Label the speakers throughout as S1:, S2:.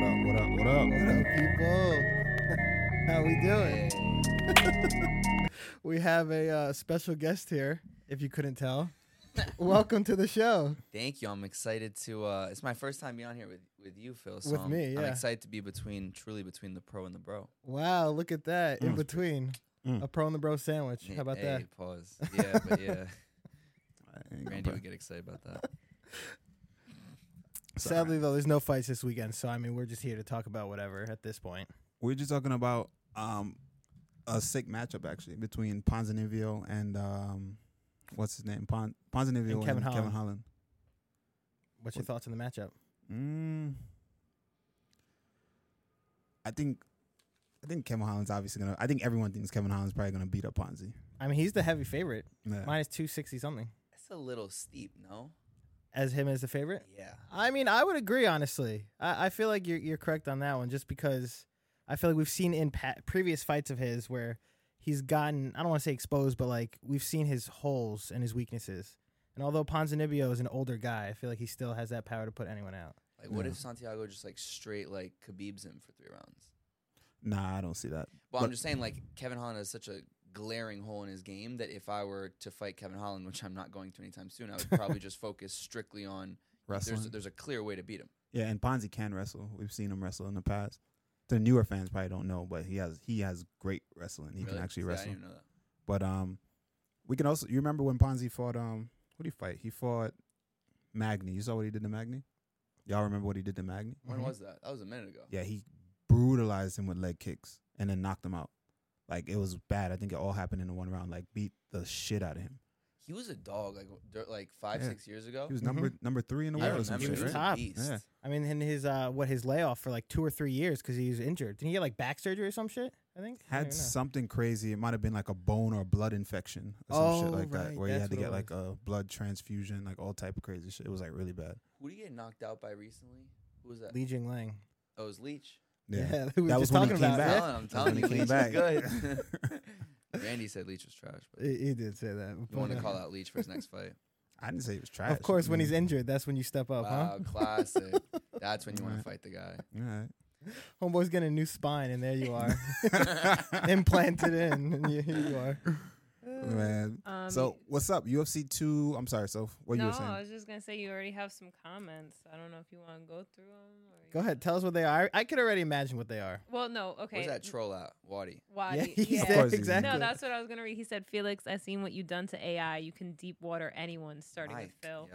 S1: What up?
S2: What up, people? How we doing? we have a uh, special guest here. If you couldn't tell, welcome to the show.
S3: Thank you. I'm excited to. Uh, it's my first time being on here with, with you, Phil. So
S2: With
S3: I'm-
S2: me,
S3: I'm
S2: yeah.
S3: excited to be between truly between the pro and the bro.
S2: Wow, look at that! In
S1: Mm.
S2: between,
S1: Mm.
S2: a pro and the bro sandwich. How about
S3: hey,
S2: that?
S3: Pause. Yeah, but yeah,
S1: I ain't gonna
S3: Randy
S1: play.
S3: would get excited about that.
S1: It's all
S2: Sadly,
S1: right.
S2: though, there's no fights this weekend, so I mean, we're just here to talk about whatever at this point.
S1: we're just talking about um a sick matchup actually between Ponzinibbio and um what's his name Pon Ponzinibbio and
S2: Kevin
S1: Kevin Holland. Kevin Holland.
S2: What's your thoughts on the matchup?
S1: Mm, I think I think Kevin Holland's obviously gonna. I think everyone thinks Kevin Holland's probably gonna beat up Ponzi.
S2: I mean, he's the heavy favorite,
S1: Yeah.
S2: minus two sixty something,
S3: That's a little steep, no?
S2: as him as the favorite.
S3: Yeah.
S2: I mean, I would agree. Honestly, I, I feel like you're you're correct on that one, just because I feel like we've seen in pa- previous fights of his where he's gotten I don't want to say exposed, but like we've seen his holes and his weaknesses. And although Ponzinibbio is an older guy, I feel like he still has that power to put anyone out.
S3: Like, what
S1: Yeah.
S3: if Santiago just like straight like Khabib's him for three rounds?
S1: nah, I don't see that. But-
S3: Well, I'm just saying, like Kevin Holland has such a glaring hole in his game that if I were to fight Kevin Holland, which I'm not going to anytime soon, I would probably just focus strictly on
S1: Wrestling.
S3: there's there's a clear way to beat him.
S1: yeah, and Ponzi can wrestle. We've seen him wrestle in the past. The newer fans probably don't know, but he has he has great wrestling. He
S3: Really?
S1: can actually
S3: See, I
S1: wrestle.
S3: didn't even know that.
S1: But um, we can also. You remember when Ponzi fought um? What did he fight? He fought Magni. You saw what he did to Magni. Y'all remember what he did to Magni?
S3: When
S2: Mhm.
S3: was that? That was a minute ago.
S1: Yeah, he brutalized him with leg kicks and then knocked him out. Like it was bad. I think it all happened in one round. Like beat the shit out of him.
S3: He was a dog, like w- dur- like five,
S1: Yeah.
S3: six years ago.
S1: He was number
S2: Mm-hmm.
S1: number three in the
S3: I
S1: world. Or some
S3: remember
S1: shit,
S3: he was
S1: right?
S3: a
S2: Top.
S3: beast.
S1: Yeah.
S2: I mean, in his uh, what his layoff for like two or three years because he was injured. Didn't he get like back surgery or some shit? I think I
S1: Had
S2: don't even know.
S1: something crazy. It might have been like a bone or a blood infection or some shit
S2: Oh,
S1: like
S2: right,
S1: that, where he
S2: that's
S1: had to
S2: what it
S1: get like a blood transfusion, like all type of crazy shit. It was like really bad.
S3: Who did he get knocked out by recently? Who was that?
S2: Lee Jing Lang.
S3: Oh, it was Leach.
S1: Yeah,
S2: we were
S1: That was
S2: just
S1: when he
S2: talking
S1: came
S2: about
S1: back.
S2: it.
S3: Telling, I'm
S1: That's when
S3: telling
S1: he
S3: you,
S1: came
S3: Leach
S1: back.
S3: was good. Randy said Leach was trash, but
S2: He, he did say that.
S3: you want to call out Leach for his next fight.
S1: I didn't say he was trash.
S2: Of course,
S1: I
S2: when
S1: mean,
S2: he's injured, that's when you step up, huh?
S3: Wow, Uh, classic. That's when you want
S1: Right.
S3: to fight the guy.
S1: Uh-huh. Alright.
S2: Homeboy's getting a new spine, and there you are, implanted in. And you, here you are.
S1: Man.
S4: Um,
S1: so what's up? UFC two. I'm sorry, so what you
S4: no,
S1: were saying?
S4: I was just gonna say you already have some comments. I don't know if you want to go through them. Or you
S2: Go ahead, tell us what they are. I could already imagine what they are.
S4: Well, no, okay.
S3: Where's that troll at? Wadi.
S4: Why?
S2: yeah,
S4: do-
S2: he's
S4: Uh, yeah.
S1: Of
S2: there
S1: course he is.
S2: exactly.
S4: No, that's what I was gonna read. He said, "Felix, I seen what you done to AI. You can deep water anyone, starting with
S3: Mike,
S4: Phil."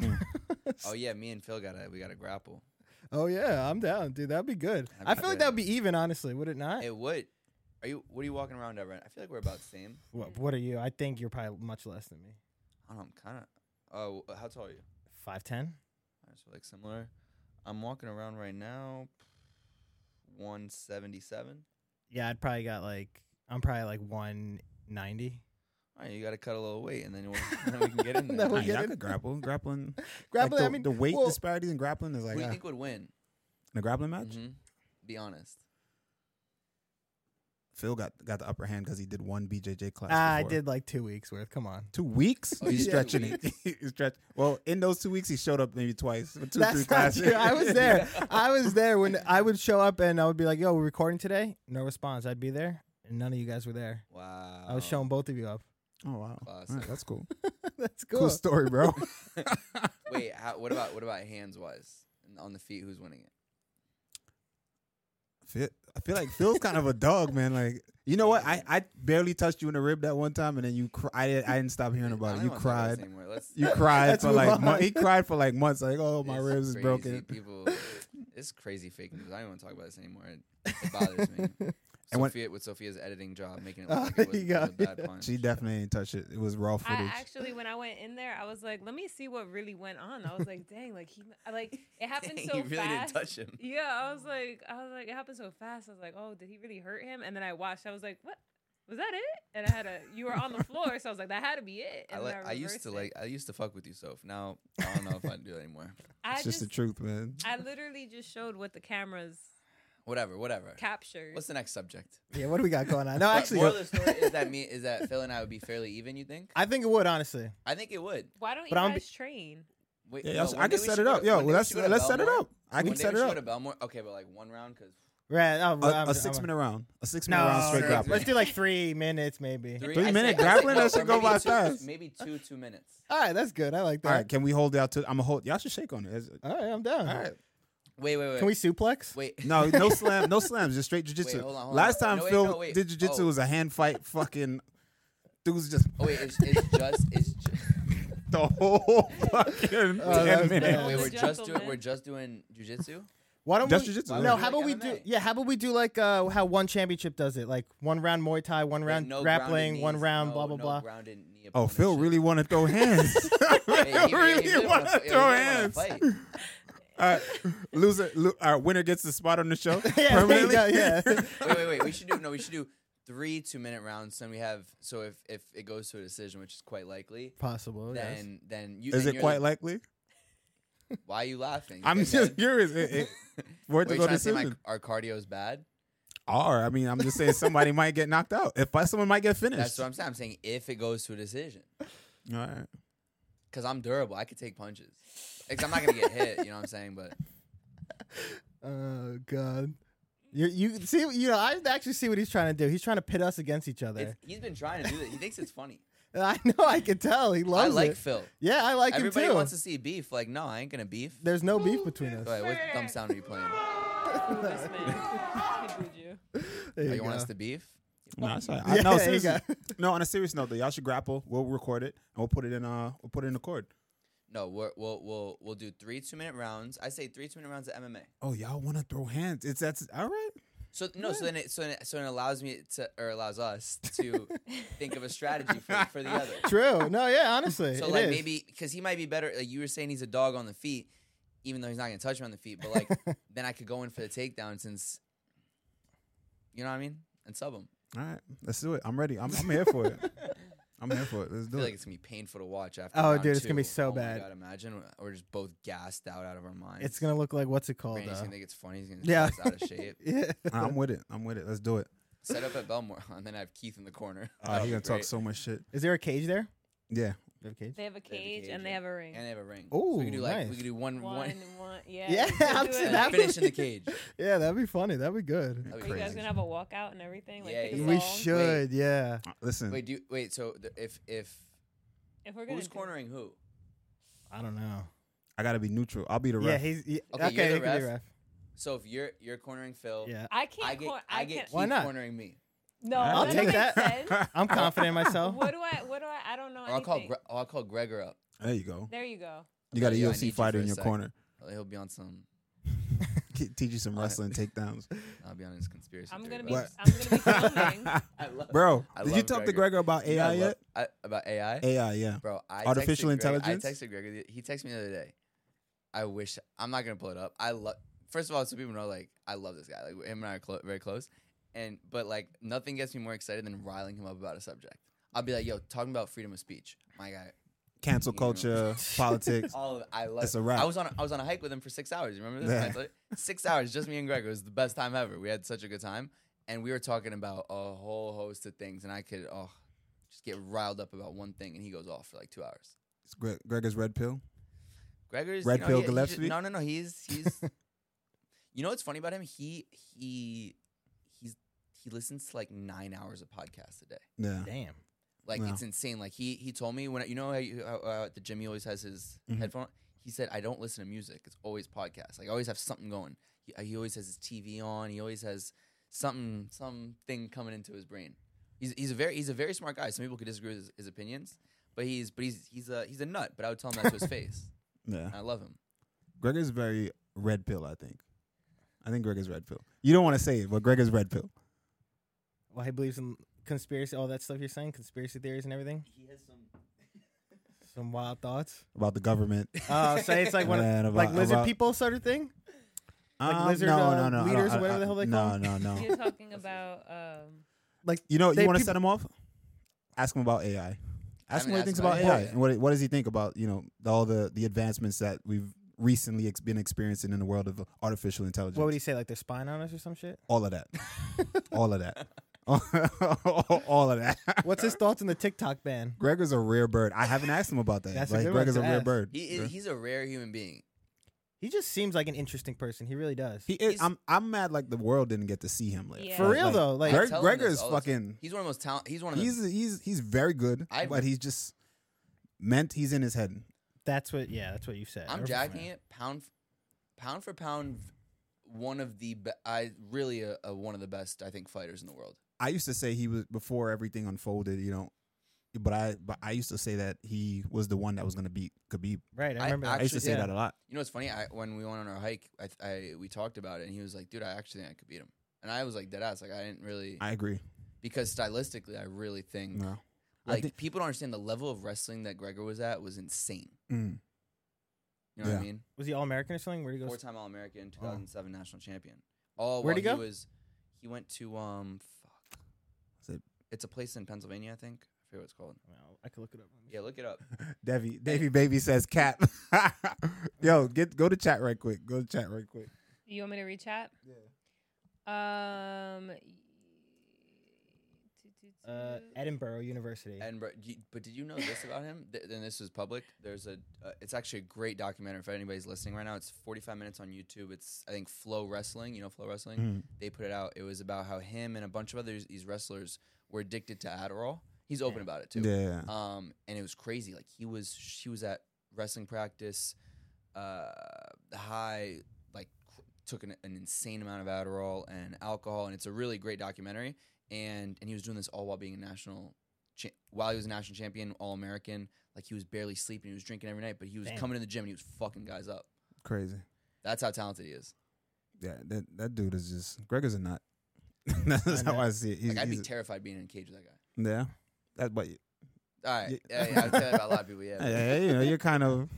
S3: yo. Oh yeah, me and Phil got to we got to grapple.
S2: oh yeah, I'm down, dude. That'd be good.
S3: That'd
S2: I
S3: be
S2: feel like
S3: good.
S2: that'd be even, honestly. Would it not?
S3: Hey, what? Are you? What are you walking around at? Right? I feel like we're about the same.
S2: what, what are you? I think you're probably much less than me.
S3: I don't know, I'm kind of. Oh, how tall are you?
S2: Five ten.
S3: Alright, so like similar. I'm walking around right now, 177.
S2: Yeah, I'd probably got like I'm probably like one ninety.
S3: All right, you got to cut a little weight, and then, we'll, then we can get in
S2: That
S3: there.
S2: we'll
S1: Nah,
S2: get
S1: y'all
S2: in.
S1: could grapple. Grappling.
S2: Grappling.
S1: like the,
S2: I mean,
S1: the weight
S2: well,
S1: disparities in grappling is like
S3: Who do
S1: ah,
S3: you
S2: uh,
S3: think would win?
S1: in a grappling match.
S2: Mm-hmm.
S3: hmm Be honest.
S1: Phil got got the upper hand because he did one BJJ class.
S2: ah, I
S1: before.
S2: did like two weeks worth. Come on.
S1: two weeks.
S3: Oh, you
S1: He's
S3: did
S1: stretching
S3: two
S1: it. He's stretch. Well, in those two weeks, he showed up maybe twice for two,
S2: That's
S1: three
S2: not
S1: classes.
S2: true. I was there. I was there when I would show up and I would be like, "Yo, we're recording today." No response. I'd be there, and none of you guys were there.
S3: Wow.
S2: I was showing both of you up.
S1: oh wow,
S3: Classic.
S1: Alright, that's cool.
S2: That's
S1: cool.
S2: cool.
S1: story, bro.
S3: Wait, how, what about what about hands wise And on the feet? Who's winning it?
S1: Phil- I feel like Phil's kind of a dog, man. Like you know what? I, I barely touched you in the rib that one time, and then you cr- I didn't I didn't stop hearing
S3: I
S1: about
S3: don't
S1: it. You
S3: wanna talk about this
S1: cried.
S3: anymore. Let's-
S1: You cried
S2: Let's
S1: for
S2: move
S1: like mo-
S2: on.
S1: he cried for like months. Like oh my
S3: It's
S1: ribs is
S3: crazy.
S1: broken.
S3: People, it's crazy fake news. I don't want to talk about this anymore. It, it bothers me.
S1: And when-
S3: Sophia, with Sophia's editing job, making it
S2: Oh,
S3: look like it
S2: there
S3: was, it
S2: you
S3: was a
S2: go.
S3: bad
S2: Yeah.
S3: punch.
S1: She definitely didn't touch it. It was raw footage.
S4: I actually, when I went in there, I was like, "Let me see what really went on." I was like, "Dang, like he, like it happened
S3: Dang,
S4: so
S3: you really
S4: fast."
S3: didn't touch him.
S4: Yeah, I was like, I was like, it happened so fast. I was like, oh, did he really hurt him? And then I watched. I was like, what was that? It? And I had a. You were on the floor, so I was like, that had to be it.
S3: I,
S4: And
S3: li-
S4: then
S3: I used
S4: reversed
S3: to
S4: it.
S3: like I used to fuck with you, Soph. Now I don't know if I do that anymore.
S4: I
S1: it's
S4: just,
S1: just, the truth, man.
S4: I literally just showed what the cameras
S3: Whatever, whatever.
S4: captured.
S3: What's the next subject?
S2: Yeah, what do we got going on? No,
S3: But
S2: actually,
S3: moral of the story is that me is that Phil and I would be fairly even. You think?
S2: I think it would honestly.
S3: I think it would.
S4: Why don't
S2: But
S4: you
S2: I'm
S4: guys train?
S3: Wait,
S1: Yeah,
S3: no,
S1: y'all should-
S3: one
S1: I
S3: day
S1: can
S3: we
S1: set
S3: should
S1: it
S3: go
S1: up.
S3: to-
S1: Yo,
S3: one day we
S1: let's
S3: should go to
S1: let's set it
S3: Belmar.
S1: up. I can
S3: One day
S1: set
S3: we
S1: it up.
S3: should go to Belmore. Okay, but like one round because
S2: Right. Oh,
S1: A,
S2: I'm-
S1: a
S2: I'm-
S1: 6 minute round. A six minute round
S2: No, uh,
S1: straight
S3: no,
S1: grappling.
S2: let's do like three minutes maybe.
S1: Three minute grappling? That should go by fast.
S3: Maybe two two minutes.
S2: All right, that's good. I like
S1: All right,
S2: that.
S1: can we hold out to? I'm gonna hold. Y'all should shake on it. It's-
S2: All right, I'm down.
S1: All right.
S3: Wait, wait, wait.
S2: Can we suplex?
S3: Wait.
S1: No, no slam, no slams, just straight jujitsu.
S3: Wait, hold on, hold
S1: Last time
S3: on. No, wait,
S1: Phil
S3: no, wait.
S1: did jujitsu
S3: Oh.
S1: was a hand fight. Fucking dudes just
S3: Oh wait, it's, it's just it's. Ju-
S1: the whole fucking
S2: Oh, that
S1: ten
S2: was
S1: minutes.
S2: bad.
S3: wait, we're
S4: the
S3: just doing
S4: gentleman.
S3: we're just doing jujitsu.
S2: Why don't
S1: Just
S2: we?
S1: jujitsu,
S2: No,
S1: yeah.
S2: how about we
S3: Like
S2: do?
S3: MMA.
S2: Yeah, how about we do like uh, how one championship does it? Like one round Muay Thai, one round
S3: no grounded
S2: grappling, one
S3: knees,
S2: round
S3: no-
S2: blah blah
S3: no
S2: blah.
S3: grounded knee
S1: Oh,
S3: opponent
S1: Phil
S3: shit.
S1: really want to throw hands.
S3: Hey,
S1: Phil
S3: he- he
S1: really
S3: did
S1: want
S3: wanna-
S1: to
S3: he
S1: throw
S3: wanna
S1: hands.
S3: fight.
S1: All right, loser, lo- all right, winner gets the spot on the show
S2: yeah, there you
S1: permanently.
S2: go, yeah.
S3: Wait, wait, wait. We should do no. We should do three two minute rounds. Then we have so if if it goes to a decision, which is quite likely,
S2: Possible. Oh, yes.
S3: then then you
S1: Is
S3: and
S1: it
S3: you're
S1: quite
S3: the-
S1: likely?
S3: Why are you laughing? You
S1: I'm
S3: think
S1: just
S3: that-
S1: curious. It, it, for it
S3: Were
S1: to
S3: you
S1: go
S3: trying to say my,
S1: decision.
S3: our cardio is bad?
S1: Or I mean, I'm just saying somebody might get knocked out. If I, someone might get finished.
S3: That's what I'm saying. I'm saying if it goes to a decision,
S1: All right.
S3: because I'm durable, I could take punches. Like, I'm not gonna get hit. You know what I'm saying? But
S2: Oh god. You you see you know I actually see what he's trying to do. He's trying to pit us against each
S3: it's,
S2: other.
S3: he's been trying to do that. He thinks it's funny.
S2: I know I can tell he
S3: I
S2: loves
S3: like
S2: it.
S3: Phil.
S2: Yeah, I like
S3: Everybody
S2: him too.
S3: wants to see beef. Like, no, I ain't gonna beef.
S2: There's no beef between us.
S3: Go ahead, what thumb sound are you playing? Oh,
S4: Ooh, this man. He booed you.
S2: There
S3: oh, you
S2: you
S3: want
S2: go.
S3: us to beef?
S1: No, that's all right. I,
S2: Yeah,
S1: no,
S2: there you
S1: seriously. no, on a serious note, though, y'all should grapple. We'll record it and we'll put it in. Uh, we'll put it in the cord.
S3: No, we're, we'll we'll we'll do three two minute rounds. I say three two minute rounds of MMA.
S1: Oh, y'all want to throw hands? It's that's all right.
S3: So no, so then it so then it, so then it allows me to or allows us to think of a strategy for, for the other.
S2: True. No, yeah, honestly.
S3: So
S2: it
S3: like
S2: is.
S3: maybe because he might be better. Like you were saying, he's a dog on the feet, even though he's not gonna touch me on the feet. But like then I could go in for the takedown since you know what I mean and sub him.
S1: All right, let's do it. I'm ready. I'm, I'm here for it. I'm here for it. Let's do
S3: I feel
S1: it.
S3: like it's gonna be painful to watch after.
S2: Oh,
S3: round
S2: dude, it's gonna be
S3: two.
S2: so
S3: Oh my
S2: bad.
S3: God, imagine we're just both gassed out out of our minds.
S2: it's gonna look like what's it called?
S3: Brandy's
S2: uh,
S3: gonna think it's funny. He's gonna
S2: Yeah.
S3: yeah. us out of shape.
S2: yeah.
S1: I'm with it. I'm with it. Let's do it.
S3: Set up at Belmore, and then I have Keith in the corner.
S1: Uh,
S3: That'll
S1: he
S3: be
S1: gonna talk
S3: great.
S1: so much shit.
S2: Is there a cage there?
S1: Yeah.
S2: You have a cage?
S4: They
S3: They have
S4: have a
S3: a
S4: cage and they
S3: yeah.
S4: have a ring.
S3: And they have a ring.
S2: Ooh,
S3: so we could do like
S2: nice.
S3: we could do one
S4: One,
S3: one.
S4: one, yeah.
S2: Yeah,
S4: we could
S2: I'm
S4: do
S2: saying
S4: it.
S3: and
S2: that
S4: Like,
S3: finish in the cage.
S2: Yeah, that'd be funny. That'd be good.
S1: That'd
S4: Are
S1: be
S4: you guys
S1: crazy.
S4: gonna have a walkout and everything? Like,
S3: Yeah,
S4: pick a
S3: yeah.
S2: We
S4: song?
S2: should, yeah.
S1: Uh, Listen,
S3: Wait, do wait. So th- if if
S4: If we're gonna
S3: who's
S4: do-
S3: cornering who?
S2: I don't know.
S1: I gotta be neutral. I'll be the
S2: Yeah,
S1: ref.
S2: he's he,
S3: Okay, you're
S2: okay.
S3: the
S2: he can be
S3: ref. Oh. So if you're you're cornering Phil,
S2: ref. Yeah,
S4: I can't.
S3: I get
S4: cor-
S3: I,
S4: can't.
S3: get Keith
S2: Why not?
S3: cornering me.
S4: No,
S1: I'll
S4: that
S1: take
S4: makes
S2: that.
S4: sense.
S2: I'm confident in myself.
S4: What do I? What do I? I don't know.
S3: Or I'll call
S4: anything.
S3: Gre- or I'll call Gregor up.
S1: there you go.
S4: There you go.
S1: You got a
S3: Yeah, I need
S1: UFC
S3: you
S1: fighter
S3: for
S1: in
S3: a
S1: your
S3: sec.
S1: corner.
S3: Uh, He'll be on some.
S1: K- Teach you some
S3: All right.
S1: wrestling takedowns,
S3: I'll be on his conspiracy.
S4: I'm
S3: theory
S4: gonna be.
S3: about
S1: What?
S3: it.
S4: I'm gonna be filming.
S3: I love,
S1: bro.
S3: I
S1: Did you
S3: love
S1: talk to
S3: Gregor.
S1: Gregor about
S3: You know, I
S1: AI
S3: love-
S1: yet?
S3: I, about AI?
S1: AI, yeah.
S3: Bro, I
S1: Artificial
S3: texted Gregor-
S1: intelligence?
S3: I texted Gregor. the- He texted me the other day. I wish I'm not gonna pull it up. I love. First of all, so people know, like I love this guy. Like him and I are clo- very close. And but like nothing gets me more excited than riling him up about a subject. I'll be like, yo, talking about freedom of speech, my guy.
S1: Cancel
S3: You know.
S1: culture, politics.
S3: All of, I love.
S1: That's
S3: it.
S1: a wrap.
S3: I was on a, I was on a hike with him for six hours. You remember
S1: Yeah.
S3: this? Six hours, just me and Greg. It was the best time ever. We had such a good time, and we were talking about a whole host of things. And I could oh, just get riled up about one thing, and he goes off for like two hours.
S1: It's Gre- Gregor's red pill.
S3: Gregor's
S1: Red
S3: you know,
S1: pill
S3: he- he ju-
S1: Gillespie?
S3: no, no, no. He's he's. you know what's funny about him? He he he's he listens to like nine hours of podcasts a day.
S1: Yeah.
S2: damn.
S3: Like
S1: Wow.
S3: it's insane. Like he he told me when you know how, you, how uh, at the gym he always has his
S1: Mhm.
S3: headphone. He said I don't listen to music. It's always podcasts. Like I always have something going. He, he always has his TV on. He always has something something coming into his brain. He's, he's a very he's a very smart guy. Some people could disagree with his, his opinions, but he's but he's he's a he's a nut. But I would tell him that to his face.
S1: Yeah.
S3: And I love him.
S1: Gregor's very red pill, I think. I think Gregor's red pill. You don't want to say it, but Gregor's red pill.
S2: Well, he believes in conspiracy, all that stuff you're saying, conspiracy theories and everything.
S3: He has some
S2: Some wild thoughts.
S1: About the government.
S2: Oh, so it's like one of,
S1: Man, about-
S2: like lizard
S1: about-
S2: people sort of thing. Like
S1: Um,
S2: lizard, uh,
S1: I don't-
S2: leaders,
S1: I- I-
S2: whatever the hell they call
S1: No, no, no.
S4: You're talking about. Um,
S1: You know,
S2: They
S1: you want to
S2: peop-
S1: set him off? Ask him about AI. Ask him
S3: mean,
S1: what he thinks
S3: ask him
S1: about
S3: about
S1: AI
S3: AI.
S1: and what what does he think about you know all the the advancements that we've recently ex- been experiencing in the world of artificial intelligence.
S2: What would he say? Like they're spying on us or some shit.
S1: all of that, all of that, all of that.
S2: What's his thoughts on the TikTok ban?
S1: Gregor's a rare bird. I haven't asked him about that.
S2: That's a
S1: like
S2: good one
S1: Gregor's
S2: to
S1: a rare
S2: ask.
S1: bird.
S3: He is, he's a rare human being.
S2: He just seems like an interesting person. He really does.
S1: He is.
S3: He's-
S1: I'm. I'm mad. Like the world didn't get to see him. Like,
S4: Yeah.
S2: For real though, like
S3: I
S1: Greg,
S3: tell him
S1: Gregor
S3: this
S1: is
S3: all the time.
S1: fucking.
S3: He's one of the most talent. He's one of the.
S1: He's he's he's very good,
S3: I-
S1: but he's just meant he's in his head.
S2: that's what. Yeah, that's what you said.
S3: I'm
S2: Or-
S3: jacking it pound, f- pound for pound. One of the be- I really a, a, one of the best I think fighters in the world.
S1: I used to say he was before everything unfolded. You know, but I but I used to say that he was the one that was going to beat Khabib.
S2: Right. I
S3: I
S2: remember. that.
S1: I used to say
S2: Yeah.
S1: that a lot.
S3: You know what's funny? I, when we went on our hike, I, I we talked about it, and he was like, "Dude, I actually think I could beat him." And I was like, "Dead ass." Like I didn't really
S1: I agree.
S3: because stylistically, I really think
S1: No, I
S3: Mm. like
S1: thi-
S3: people don't understand the level of wrestling that Gregor was at was insane.
S1: Mm.
S3: You know what I
S1: Yeah.
S3: mean?
S2: Was he all American or something? Where he
S3: Four
S2: goes? Oh.
S3: time All American, 2007 national champion. All
S2: Where'd he
S3: while
S2: go?
S3: was he went to um fuck.
S1: Is it-
S3: It's a place in Pennsylvania, I think. I forget what it's called.
S2: Well, I could look it up.
S3: Yeah, look it up. eh.
S1: Davy Davy Baby says cap. Yo, get go to chat right quick. Go to chat right quick.
S4: You want me to read chat? Yeah. Um. y-
S2: Uh, Edinburgh University.
S3: And bro, do you- but did you know this about him? Th- Then this was public. There's a. Uh, it's actually a great documentary. If anybody's listening right now, it's 45 minutes on YouTube. It's I think Flow Wrestling. You know Flow Wrestling.
S2: Hmm.
S1: Mm.
S3: They put it out. It was about how him and a bunch of other these wrestlers were addicted to Adderall. He's open
S2: Yeah.
S3: about it too.
S1: Yeah,
S3: Um, and it was crazy. Like he was, she was at wrestling practice. Uh, high, like cr- took an, an insane amount of Adderall and alcohol, and it's a really great documentary. And and he was doing this all while being a national, cha- while he was a national champion, all American. Like he was barely sleeping. He was drinking every night, but he was
S2: Damn.
S3: coming to the gym and he was fucking guys up.
S1: crazy.
S3: That's how talented he is.
S1: Yeah, that that dude is just Gregor's a nut. That's
S2: I know.
S1: how I see it. He's,
S3: Like I'd be
S1: he's a-
S3: terrified being in a cage with that guy.
S1: yeah, that but
S3: All right,
S1: Yeah.
S3: yeah, yeah, I've said that about a lot of people. Yeah, but-
S1: yeah, you know, you're kind of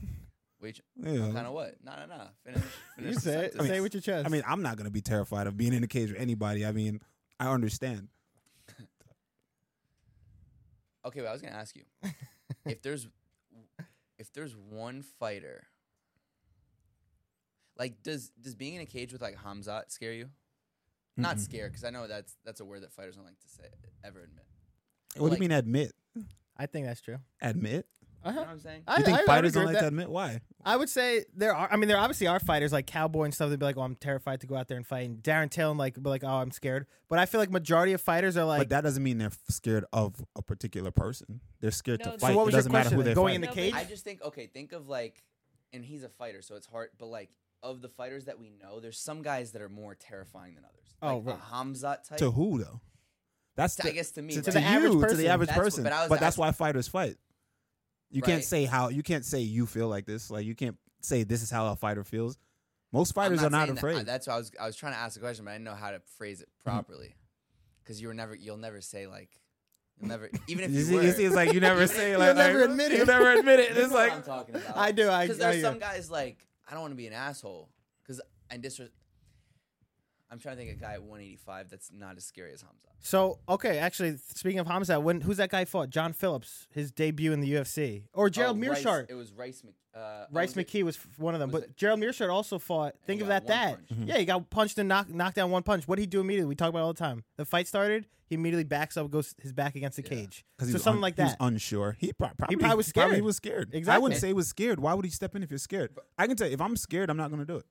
S3: Wait,
S1: you know.
S3: kind of what? No, no, no. Finish.
S2: You
S3: finish the
S2: say it.
S3: sentence.
S2: say it with your chest.
S1: I mean, I'm not gonna be terrified of being in a cage with anybody. I mean, I understand.
S3: Okay, but I was gonna ask you if there's if there's one fighter. Like, does does being in a cage with like Hamzat scare you? Not
S1: Mm-mm.
S3: scare, because I know that's that's a word that fighters don't like to say ever admit.
S1: What
S3: like-
S1: do you mean uh, admit?
S2: I think that's true.
S1: Admit?
S3: You know
S2: Uh-huh.
S3: what I'm saying?
S2: I,
S1: You think
S2: I would
S1: fighters
S2: agree
S1: don't
S2: with
S1: like to admit? Why?
S2: I would say there are. I mean, there obviously are fighters like Cowboy and stuff. They'd be like, "Oh, I'm terrified to go out there and fight." And Darren Till like, be like, "Oh, I'm scared." But I feel like majority of fighters are like,
S1: but that doesn't mean they're f- scared of a particular person. They're scared
S4: No,
S1: to
S4: So
S1: fight.
S4: what was
S1: it
S4: your
S1: doesn't matter
S2: question
S1: who
S2: then?
S1: they're
S2: Going in
S1: fighting.
S2: the cage?
S3: I just think okay, think of like, and he's a fighter, so it's hard. But like, of the fighters that we know, there's some guys that are more terrifying than others.
S2: Oh,
S3: like a
S2: right.
S3: Hamzat type.
S1: to who though? That's
S3: To- I
S1: the-
S3: guess to me,
S1: to,
S3: right?
S1: to
S2: the average
S1: you, to
S2: person.
S1: the average
S3: That's what-
S1: person.
S3: but I was
S1: but that's
S3: asking-
S1: why fighters fight. You
S3: Right.
S1: can't say how you can't say you feel like this. Like you can't say this is how a fighter feels. Most fighters
S3: I'm
S1: are not
S3: saying that-
S1: afraid. Mm-hmm.
S3: uh, that's why I was I was trying to ask the question, but I didn't know how to phrase it properly. Because you were never you'll never say like you'll never even if you,
S1: you, see,
S3: were.
S1: you see, it's like you never say like,
S2: never
S1: like,
S2: admit it.
S1: You never admit it.
S3: you know
S1: It's
S3: what
S1: like
S3: I'm talking about.
S2: "I do." I,
S3: because
S2: I
S3: there's
S2: hear.
S3: some guys like I don't want to be an asshole because and disres- I'm trying to think of a guy at 185 that's not as scary as Hamza.
S2: So okay, actually, speaking of Hamza, when who's that guy fought? John Phillips, his debut in the UFC, or Gerald
S3: Oh, Rice-
S2: Mearshart.
S3: It was Rice. Mc- Uh,
S2: Rice
S3: was it-
S2: McKee was f- one of them,
S3: was
S2: but
S3: it-
S2: Gerald Mearshart also fought. Think
S3: he
S2: of that.
S3: got
S2: That
S3: one punch. Mm-hmm.
S2: yeah, he got punched and knocked knocked down one punch. What did he do immediately? We talk about it all the time. The fight started. He immediately backs up, goes his back against the
S3: Yeah.
S2: cage.
S1: 'Cause he
S2: So
S1: was
S2: something
S1: un-
S2: like
S1: He was
S2: that.
S1: unsure. He pro- probably,
S2: probably was
S1: He
S2: scared.
S1: was scared. I
S2: Exactly.
S1: wouldn't say he was scared. Why would he step in if you're scared? I can tell you, if I'm scared, I'm not going to do it.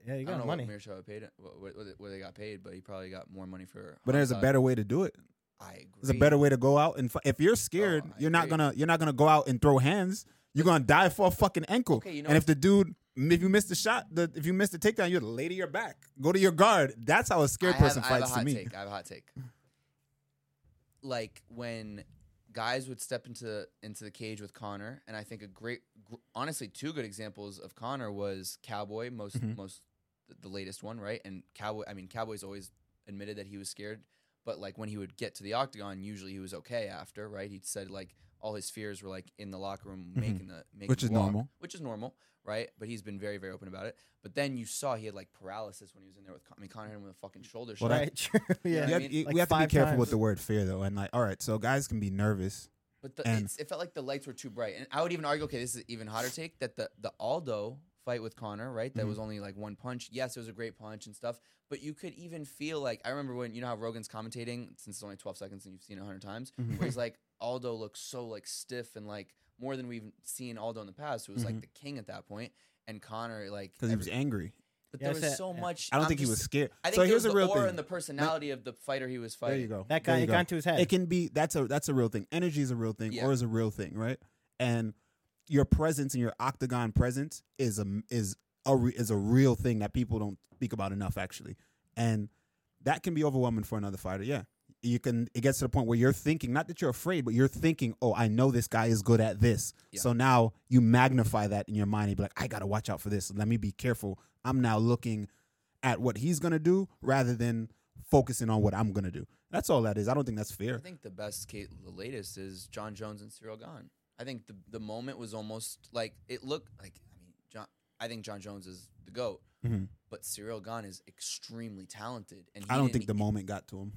S3: Oh
S2: Yeah, you
S3: I don't
S2: got
S3: know
S2: money.
S3: what Mearshart paid, what, what, what they got paid, but he probably got more money for.
S1: But there's a
S3: Hamzat.
S1: better way to do it.
S3: I agree.
S1: There's a better way to go out and fi-
S3: Oh
S1: if you're scared,
S3: I
S1: you're not
S3: agree.
S1: gonna you're not gonna go out and throw hands. You're gonna die for a fucking ankle.
S3: Okay, you know
S1: and if
S3: what-
S1: the dude, if you miss the shot, the, if you miss the takedown, you're lay to your back. Go to your guard. That's how a scared
S3: I have-
S1: person
S3: I have,
S1: fights
S3: a
S1: to
S3: hot
S1: me.
S3: Take. I have a hot take. Like when guys would step into into the cage with Connor, and I think a great, gr- honestly, two good examples of Connor was Cowboy, most
S1: Mhm.
S3: most th- the latest one, right? And Cowboy, I mean, Cowboy's always admitted that he was scared, but like when he would get to the octagon, usually he was okay after, right? He said like all his fears were like in the locker room,
S1: Mhm.
S3: making the making
S1: Which
S3: the
S1: is
S3: walk,
S1: normal.
S3: which is normal, right? But he's been very very open about it. But then you saw he had like paralysis when he was in there with. Con- I mean, Connor hit him with a fucking shoulder shot.
S1: Well, that-
S2: Right, true.
S3: You
S2: yeah.
S3: know
S1: You
S3: what I
S1: have-
S3: mean?
S1: you-
S2: Like
S1: we have to be
S2: five
S1: careful
S2: times.
S1: with the word fear though, and like, all right, so guys can be nervous.
S3: But the,
S1: And-
S3: it's, it felt like the lights were too bright, and I would even argue, okay, this is even hotter take that the the Aldo fight with Connor, right? That
S1: Mm-hmm.
S3: was only like one punch. Yes, it was a great punch and stuff, but you could even feel like I remember when you know how Rogan's commentating since it's only twelve seconds and you've seen it hundred times,
S2: Mm-hmm.
S3: where he's like Aldo looks so like stiff and like more than we've seen Aldo in the past, who was like the king at that point, and Connor like
S1: Mm-hmm. because he
S3: every-
S1: was angry.
S3: but
S2: Yeah,
S3: there
S2: that's
S3: was
S2: it.
S3: so
S2: Yeah.
S3: much.
S1: I don't
S3: I'm
S1: think he was
S3: just-
S1: scared.
S3: I think
S1: so
S3: there
S1: here's
S3: was
S1: a real
S3: the aura
S1: thing.
S3: and the personality of the fighter he was
S1: there
S3: fighting.
S1: you go.
S2: That
S1: There
S2: guy
S1: you
S2: it
S1: go.
S2: got into his head.
S1: It can be that's a that's a real thing. Energy is a real thing,
S3: Yeah.
S1: or is a real thing, right? And your presence and your octagon presence is a is a re, is a real thing that people don't speak about enough, actually. And that can be overwhelming for another fighter. Yeah, you can. It gets to the point where you're thinking, not that you're afraid, but you're thinking, "Oh, I know this guy is good at this."
S3: Yeah.
S1: So now you magnify that in your mind. You be like, "I gotta watch out for this. Let me be careful." I'm now looking at what he's gonna do rather than focusing on what I'm gonna do. That's all that is. I don't think that's
S3: I
S1: fair.
S3: think the best case, the latest is John Jones and Cyril Gahn. I think the the moment was almost like it looked like. I mean, John. I think John Jones is the goat,
S1: Mhm.
S3: but Cyril Gahn is extremely talented, and he
S1: I don't
S3: didn't-
S1: think the moment got to him.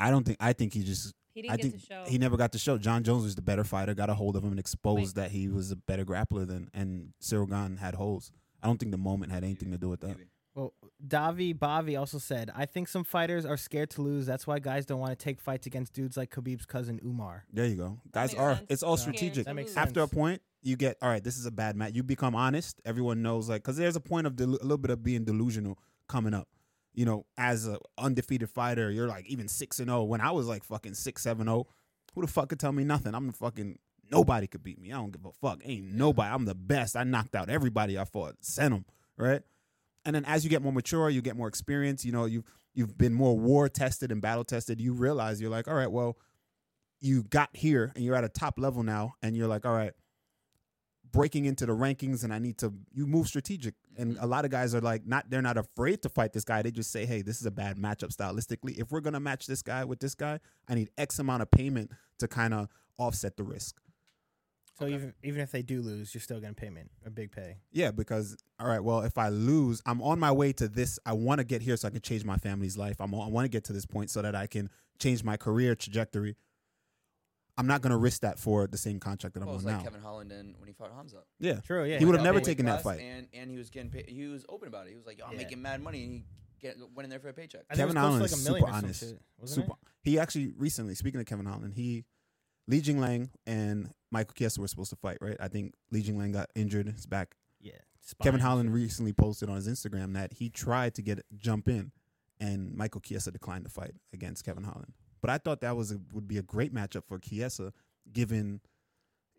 S1: I don't think. I think he just.
S4: He didn't
S1: I
S4: get
S1: think
S4: to show.
S1: he never got to show. John Jones was the better fighter. Got a hold of him and exposed that he was a better grappler than and Cyril Gahn had holes. I don't think the moment had anything to do with that.
S3: Maybe.
S2: Well, Davi Bavi also said, I think some fighters are scared to lose. That's why guys don't want to take fights against dudes like Khabib's cousin Umar.
S1: There you go. Guys
S4: makes
S1: are.
S4: sense.
S1: It's all
S2: Yeah.
S1: strategic.
S2: That makes sense.
S1: After a point, you get all right. This is a bad match. You become honest. Everyone knows like because there's a point of delu- a little bit of being delusional coming up. You know, as a undefeated fighter, you're like even six and zero. When I was like fucking six seven zero, who the fuck could tell me nothing? I'm the fucking nobody could beat me. I don't give a fuck. Ain't nobody. I'm the best. I knocked out everybody I fought. Sent them right. And then as you get more mature, you get more experience. You know, you've you've been more war tested and battle tested. You realize you're like, all right, well, you got here and you're at a top level now, and you're like, all right, breaking into the rankings, and I need to. You move strategic, and
S3: Mm-hmm.
S1: a lot of guys are like, not they're not afraid to fight this guy. They just say, hey, this is a bad matchup stylistically. If we're gonna match this guy with this guy, I need X amount of payment to kind of offset the risk.
S2: So even, even if they do lose, you're still getting payment, a big pay.
S1: Yeah, because all right, well, if I lose, I'm on my way to this. I want to get here so I can change my family's life. I'm, I want to get to this point so that I can change my career trajectory. I'm not going to risk that for the same contract that I'm
S3: Well, it
S1: on
S3: was
S1: now.
S3: like Kevin Holland and when he fought Hamza.
S1: Yeah,
S2: True, yeah.
S1: He would have
S3: Went up
S1: never
S3: a weight
S1: taken that
S3: class,
S1: fight.
S3: and and he was getting paid. He was open about it. He was like, "Yo, I'm
S2: Yeah.
S3: making mad money," and he get, went in there for a paycheck.
S2: I think
S1: Kevin
S2: it was close
S1: Allen
S2: to
S1: is
S2: like a
S1: super
S2: million or some
S1: honest.
S2: shit, wasn't
S1: super. He actually recently, speaking of Kevin Holland, he Li Jing Lang and Michael Chiesa were supposed to fight, right? I think Li Jing Lang got injured. His back
S2: it? Yeah.
S1: Kevin
S2: Spine.
S1: Holland recently posted on his Instagram that he tried to get jump in, and Michael Chiesa declined to fight against Kevin Holland. But I thought that was a, would be a great matchup for Chiesa, given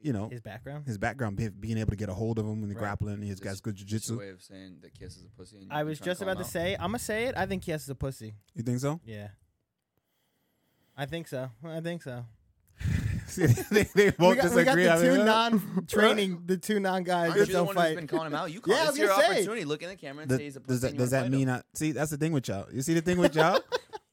S1: you know his,
S2: His background?
S1: background, be, being able to get a hold of him and the
S2: Right.
S1: grappling. He's got
S3: Just-
S1: good
S3: Just a
S1: jiu-jitsu.
S3: way of saying that Kiss is a pussy. and you-
S2: I
S3: you're
S2: was
S3: trying
S2: just
S3: call him
S2: about to
S3: out.
S2: say, I'm going to say it. I think Yes is a pussy.
S1: You think so?
S2: Yeah. I think so. I think so.
S1: See, they, they both
S2: we got, we got
S1: disagree. I
S2: the
S1: mean,
S2: two
S1: uh,
S2: non training, the two non guys
S3: Aren't you
S2: that
S3: the
S2: don't
S3: one who's
S2: fight.
S3: been calling him out? You call.
S2: Yeah, I
S3: it's
S2: was
S3: your
S2: gonna say.
S3: opportunity. Look in the camera and
S1: the-
S3: say he's a pussy.
S1: does that
S3: and you
S1: does
S3: wanna
S1: that
S3: fight
S1: mean
S3: him.
S1: I, see that's the thing with y'all? You see the thing with y'all.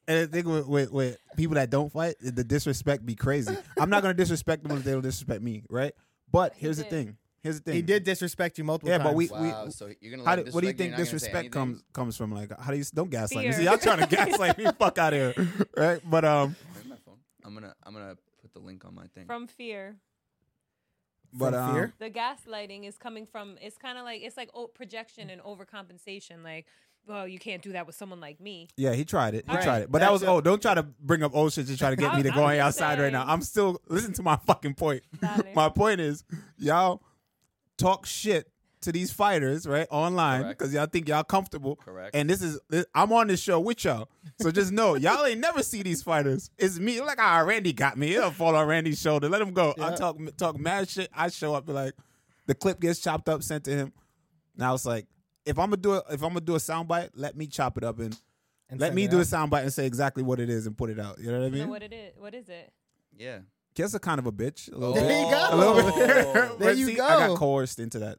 S1: And the thing with, with, with people that don't fight, the disrespect be crazy. I'm not gonna disrespect them if they don't disrespect me, right? But
S4: He
S1: here's the
S4: did.
S1: thing. Here's the thing.
S2: He did disrespect you multiple
S1: Yeah,
S2: times.
S1: but we-
S3: Wow. so you're gonna.
S1: How
S3: let
S1: do,
S3: him
S1: what do you
S3: disrespect
S1: think
S3: and you're not gonna say
S1: disrespect
S3: anything?
S1: comes comes from? Like, how do you don't gaslight me?
S4: Fear.
S1: See, y'all trying to gaslight me? Fuck out here, right? But um,
S3: Where's my phone? I'm gonna. I'm gonna put the link on my thing.
S4: from fear.
S1: but
S2: From
S1: um,
S2: fear?
S4: the gaslighting is coming from it's kind of like it's like o- projection and overcompensation like well you can't do that with someone like me
S1: yeah, he tried it. He
S4: Right.
S1: tried it. But that
S2: That's
S1: was
S2: a-
S1: oh, don't try to bring up old shit to try to get me to
S4: I'm-
S1: go
S4: I'm
S1: hang
S4: just
S1: outside right now.
S4: saying.
S1: I'm still listen to my fucking point.
S4: Sorry.
S1: my point is, y'all talk shit to these fighters right online
S3: Correct.
S1: because y'all think y'all comfortable.
S3: Correct.
S1: And this is this, I'm on this show with y'all, so just know y'all ain't never see these fighters. It's me. Like ah, Randy got me. It'll fall on Randy's shoulder. Let him go. I
S2: Yeah.
S1: talk talk mad shit. I show up be like, the clip gets chopped up, sent to him. Now it's like, if I'm gonna do it, if I'm gonna do a soundbite, let me chop it up and,
S2: And
S1: let
S2: send
S1: me
S2: it
S1: do a
S2: out.
S1: soundbite and say exactly what it is and put it out. You know what I
S4: so
S1: mean?
S4: what it is what is it
S3: yeah.
S1: Kiss a kind of a bitch. A little
S2: There
S1: bit.
S2: you go.
S1: A little bit.
S3: There
S1: But
S2: you
S1: I got
S2: go.
S1: coerced into that.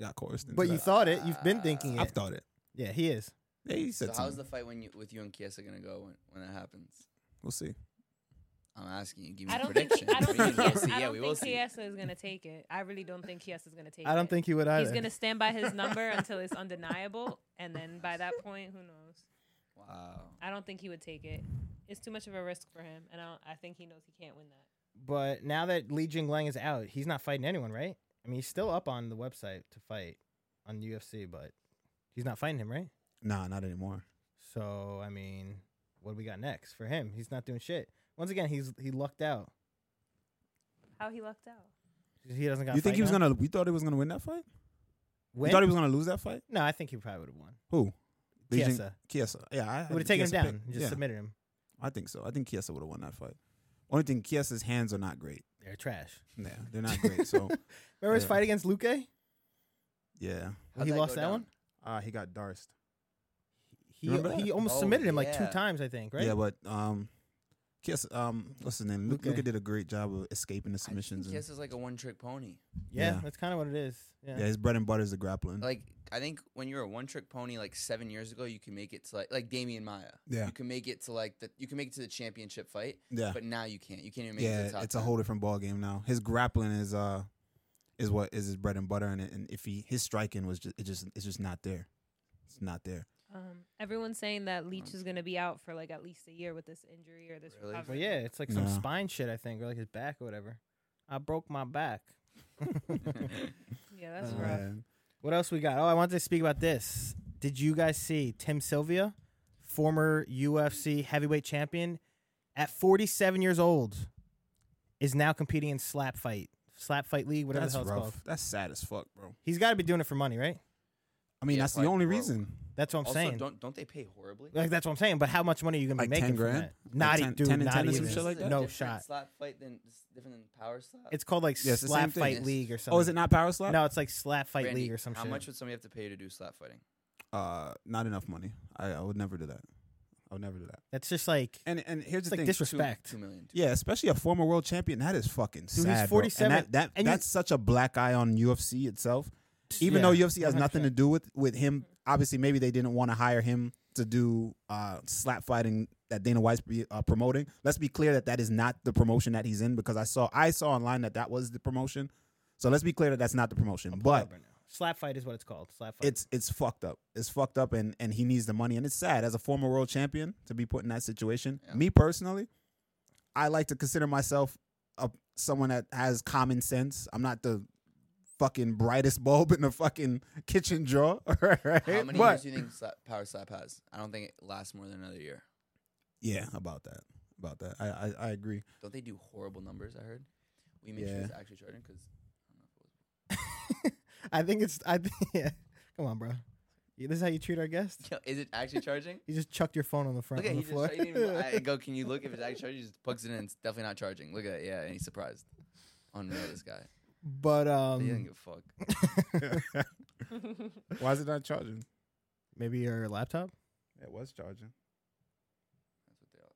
S1: Got coerced into
S2: But you
S1: that.
S2: thought it. You've been thinking
S1: I've
S2: it.
S1: thought it.
S2: Yeah, he is.
S1: Yeah, you
S3: So
S1: said
S3: how's
S1: something.
S3: the fight when you with you and Kiesa gonna go when, when that happens?
S1: We'll see.
S3: I'm asking you. Give me
S4: i
S3: a
S4: don't think
S3: prediction.
S4: i don't
S3: We will
S4: think, Chiesa,
S3: see.
S4: I
S3: Yeah,
S4: don't
S3: we will
S4: think
S3: see.
S4: Chiesa is gonna take it i really don't think Chiesa is gonna take
S2: I don't
S4: it.
S2: think he would either.
S4: he's gonna stand by his number until it's undeniable and then by that point who knows
S3: Wow.
S4: i don't think he would take it it's too much of a risk for him and i, don't, I think he knows he can't win that
S2: But now that Li Jinglang is out, he's not fighting anyone, right? I mean, he's still up on the website to fight on UFC, but he's not fighting him, right?
S1: Nah, not anymore.
S2: So, I mean, what do we got next for him? He's not doing shit. Once again, he's he lucked out.
S4: how he lucked out
S2: He doesn't got. a
S1: You think
S2: fight
S1: he was
S2: now?
S1: gonna? We thought he was gonna win that fight. You
S2: win.
S1: thought he was gonna lose that fight?
S2: no, I think he probably would have won.
S1: Who? Li Jing- Uh,
S2: Kiesa
S1: Kiesa. Yeah, I had
S2: would have taken him
S1: Chiesa
S2: down,
S1: picked.
S2: and just
S1: yeah,
S2: submitted him.
S1: I think so. I think Kiesa would have won that fight. Only thing, Kiesa's hands are not great.
S2: They're trash.
S1: Yeah, they're not great. So
S2: Remember his
S1: Yeah.
S2: fight against Luke?
S1: yeah,
S3: How'd
S2: he
S3: go
S2: lost that
S3: down?
S2: one?
S1: uh, he got darst.
S2: He
S1: Remember that?
S2: he almost
S3: Oh,
S2: submitted him like two
S3: yeah.
S2: times, I think. Right?
S1: Yeah, but um, Kiesa, um, what's his name? Luke,
S2: Luque.
S1: Luke did a great job of escaping the
S3: I just think
S1: submissions. and,
S3: Kiss is like a one-trick pony.
S2: yeah,
S1: yeah.
S2: that's kind of what it is. Yeah.
S1: yeah, his bread and butter is the grappling.
S3: Like I think when you're a one-trick pony, like seven years ago, you can make it to like like Damian Maya.
S1: Yeah.
S3: you can make it to like the you can make it to the championship fight,
S1: yeah,
S3: but now you can't. You can't even make it to
S1: yeah,
S3: the top.
S1: it's a
S3: 10.
S1: whole different ball game now. His grappling is uh, is what is his bread and butter, and, and if he his striking was just it just it's just not there. It's not there.
S4: Um, everyone's saying that Leach is going to be out for like at least a year with this injury or this
S3: Really?
S2: But
S4: recovery.
S2: yeah, it's like some
S1: No.
S2: spine shit, I think, or like his back or whatever. I broke my back.
S4: Yeah, that's
S2: Uh,
S4: rough.
S1: Man.
S2: What else we got? Oh, I wanted to speak about this. Did you guys see Tim Sylvia, former UFC heavyweight champion, at 47 years old, is now competing in slap fight, slap fight league, whatever
S1: That's
S2: the hell it's
S1: rough.
S2: called.
S1: That's sad as fuck, bro.
S2: He's got to be doing it for money, right?
S1: I mean,
S3: Yeah,
S1: that's the
S3: like,
S1: only
S3: bro.
S1: reason.
S2: That's what I'm
S3: also,
S2: saying.
S3: don't don't they pay horribly?
S2: Like that's what I'm saying. But how much money are you gonna be
S1: Like
S2: making
S1: 10
S2: from
S1: grand?
S2: that? Not
S1: Like
S2: e-
S1: 10
S2: dude,
S1: 10 and
S2: not
S1: 10 or
S2: even.
S1: some shit like that?
S2: No
S3: Different
S2: shot.
S3: Slap fight than different than power slap.
S2: It's called like
S1: Yeah, it's the same
S2: slap
S1: thing.
S2: fight
S3: Yes.
S2: league or something.
S1: Oh, is it not power slap?
S2: No, it's like slap fight
S3: Brandy,
S2: league or some
S3: How
S2: shit.
S3: much would somebody have to pay to do slap fighting?
S1: Uh, not enough money. I, I would never do that. I would never do that.
S2: That's just like
S1: And and here's
S2: it's
S1: the
S2: like
S1: thing.
S3: Two-
S2: disrespect.
S3: Two million.
S1: yeah, especially a former world champion. That is fucking
S2: he's
S1: sad. bro.
S2: 47
S1: And that, that
S2: and you-
S1: that's such a black eye on UFC itself. Even
S2: Yeah,
S1: though UFC has nothing to
S2: 100%.
S1: do with with him, obviously maybe they didn't want to hire him to do uh, slap fighting that Dana White's be, uh, promoting. Let's be clear that that is not the promotion that he's in because I saw I saw online that that was the promotion. So let's be clear that that's not the promotion. But
S2: slap fight is what it's called. Slap fight.
S1: it's it's fucked up. It's fucked up, and and he needs the money, and it's sad as a former world champion to be put in that situation.
S3: Yeah.
S1: Me personally, I like to consider myself a someone that has common sense. I'm not the fucking brightest bulb in the fucking kitchen drawer. right?
S3: How many
S1: But-
S3: years do you think slap, power slap has? I don't think it lasts more than another year.
S1: yeah, about that. About that, I I, I agree.
S3: Don't they do horrible numbers? I heard. We make sure
S1: Yeah.
S3: it's actually charging because
S2: I think it's. I think. Yeah. Come on, bro. You- This is how you treat our guest.
S3: is it actually charging?
S2: You just chucked your phone on the front
S3: Look at
S2: on
S3: he
S2: the
S3: just
S2: floor.
S3: he didn't even- I go. Can you look if it's actually charging? He just plugs it in. It's definitely not charging. Look at that. Yeah, and he's surprised. Unreal, this guy.
S2: but
S1: uh,
S3: he doesn't
S2: um,
S3: give a fuck.
S2: Uh,
S1: Why is it not charging?
S2: maybe your laptop.
S1: It was charging.
S3: That's what they all.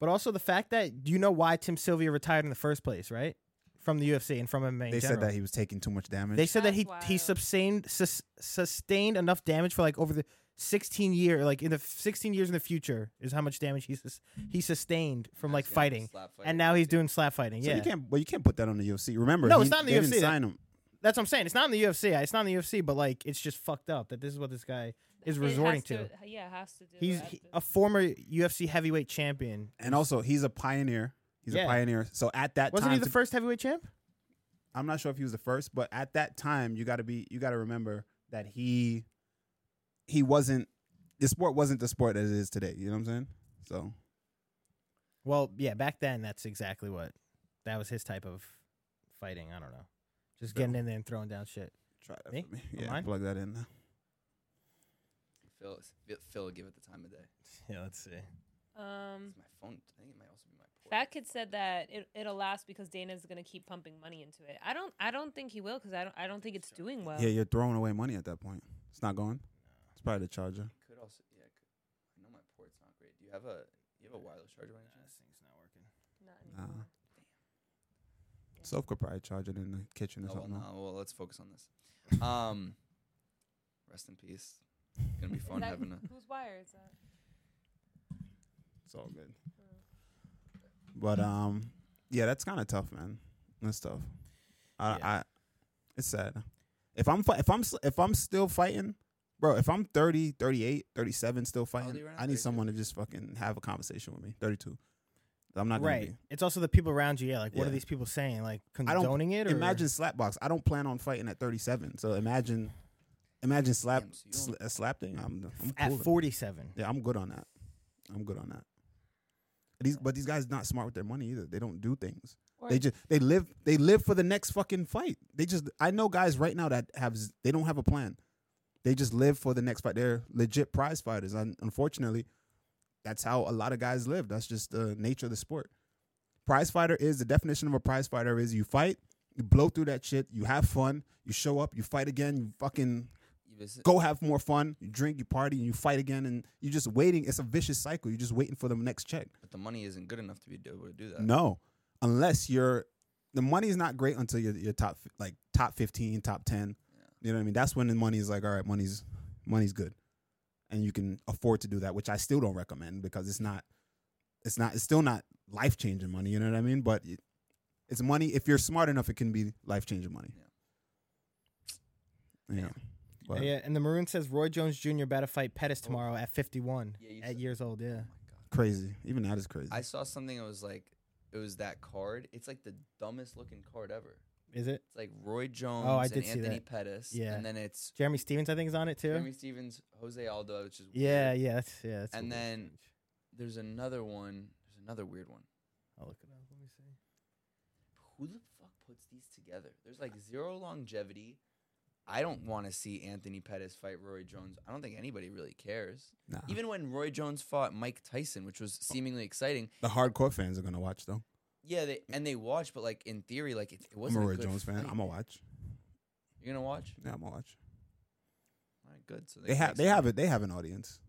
S2: But also the fact that do you know why Tim Sylvia retired in the first place, right? From the UFC and from MMA. in
S1: They said
S2: general.
S1: that he was taking too much damage.
S2: They said that
S4: That's
S2: he he
S4: wild.
S2: sustained sus, sustained enough damage for like over the 16 year like in the 16 years in the future is how much damage he sus, he sustained from like
S3: Actually, I'm
S2: fighting.
S3: slap fighting.
S2: And now he's doing slap fighting.
S1: so
S2: Yeah.
S1: you can't. Well, you can't put that on the UFC. Remember,
S2: No,
S1: he-
S2: it's not in the
S1: they
S2: UFC.
S1: Didn't sign him.
S2: That's what I'm saying. It's not in the UFC. It's not in the UFC, but like it's just fucked up that this is what this guy is
S4: It
S2: resorting
S4: has
S2: to.
S4: Yeah, it has to do.
S2: He's
S4: at
S2: he-
S4: this-
S2: a former UFC heavyweight champion.
S1: And also, he's a pioneer. He's
S2: Yeah.
S1: a pioneer. So at that
S2: Wasn't
S1: time,
S2: he the
S1: to-
S2: first heavyweight champ?
S1: I'm not sure if he was the first, but at that time, you got to be, you got to remember that he, he wasn't, the sport wasn't the sport that it is today. You know what I'm saying? So
S2: Well, yeah, back then that's exactly what that was his type of fighting. I don't know. Just getting in there and throwing down shit.
S1: try that
S2: Me?
S1: for me.
S2: On
S1: Yeah,
S2: mine?
S1: plug that in. now.
S3: Phil, Phil, Phil, give it the time of day.
S2: Yeah, let's see.
S4: um,
S3: It's my phone. I think it might also be my. Port.
S4: Fat Kid said that it, it'll last because Dana's going to keep pumping money into it. I don't. I don't think he will because I don't. I don't think it's doing well.
S1: Yeah, you're throwing away money at that point. It's not going. It's probably the charger.
S3: It could also. Yeah, it could. I know my port's not great. Do you have a? You have a wireless charger? by any chance?
S2: thing's not working.
S4: Not
S1: Nah.
S4: anymore.
S2: Uh-huh.
S1: Soph could probably charge it in the kitchen or
S3: Oh, well,
S1: something.
S3: no. Well, let's focus on this. Um, rest in peace. It's gonna be
S4: Is
S3: fun
S4: that-
S3: having a.
S4: Whose wire is that?
S1: It's all good. Mm. But um, yeah, that's kind of tough, man. That's tough. I,
S2: Yeah.
S1: I, it's sad. If I'm fi- if I'm s- if I'm still fighting, bro. If I'm 30, 38, 37, still
S3: old are
S1: fighting,
S3: you right now?
S1: I need
S3: 32?
S1: someone to just fucking have a conversation with me. Thirty two. I'm not gonna
S2: right. It's also the people around you. Yeah, like what are
S1: Yeah.
S2: these people saying? Like
S1: I don't-
S2: condoning it?
S1: be.
S2: Or?
S1: Imagine slapbox. I don't plan on fighting at thirty seven. So imagine, imagine slap
S3: Damn, so you
S1: sl-
S3: don't-
S1: a slap thing. I'm, I'm
S2: at
S1: cool with it.
S2: 47.
S1: Yeah, I'm good on that. I'm good on that. These but these guys not smart with their money either. They don't do things.
S4: course.
S1: They just they live they live for the next fucking fight. They just I know guys right now that have z- they don't have a plan. They just live for the next fight. They're legit prize fighters. Un- unfortunately, that's how a lot of guys live. That's just the nature of the sport. Prize fighter is the definition of a prize fighter is you fight, you blow through that shit, you have fun, you show up, you fight again, you fucking
S3: You visit-
S1: go have more fun, you drink, you party, and you fight again, and you're just waiting. It's a vicious cycle. You're just waiting for the next check.
S3: but the money isn't good enough to be able to do that. Oh
S1: No, unless you're the money's not great until you're, you're top fi- like top fifteen, top ten. You know what I mean? That's when the money is like, all right, money's money's good, and you can afford to do that, which I still don't recommend because it's not, it's not, it's still not life changing money. You know what I mean? But it, it's money. If you're smart enough, it can be life changing money. Yeah. But-
S2: yeah, and the Maroon says Roy Jones Jr. about to fight Pettis tomorrow at 51
S3: Oh. Yeah, you
S2: at
S3: said-
S2: years old. Yeah.
S3: Oh my God.
S1: Crazy. Even that is crazy.
S3: I saw something. It was like, it was that card. It's like the dumbest looking card ever.
S2: Is it?
S3: It's like Roy Jones
S2: Oh, I
S3: and
S2: did see
S3: Anthony
S2: that.
S3: Pettis.
S2: Yeah.
S3: And then it's
S2: Jeremy Stevens, I think, is on it too.
S3: Jeremy Stevens, Jose Aldo, which is
S2: yeah,
S3: weird.
S2: yeah, that's, yeah. That's
S3: And
S2: a little
S3: then-
S2: strange.
S3: There's another one. There's another weird one.
S2: I'll look it up. Let me see.
S3: Who the fuck puts these together? There's like zero longevity. I don't want to see Anthony Pettis fight Roy Jones. I don't think anybody really cares.
S1: Nah.
S2: Uh-huh.
S3: Even when Roy Jones fought Mike Tyson, which was seemingly exciting,
S1: the hardcore fans are gonna watch though.
S3: yeah, they and they watched, but like in theory, like it, it
S1: I'm a
S3: wasn't.
S1: Roy
S3: good
S1: Jones fan.
S3: fight.
S1: I'm gonna watch.
S3: You're gonna watch?
S1: Yeah, I'm gonna watch.
S3: All right, good. So
S1: They have they have it. They have an audience.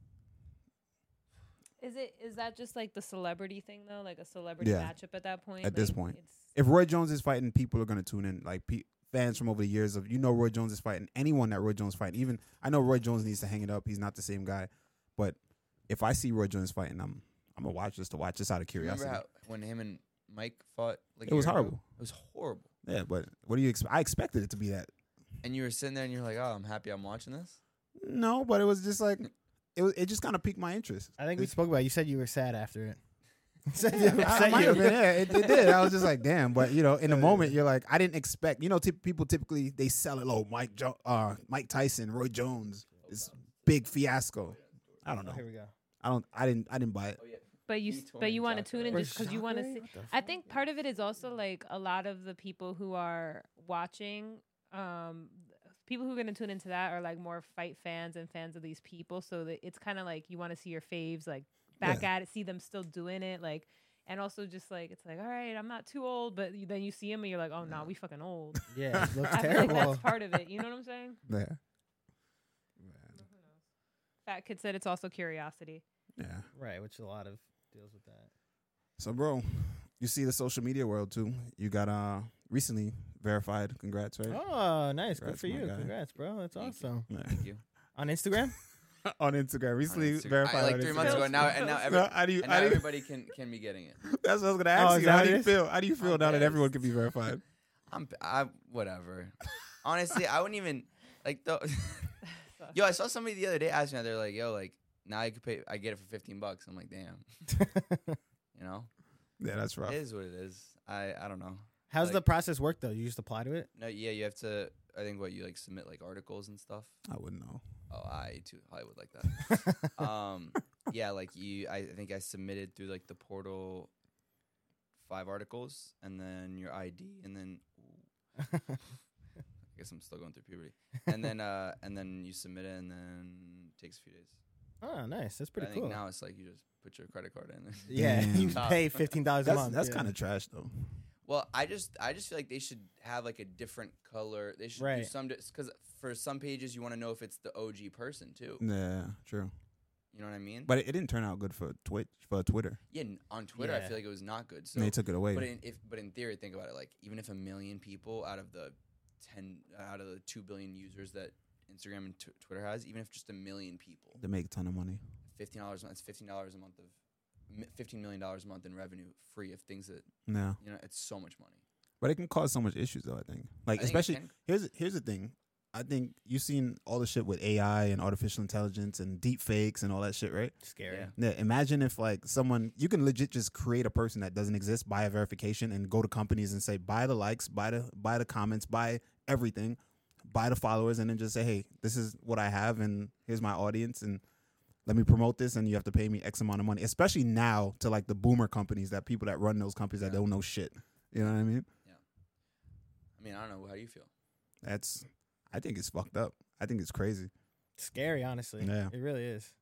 S4: Is it is that just like the celebrity thing though? Like a celebrity
S1: Yeah.
S4: matchup at that point?
S1: At this
S4: Like,
S1: point.
S4: it's-
S1: If Roy Jones is fighting, people are gonna tune in. Like pe- fans from over the years of you know Roy Jones is fighting anyone that Roy Jones fighting. Even I know Roy Jones needs to hang it up. He's not the same guy, but if I see Roy Jones fighting, I'm I'm gonna watch just to watch just out of
S3: Remember
S1: curiosity.
S3: how when him and Mike fought? Like
S1: It was
S3: year ago?
S1: horrible.
S3: It was horrible.
S1: yeah, but what do you expect? I expected it to be that.
S3: And you were sitting there and you're like, oh, I'm happy I'm watching this.
S1: No, but it was just like it. Was, it just kind of piqued my interest.
S2: I think we
S1: It's-
S2: spoke about. It. You said you were sad after it. You said it
S1: I- I
S2: upset
S1: might
S2: you.
S1: have been. Yeah, it, it did. I was just like, damn. But you know, in the
S2: Yeah.
S1: moment, you're like, I didn't expect. You know, typ people typically they sell it. Oh, Mike, jo- uh, Mike Tyson, Roy Jones, this big fiasco. I don't
S2: Oh,
S1: know.
S2: here we go.
S1: I don't. I didn't. I didn't buy it.
S4: But you
S3: Me
S4: s-
S3: too,
S4: but
S3: I'm
S4: you want to
S3: Jocko.
S4: tune in
S2: Or
S4: just because you want to
S2: Jacare?
S4: see.
S2: What the
S4: I
S2: fuck?
S4: think part of it is also like a lot of the people who are watching, um, people who are going to tune into that are like more fight fans and fans of these people. So that it's kind of like you want to see your faves like back at it, see them still doing it, like. And also, just like it's like, all right, I'm not too old, but you, then you see him and you're like, oh no, nah, we fucking old.
S2: Yeah, it looks
S4: I feel like
S2: terrible.
S4: that's part of it. You know what I'm saying?
S1: Yeah.
S4: Fat kid said it's also curiosity.
S1: Yeah.
S2: right, which a lot of deals with that.
S1: So, bro, you see the social media world too. You got uh recently verified. Congrats, right?
S2: Oh, nice. Good
S1: Congrats,
S2: for
S1: my
S2: you.
S1: guy.
S2: Congrats, bro. That's
S3: Thank you.
S2: awesome.
S1: Yeah.
S3: Thank you.
S2: On Instagram?
S1: on Instagram,
S3: Oh. On
S1: recently
S3: Instagram.
S1: verified.
S3: I,
S1: on
S3: like three months
S1: Instagram.
S3: ago, and now and now, every,
S1: No, how do you?
S3: and now
S1: How do you
S3: everybody can can be getting it.
S1: that's what I was gonna
S2: Oh,
S1: ask
S2: is
S1: you.
S2: that
S1: How
S2: what
S1: do
S2: it
S1: you
S2: is?
S1: feel? How do you feel now that
S3: pissed.
S1: everyone can be verified?
S3: I'm I whatever. Honestly, I wouldn't even like the. yo, I saw somebody the other day asking. They're like, "Yo, like now I could pay. I get it for fifteen bucks." I'm like, "Damn, you know,
S1: Yeah, that's rough.
S3: it is what it is." I I don't know.
S2: How's the
S3: Like-
S2: process work though? You just apply to it?
S3: No, yeah, you have to. I think what you like submit like articles and stuff.
S1: I wouldn't know.
S3: Oh, I too Hollywood like that. um yeah like you I, I think i submitted through like the portal five articles and then your id and then i guess i'm still going through puberty and then uh and then you submit it and then it takes a few days
S2: oh, nice. That's
S3: But
S2: pretty
S3: i
S2: cool.
S3: think now Mm. it's like you just put your credit card in
S2: yeah,
S1: Damn.
S2: you
S3: Top.
S2: pay fifteen dollars a
S1: That's
S2: month.
S1: that's
S2: yeah.
S1: kind of trash though.
S3: well i just i just feel like they should have like a different color they should do
S2: Right.
S3: some because for some pages you want to know if it's the og person too
S2: Mm.
S1: Yeah, true.
S3: you know what i mean
S1: But it, it didn't turn out good for Twitch for Twitter.
S3: yeah n- on twitter i
S2: Yeah.
S3: feel like it was not good so
S1: And they took it away.
S3: But in, if but in theory, think about it. Like even if a million people out of the ten out of the two billion users that Instagram and t- Twitter has, even if just a million people,
S1: they make a ton of money.
S3: fifteen dollars a month, it's fifteen dollars a month of mi- fifteen million dollars a month in revenue free of things that
S1: Yeah,
S3: you know. It's so much money.
S1: but it can cause so much issues though. I think like
S3: I think it
S1: especially
S3: can-
S1: here's here's the thing. I think you've seen all the shit with AI and artificial intelligence and deep fakes and all that shit, right?
S2: scary.
S3: Yeah.
S1: Yeah, imagine if like someone you can legit just create a person that doesn't exist, buy a verification, and go to companies and say buy the likes, buy the buy the comments, buy everything, buy the followers, and then just say, hey, this is what I have, and here's my audience, and let me promote this, and you have to pay me X amount of money. Especially now to like the boomer companies that people that run those companies that
S3: Yeah.
S1: don't know shit. You know what I mean?
S3: I mean, I don't know. How do you feel?
S1: That's I think it's fucked up. I think it's crazy.
S2: Scary, honestly.
S1: Yeah.
S2: It really is.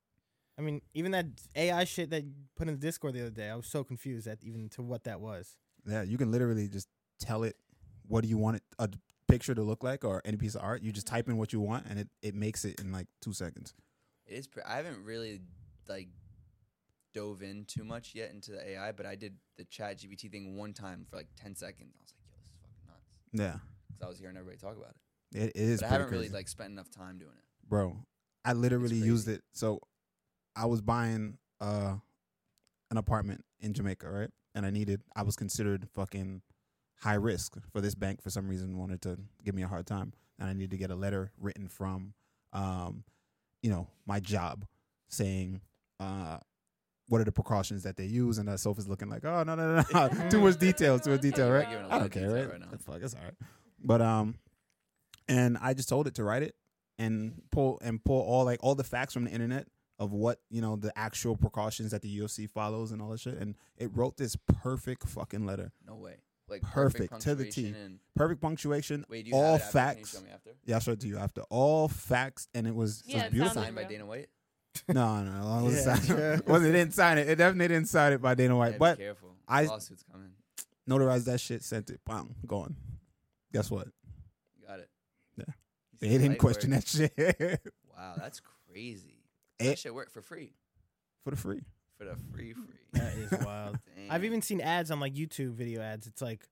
S2: I mean, even that AI shit that you put in the Discord the other day, I was so confused at even to what that was.
S1: Yeah, you can literally just tell it what do you want it, a d- picture to look like or any piece of art. You just type in what you want and it, it makes it in like two seconds.
S3: It is. Pre- I haven't really like dove in too much yet into the AI, but I did the Chat GPT thing one time for like ten seconds. I was like, yo, this is fucking nuts.
S1: Yeah,
S3: Because I was hearing everybody talk about it,
S1: it, it is.
S3: but I
S1: pretty
S3: haven't really
S1: crazy.
S3: like spent enough time doing it.
S1: bro. I literally used
S3: crazy.
S1: it. So I was buying uh an apartment in Jamaica, right? And I needed. I was considered fucking high risk for this bank for some reason wanted to give me a hard time, and I needed to get a letter written from, um, you know, my job saying, uh. What are the precautions that they use? And that sofa's looking like, oh no no no, no. too much details, too much detail, right? Uh,
S3: Giving a
S1: I
S3: lot
S1: don't
S3: of
S1: care,
S3: detail
S1: right?
S3: right now.
S1: The Fuck, it's all right. But um, and I just told it to write it and pull and pull all like all the facts from the internet of what you know the actual precautions that the UFC follows and all that shit. And it wrote this perfect fucking letter,
S3: No way. Like
S1: Perfect, to the T.
S3: punctuation And,
S1: perfect punctuation,
S3: wait, do you
S1: all
S3: have it after? Can you
S1: facts.
S3: show me after?
S1: Yeah, I'll show it to you after all facts, and it was
S4: Yeah,
S1: just
S4: it
S1: beautiful.
S4: sounded
S3: Signed by
S4: real.
S3: Dana White.
S1: no, no, no, it wasn't
S2: Yeah,
S1: signed.
S2: sure.
S1: It wasn't- it didn't sign it. It definitely didn't sign it by Dana
S3: Yeah,
S1: White,
S3: be
S1: but
S3: careful.
S1: I-
S3: Lawsuits coming.
S1: notarized that shit, sent it, bang, gone. Guess what?
S3: You got it.
S1: Yeah.
S3: You
S1: They
S3: said
S1: didn't
S3: light
S1: question
S3: work.
S1: that shit
S3: Wow, that's crazy.
S1: Eh.
S3: That shit worked for free.
S1: for the free.
S3: For the free, free.
S2: That is wild. I've
S3: Damn.
S2: even seen ads on like YouTube video ads. It's like,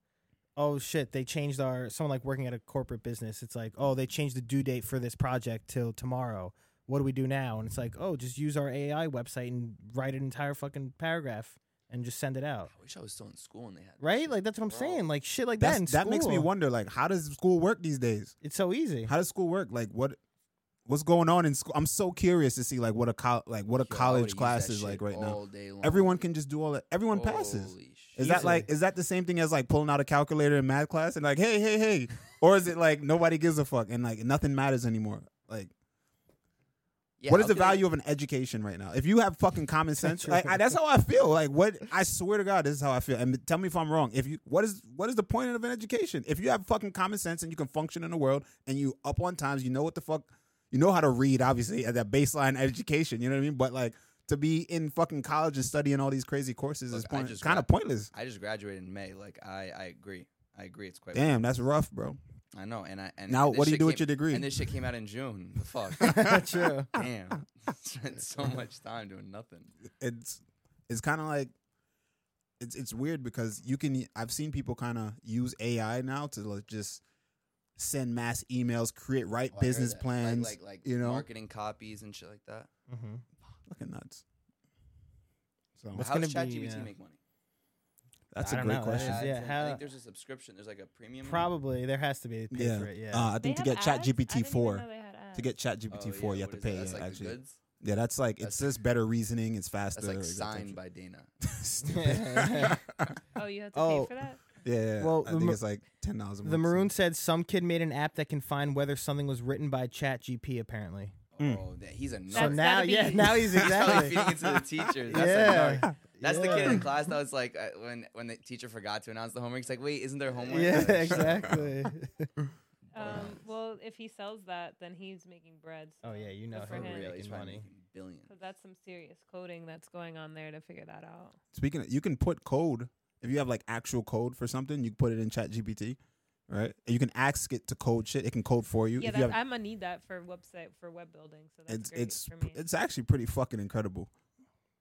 S2: oh shit, they changed our someone like working at a corporate business. It's like, oh, they changed the due date for this project till tomorrow. What do we do now? And it's like, oh, just use our AI website and write an entire fucking paragraph and just send it out.
S3: I wish I was still in school and they had that
S2: Right?
S3: shit.
S2: Like that's what I'm
S3: Bro.
S2: saying. Like shit like that.
S1: That's,
S2: In
S1: that makes me
S2: school.
S1: wonder, like, how does school work these days?
S2: It's so easy.
S1: How does school work? Like, what, what's going on in school? I'm so curious to see like what a col- like what a
S3: Yo, I would've
S1: college
S3: used
S1: class
S3: that
S1: is like
S3: shit
S1: right now.
S3: all day long.
S1: Everyone can just do all that. Everyone passes.
S3: Holy shit.
S1: Is that
S2: Easily.
S1: like is that the same thing as like pulling out a calculator in math class and like hey hey hey, or is it like nobody gives a fuck and like nothing matters anymore? Like,
S3: Yeah,
S1: what is
S3: I
S1: the
S3: feel like-
S1: value of an education right now? If you have fucking common sense,
S2: True.
S1: like I, that's how I feel. Like what I swear to God, this is how I feel. And tell me if I'm wrong. If you what is what is the point of an education? If you have fucking common sense and you can function in the world and you up on times, you know what the fuck, you know how to read. Obviously, at that baseline education, you know what I mean. But like to be in fucking college and studying all these crazy courses
S3: Look,
S1: is
S3: I
S1: point,
S3: just
S1: kind of
S3: got-
S1: pointless.
S3: I just graduated in May. Like I, I agree. I agree. It's quite.
S1: Damn, that's rough, bro.
S3: I know. And I and
S1: Now,
S3: this
S1: what do you
S3: shit
S1: do with
S3: came-
S1: your degree?
S3: And this shit came out in June. The fuck.
S2: True.
S3: Damn. Spent so much time doing nothing.
S1: it's it's kind of like it's it's weird because you can I've seen people kind of use AI now to like just send mass emails, create right
S3: Oh, I heard
S1: business
S3: that. Like-
S1: plans,
S3: like like,
S1: you know,
S3: marketing copies and shit like that.
S2: Mm-hmm.
S1: fucking nuts. So
S2: That's
S3: How
S2: gonna
S3: does ChatGPT
S2: be, uh,
S3: make money?
S1: that's
S2: I
S1: a
S2: don't
S1: great
S2: know, that
S1: question.
S2: is- yeah,
S3: Ads and- I
S2: how-
S3: think there's a subscription. There's like a premium.
S2: Probably there has to be a pay
S1: Yeah,
S2: for it. Yeah.
S1: Uh, I
S4: They
S1: think to
S4: have
S1: get Chat
S4: ads? I didn't
S1: GPT
S4: even
S1: four
S4: know they had ads.
S1: to get Chat
S3: Oh,
S1: GPT
S3: yeah,
S1: four, you have
S3: what
S1: to
S3: is that?
S1: pay.
S3: That's like the
S1: actually,
S3: goods?
S1: yeah, that's like
S3: That's-
S1: it's just better reasoning. It's faster.
S3: That's like
S1: it's
S3: signed
S1: actually-
S3: by Dana.
S1: Stupid.
S4: Oh, you have to
S2: Oh.
S4: pay for that.
S1: yeah, yeah,
S2: Well,
S1: I
S2: the
S1: think
S2: ma-
S1: it's like ten dollars a month.
S2: The Maroon said some kid made an app that can find whether something was written by Chat GP apparently.
S1: Mm.
S3: Oh, that, he's a nut.
S2: So
S4: That's
S2: now
S4: gotta be-
S2: yeah, now he's
S3: He's probably
S2: exactly
S3: feeding it to the teachers. That's a narc.
S2: Yeah.
S3: That's the kid
S2: Yeah.
S3: in class that was like, uh, when when the teacher forgot to announce the homework, he's like, wait, isn't there homework?
S2: Yeah,
S3: Like,
S2: exactly.
S1: Oh.
S4: Um, well, if he sells that, then he's making bread. so
S2: oh yeah, you
S4: know
S2: know
S4: Good for
S2: him
S4: him.
S3: Really,
S4: Making
S3: he's
S2: making
S3: probably
S2: money.
S3: making billions.
S4: So that's some serious coding that's going on there to figure that out.
S1: Speaking of, you can put code if you have like actual code for something, you can put it in Chat GPT, right? And you can ask it to code shit. It can code for you.
S4: yeah,
S1: if you
S4: that's,
S1: have,
S4: I'm gonna need that for website for web building. So
S1: it's
S4: that's great
S1: it's
S4: for me.
S1: it's actually pretty fucking incredible.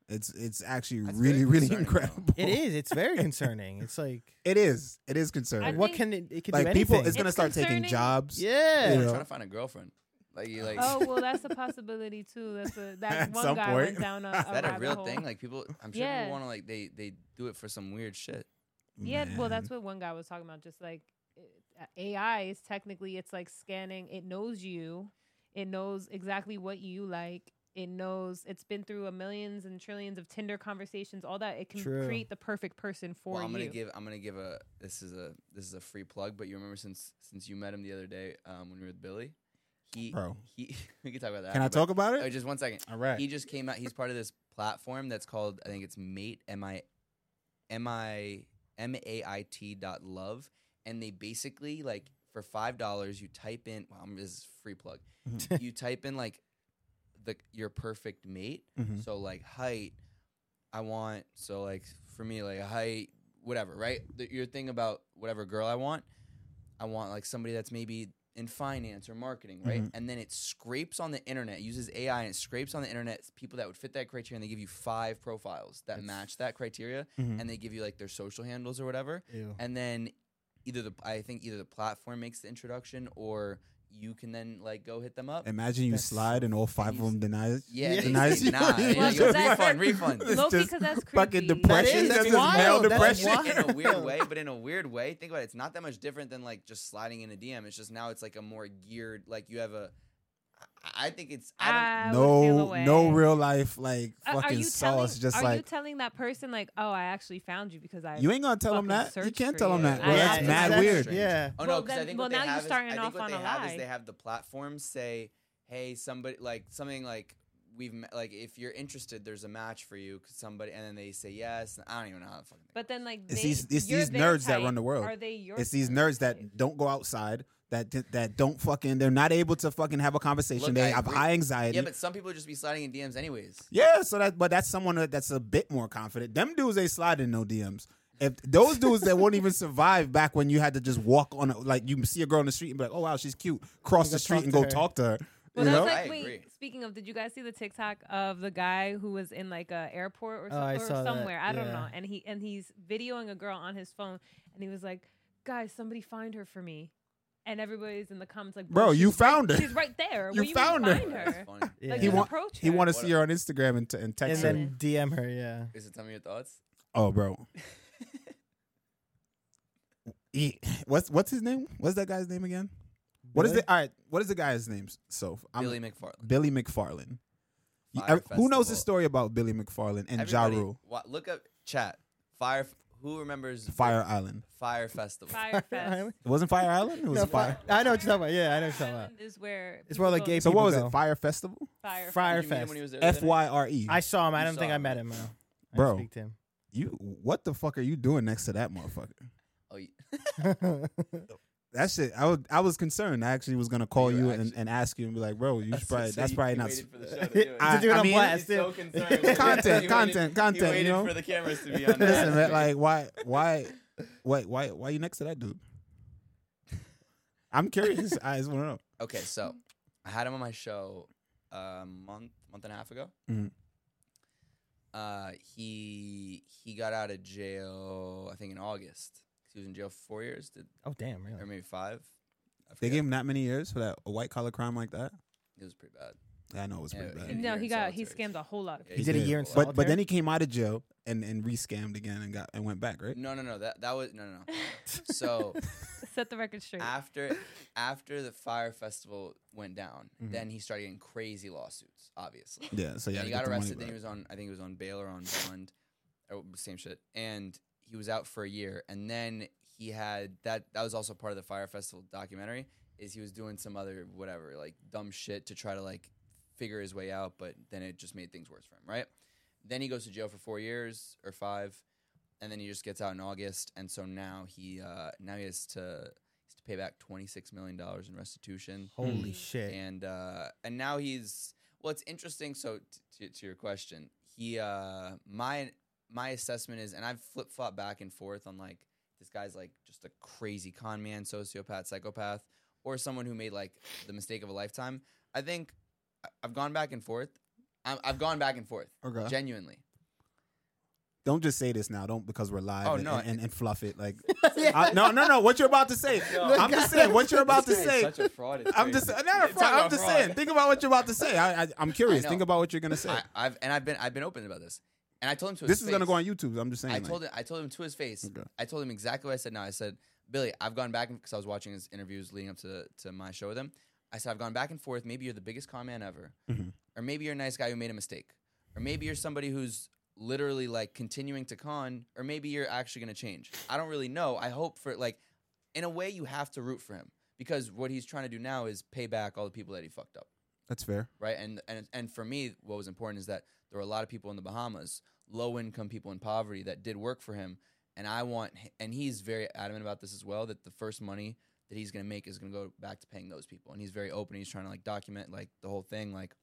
S1: It's it's actually
S3: That's
S1: really
S3: very
S1: really
S3: concerning, though.
S1: incredible.
S2: It is. It's very concerning. It's like
S1: It is. It is
S4: I
S1: concerning.
S2: what
S4: think-
S2: can it, it could do
S1: like
S2: anything.
S1: people, it's gonna
S4: It's
S1: start taking
S4: concerning.
S1: jobs.
S2: yeah.
S1: you
S3: I'm
S1: know.
S3: trying to find a girlfriend. Like you like
S4: oh well, that's a possibility too. That's a
S1: At
S4: that one
S1: some
S4: guy
S1: point.
S4: went down a, a
S3: is that a
S4: rabbit
S3: real
S4: hole.
S3: thing? Like people, I'm sure
S4: Yeah.
S3: people want to like they they do it for some weird shit.
S4: Yeah, well,
S1: Man.
S4: that's what one guy was talking about. Just like eh, it- AI is technically, it's like scanning. It knows you. It knows exactly what you like. It knows. It's been through a millions and trillions of Tinder conversations. All that. It can
S2: True.
S4: create the perfect person for
S3: well, I'm
S4: you.
S3: gonna give I'm gonna give a this is a this is a free plug. But you remember since since you met him the other day um, when we were with Billy, he
S1: Bro.
S3: he we can talk about that.
S1: Can I
S3: after, but-
S1: talk about
S3: Oh,
S1: it?
S3: just one second.
S1: All right.
S3: He just came out. He's part of this platform that's called I think it's Mate M I M I M A I T dot love, and they basically like for five dollars you type in. Well, I'm, this is free plug.
S1: Mm-hmm.
S3: you type in like the your perfect mate.
S1: Mhm.
S3: So like height, I want. So like for me, like height, whatever. Right, the, your thing about whatever girl I want. I want like somebody that's maybe in finance or marketing, right?
S1: Mhm.
S3: And then it scrapes on the internet, it uses AI, and it scrapes on the internet people that would fit that criteria, and they give you five profiles that
S2: That's-
S3: match that criteria,
S1: Mhm.
S3: and they give you like their social handles or whatever.
S2: Ew.
S3: And then either the I think either the platform makes the introduction, or you can then like go hit them up.
S1: Imagine you
S2: That's
S1: slide and all five of
S3: He's-
S1: them deny it.
S3: yeah,
S2: Yeah.
S3: they
S1: Denies
S3: say,
S1: you.
S3: nah, yeah,
S4: Well,
S3: yo,
S4: that's-
S3: refund, refund.
S1: It's
S4: Low key
S1: just
S4: 'cause that's
S1: Fucking
S4: creepy.
S2: That
S1: depression.
S2: is-
S1: That's
S2: that's
S1: just male
S2: wild. That's
S1: depression.
S2: wild.
S3: in a weird way, but in a weird way, think about it. It's not that much different than like just sliding in a DM. It's just now it's like a more geared, like you have a. I- I think it's. I don't,
S4: I would feel
S1: No,
S4: away.
S1: no real life like
S4: Uh, are
S1: fucking
S4: you
S1: sauce.
S4: telling-
S1: Just
S4: are you
S1: like
S4: telling that person like, oh, I actually found you because I.
S1: you ain't gonna tell them
S4: fucking
S1: that. You
S4: searched
S1: can't
S4: for
S1: tell them
S4: you.
S1: that.
S4: I
S1: Well, that's
S4: asked
S1: mad
S2: that's
S4: them.
S1: weird.
S2: Yeah.
S3: oh no,
S4: Well,
S3: because I
S4: then-
S3: think
S4: well,
S3: what they
S4: now you're
S3: have is,
S4: starting
S3: I think
S4: off
S3: what
S4: on
S3: they
S4: a
S3: have is
S4: lie.
S3: they have the platform say, hey, somebody like something like we've met, like if you're interested, there's a match for you. 'cause somebody and then they say yes. I don't even know how to fucking.
S4: But then, like,
S1: It's
S4: they-
S1: these- it's
S4: you're
S1: these
S4: their
S1: nerds that
S4: type.
S1: run the world.
S4: Are they your?
S1: It's these
S4: type?
S1: nerds that don't go outside. That that don't fucking. They're not able to fucking have a conversation.
S3: Look,
S1: they
S3: I
S1: have
S3: agree.
S1: high anxiety.
S3: yeah, but some people just be sliding in DMs anyways.
S1: Yeah, so that but that's someone that- that's a bit more confident. Them dudes they slide in no DMs. If those dudes that won't even survive back when you had to just walk on a, like you see a girl in the street and be like, oh wow, she's cute, cross the
S2: You go
S1: street
S2: talk
S1: and
S2: to
S1: go
S2: her.
S1: talk to her.
S4: Well,
S1: you
S4: that's
S1: know,
S3: I
S4: like.
S3: agree.
S4: Wait, speaking of, did you guys see the TikTok of the guy who was in like a airport or, so-
S2: Oh, I
S4: or
S2: saw that,
S4: somewhere? I don't
S2: yeah.
S4: know. And he and he's videoing a girl on his phone, and he was like, "Guys, somebody find her for me." And everybody's in the comments like,
S1: bro, you
S4: she's right-
S1: found her.
S4: She's right there.
S1: You
S4: Where gonna
S1: found her.
S4: Find
S3: That's
S4: her.
S3: funny.
S2: Yeah.
S4: Like,
S1: He
S4: just
S1: want-
S4: approach her.
S1: He want to see her on Instagram and, t- and
S2: and
S1: text her.
S2: then DM her. Yeah.
S3: Is it some of your thoughts?
S1: Oh, bro. He- what's what's his name? What's that guy's name again? What is
S2: Billy?
S1: the all right? What is the guy's name? So I'm-
S3: Billy McFarland.
S1: Billy McFarlane. You-
S3: Fire
S1: ev- Who knows the
S3: Festival.
S1: story about Billy McFarlane and Ja
S3: Everybody,
S1: Rule?
S3: wa- look up chat. Fire. Who remembers
S1: Fire Island.
S3: Fire Festival?
S4: Fire fest.
S1: It wasn't Fire Island. It was
S2: No,
S1: Fire.
S2: fi- I know what you're talking about. Yeah, I know what you're talking about.
S4: Island is where
S2: It's where all the
S4: people
S2: gay
S4: go
S1: So what was
S2: People
S1: it?
S2: go.
S1: Fire Festival?
S4: Fire.
S2: Fire
S3: Did you meet him
S2: Fest.
S3: when he was there the
S1: F
S3: other
S1: Y R E.
S2: I saw him. I
S3: You
S2: don't think
S3: saw
S2: I
S3: him.
S2: met him though. I
S1: Bro.
S2: speak to him.
S1: You what the fuck are you doing next to that motherfucker?
S3: night? Oh, you-
S1: That shit. I would. I was concerned. I actually was gonna call
S3: You
S1: you,
S3: were
S1: and,
S3: actually-
S1: and ask you and be like, bro, you should
S3: So-
S1: probably.
S3: so
S1: that's
S3: you-
S1: probably
S3: you
S1: not.
S3: waited for the show to do it.
S1: I-
S2: to do it
S1: I
S2: on
S1: mean,
S2: blast.
S3: He's so
S2: dude.
S3: concerned. He waited-
S1: Content,
S3: he
S1: content,
S3: waited
S1: content, you know?
S3: for the cameras to be on.
S1: Listen,
S3: that.
S1: man. Like, why, why, why, why, why you next to that dude? I'm curious. I just want to know.
S3: Okay, so I had him on my show a month, month and a half ago.
S1: Mhm.
S3: Uh, he he got out of jail, I think in August. He was in jail for four years, did,
S2: oh damn,
S3: or
S2: really?
S3: maybe five. I
S1: They
S3: forget.
S1: gave him that many years for that a white collar crime like that.
S3: It was pretty bad.
S1: Yeah, I know it was
S3: Yeah,
S1: pretty bad.
S3: he-
S4: No,
S3: You're
S4: he
S3: in
S4: got he
S3: solitary.
S4: scammed a whole lot of
S3: Yeah,
S4: people.
S2: He did a
S1: did.
S2: year in
S1: But but
S2: solitary?
S1: then he came out of jail and and re-scammed again and got and went back right.
S3: No, no, no. That that was no, no, no. So
S4: Set the record straight.
S3: after after the fire festival went down,
S1: Mhm.
S3: then he started getting crazy lawsuits. Obviously,
S1: Yeah, so yeah,
S3: Mm-hmm. And he got arrested. Then he was on. I think he was on bail or on bond, or same shit. And he was out for a year. And then he had that. That was also part of the Fire Festival documentary. Is he was doing some other whatever like dumb shit to try to like figure his way out, but then it just made things worse for him, right? Then he goes to jail for four years or five, and then he just gets out in August, and so now he uh, now he has to has to pay back twenty six million dollars in restitution
S2: Holy shit.
S3: and uh and now he's well it's interesting so t- to, to your question he uh my my assessment is and i've flip-flopped back and forth on like this guy's like just a crazy con man sociopath psychopath or someone who made like the mistake of a lifetime i think I- i've gone back and forth I'm, i've gone back and forth
S1: Okay.
S3: genuinely
S1: Don't just say this now. Don't because we're live
S3: Oh,
S1: and,
S3: no,
S1: and, and, fluff it. like.
S2: Yeah.
S1: I- no, no, no. What you're about to say.
S3: No.
S1: I'm just saying. What you're about to
S3: This guy is
S1: say.
S3: such a fraud it's
S1: I'm just
S3: crazy.
S1: not a
S3: Talk
S1: fraud, I'm
S3: about
S1: just
S3: fraud.
S1: saying. Think about what you're about to say. I, I I'm curious.
S3: know.
S1: Think about what you're gonna say.
S3: I, i've and i've been i've been open about this and i told him to his
S1: this is gonna
S3: face.
S1: go on YouTube. I'm just saying.
S3: I
S1: like,
S3: told him. I told him to his face.
S1: Okay.
S3: I told him exactly what I said. Now I said, Billy, I've gone back because I was watching his interviews leading up to to my show with him. I said I've gone back and forth. Maybe you're the biggest con man ever,
S1: Mhm.
S3: or maybe you're a nice guy who made a mistake, or maybe you're somebody who's literally like continuing to con, or maybe you're actually going to change. I don't really know. I hope for like, in a way, you have to root for him because what he's trying to do now is pay back all the people that he fucked up
S1: that's fair.
S3: right? And and and for me, what was important is that there were a lot of people in the Bahamas, low income people in poverty, that did work for him, and I want, h- and he's very adamant about this as well. That the first money that he's gonna make is gonna go back to paying those people, and he's very open. He's trying to like document like the whole thing, like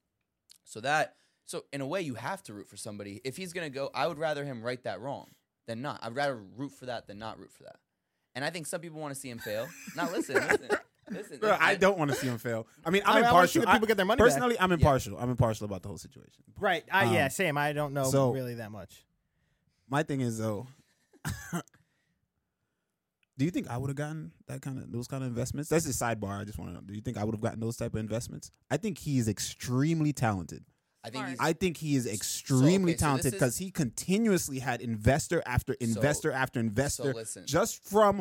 S3: so that so in a way you have to root for somebody. If he's gonna go, I would rather him right that wrong than not. I'd rather root for that than not root for that. And I think some people want to see him fail. now listen, listen, listen.
S1: Bro, I
S3: listen.
S1: don't want to see him fail. I mean, I'm
S2: I mean, I wanna see
S1: impartial.
S2: the
S1: I-
S2: people get their money back.
S1: personally, I'm impartial. I'm impartial about the whole situation.
S2: Right. I, yeah.
S1: Um,
S2: Same. I don't know
S1: so-
S2: really that much.
S1: My thing is though, do you think I would have gotten that kind of those kind of investments? That's a sidebar. I just want to know. Do you think I would have gotten those type of investments? I think he is extremely talented.
S3: I think he's,
S1: I think he is extremely
S3: so this
S1: talented
S3: is-
S1: because he continuously had investor after investor after investor
S3: listen.
S1: just from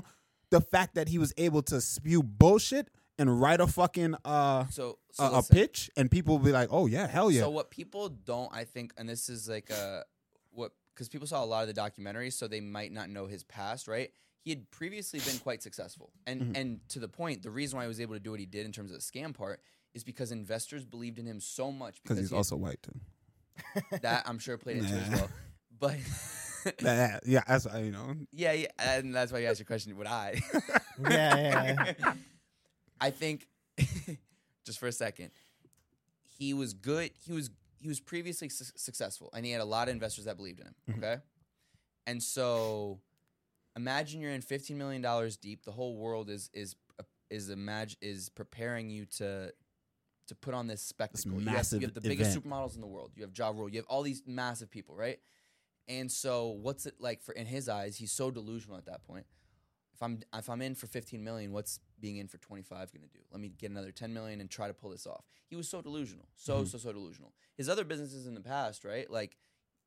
S1: the fact that he was able to spew bullshit and write a fucking uh
S3: so, so
S1: a, a
S3: listen.
S1: pitch and people will be like, "Oh yeah, hell yeah."
S3: So what people don't, I think, and this is like uh what because people saw a lot of the documentaries, so they might not know his past, right? He had previously been quite successful, and
S1: Mhm.
S3: and to the point, the reason why he was able to do what he did in terms of the scam part is because investors believed in him so much
S1: Cuz
S3: because
S1: he's
S3: he had-
S1: also white too.
S3: that I'm sure played into as
S1: Nah.
S3: well, but.
S1: Yeah, yeah, that's what I- you know.
S3: Yeah, yeah, and that's why you asked your question. Would I?
S2: Yeah, yeah,
S3: I think just for a second, he was good. He was he was previously su- successful, and he had a lot of investors that believed in him.
S1: Mhm.
S3: Okay, and so imagine you're in fifteen million dollars deep. The whole world is is is imag- is preparing you to to put on this spectacle. You have-
S1: massive
S3: you have, the biggest
S1: event.
S3: supermodels in the world. You have Ja Rule. You have all these massive people, right? And so, what's it like for in his eyes? He's so delusional at that point. If I'm if I'm in for 15 million, what's being in for 25 going to do? Let me get another 10 million and try to pull this off. He was so delusional, so
S1: Mhm.
S3: so so delusional. His other businesses in the past, right? Like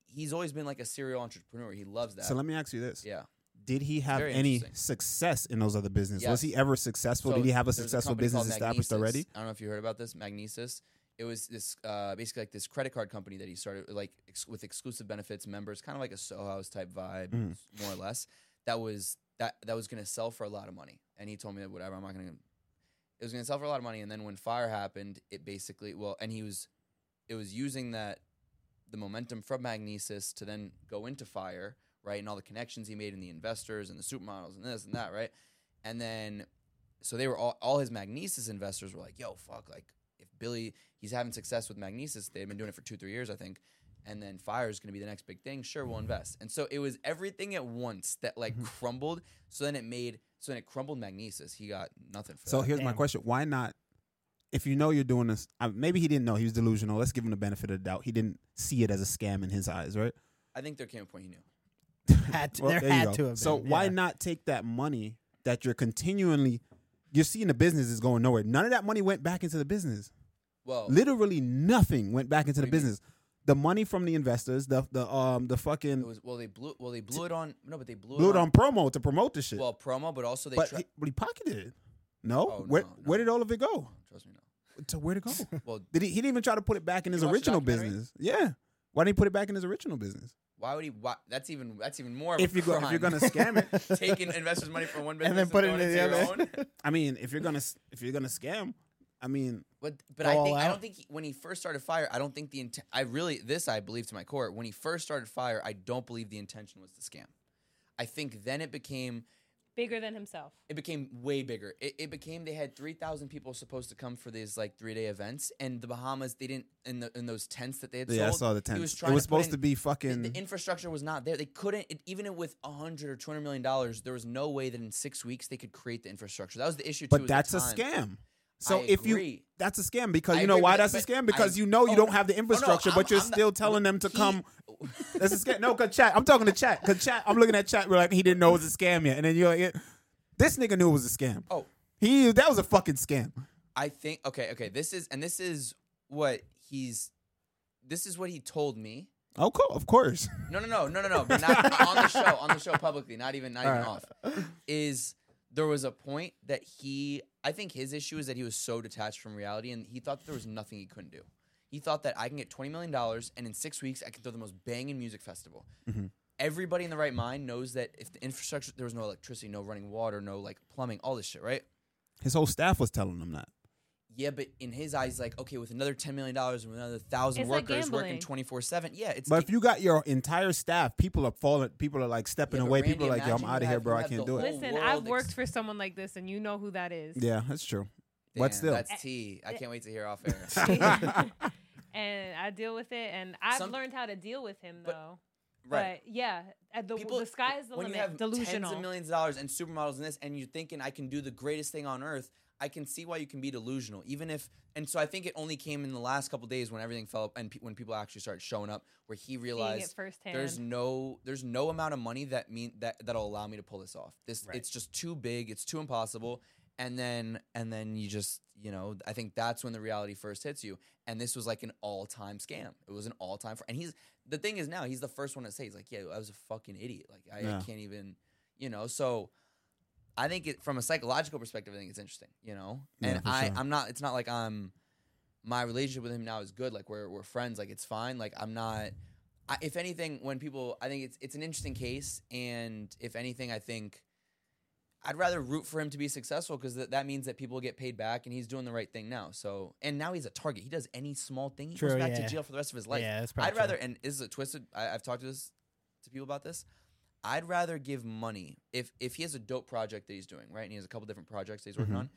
S3: he's always been like a serial entrepreneur. He loves that.
S1: So let me ask you this.
S3: yeah.
S1: Did he have
S3: Very
S1: any
S3: interesting.
S1: success in those other businesses? Was
S3: Yes.
S1: he ever successful?
S3: So
S1: Did he have a
S3: there's
S1: successful
S3: company
S1: business
S3: called
S1: established
S3: Magnesis.
S1: already?
S3: I don't know if you heard about this, Magnesis. It was this uh, basically like this credit card company that he started like ex- with exclusive benefits, members, kind of like a Soho House type vibe,
S1: Mm.
S3: more or less. That was that that was going to sell for a lot of money, and he told me that whatever, I'm not going to. It was going to sell for a lot of money, and then when fire happened, it basically well, and he was, it was using that, the momentum from Magnesis to then go into fire, right, and all the connections he made, and the investors, and the supermodels, and this and that, right, and then so they were all, all his Magnesis investors were like, yo, fuck, like if Billy, he's having success with Magnesis, they've been doing it for two, three years, I think. And then fire is going to be the next big thing. Sure, we'll invest. And so it was everything at once that like
S1: Mhm.
S3: crumbled. So then it made, so then it crumbled Magnesis. He got nothing for
S1: So
S3: that.
S1: here's my
S2: Damn.
S1: question: Why not? If you know you're doing this, uh, maybe he didn't know he was delusional. Let's give him the benefit of the doubt. He didn't see it as a scam in his eyes, right?
S3: I think there came a point he knew.
S2: Had to,
S1: Well,
S2: there,
S1: you
S2: had
S1: go.
S2: to have been.
S1: So why
S2: yeah.
S1: not take that money that you're continually, you're seeing the business is going nowhere. None of that money went back into the business.
S3: Well,
S1: Literally nothing went back into the
S3: What do you mean?
S1: business. The money from the investors, the the um the
S3: it
S1: fucking
S3: was, well, they blew, well, they blew it on, no, but they blew,
S1: blew it on promo to promote the shit.
S3: well, promo, but also they,
S1: but
S3: tri-
S1: he, but he pocketed it. No,
S3: Oh,
S1: where
S3: no, no.
S1: where did all of it go?
S3: Oh, trust me, no.
S1: To where to go?
S3: Well,
S1: did he? He didn't even try to put it back in his
S3: You watched the
S1: original
S3: documentary?
S1: business. Yeah. Why didn't he put it back in his original business?
S3: why would he, why, that's even, that's even more of
S1: If
S3: a
S1: you go, if
S3: crime.
S1: you're gonna scam it,
S3: taking investors' money from one business
S2: And then put it
S3: going
S2: into the
S3: your
S2: other.
S3: own.
S1: I mean, if you're gonna s- if you're gonna scam, I mean,
S3: But but
S2: Go
S3: I
S2: all
S3: think I
S2: out?
S3: don't think he, when he first started fire, I don't think the intent. I really this I believe to my core. When he first started fire, I don't believe the intention was to scam. I think then it became
S4: Bigger than himself.
S3: it became way bigger. It, it became they had three thousand people supposed to come for these like three day events, and the Bahamas they didn't in the in those tents that they had
S1: yeah, I
S3: sold.
S1: saw the
S3: He
S1: tent.
S3: was
S1: It
S3: trying
S1: was
S3: to put
S1: supposed
S3: in-
S1: to be
S3: the-
S1: fucking.
S3: the infrastructure was not there. They couldn't it, even with a hundred or two hundred million dollars, there was no way that in six weeks they could create the infrastructure. That was the issue. too,
S1: but
S3: was the
S1: that's a
S3: time.
S1: scam. So
S3: I
S1: if you
S3: agree.
S1: that's a scam because
S3: I
S1: you know
S3: agree
S1: why that's
S3: with that,
S1: a scam
S3: but
S1: because
S3: I-
S1: you know you
S3: oh,
S1: don't have the
S3: no,
S1: infrastructure,
S3: I'm-
S1: but you're
S3: I'm the-
S1: still telling them to
S3: he-
S1: come. That's a scam. No, cause chat. I'm talking to chat. Cause chat. I'm looking at chat. We're like, he didn't know it was a scam yet, and then you're like, yeah, this nigga knew it was a scam.
S3: Oh,
S1: He that was a fucking scam.
S3: I think okay, okay. This is and this is what he's. This is what he told me.
S1: Oh, cool. Of course.
S3: No, no, no, no, no, no. But not on the show, on the show publicly. Not even, not even
S1: All
S3: off. Is there was a point that he? I think his issue is that he was so detached from reality, and he thought that there was nothing he couldn't do. He thought that I can get twenty million dollars, and in six weeks I can throw the most banging music festival.
S1: Mm-hmm.
S3: Everybody in the right mind knows that if the infrastructure, there was no electricity, no running water, no like plumbing, all this shit, right?
S1: His whole staff was telling him that.
S3: Yeah, but in his eyes, like, okay, with another ten million dollars and with another thousand
S4: It's like
S3: workers working
S4: gambling.
S3: twenty four seven, yeah, it's.
S1: But if you got your entire staff, people are falling. People are like stepping
S3: Yeah, but
S1: away.
S3: Randy,
S1: people are like, "Yo, I'm
S3: imagine you
S1: out of here,
S3: have-
S1: bro.
S3: you
S1: I
S3: have
S1: can't
S3: the
S1: do it."
S3: whole
S4: Listen,
S3: world
S4: I've worked
S3: ex-
S4: for someone like this, and you know who that is.
S1: Yeah, that's true.
S3: Damn,
S1: But still.
S3: that's tea. I can't wait to hear off air.
S4: and I deal with it, and I've
S3: Some-
S4: learned how to deal with him
S3: But-
S4: though.
S3: right.
S4: But yeah, at the,
S3: People,
S4: the sky is the
S3: when
S4: limit.
S3: you have tens
S4: Delusional.
S3: of millions of dollars and supermodels and this, and you're thinking I can do the greatest thing on earth, I can see why you can be delusional. Even if, and so I think it only came in the last couple days when everything fell up and pe- when people actually started showing up, where he
S4: Seeing
S3: realized
S4: it firsthand.
S3: there's no there's no amount of money that mean that that'll allow me to pull this off this
S1: Right.
S3: it's just too big it's too impossible and then and then you just you know i think that's when the reality first hits you and this was like an all-time scam it was an all-time fr- and he's the thing is now he's the first one to say he's like yeah i was a fucking idiot like i, I
S1: Yeah.
S3: can't even you know so i think it from a psychological perspective i think it's interesting you know
S1: Yeah,
S3: and
S1: for
S3: i
S1: sure.
S3: i'm not it's not like i'm my relationship with him now is good like we're, we're friends like it's fine like i'm not I, if anything, when people, I think it's it's an interesting case, and if anything, I think I'd rather root for him to be successful because th- that means that people get paid back, and he's doing the right thing now. So, and now he's a target. He does any small thing, he goes
S2: True,
S3: back to
S2: yeah.
S3: jail for the rest of his life.
S2: yeah, that's probably
S3: I'd rather,
S2: true.
S3: and this is a twisted. I, I've talked to this to people about this. I'd rather give money if if he has a dope project that he's doing right, and he has a couple different projects that he's working
S1: Mhm.
S3: on.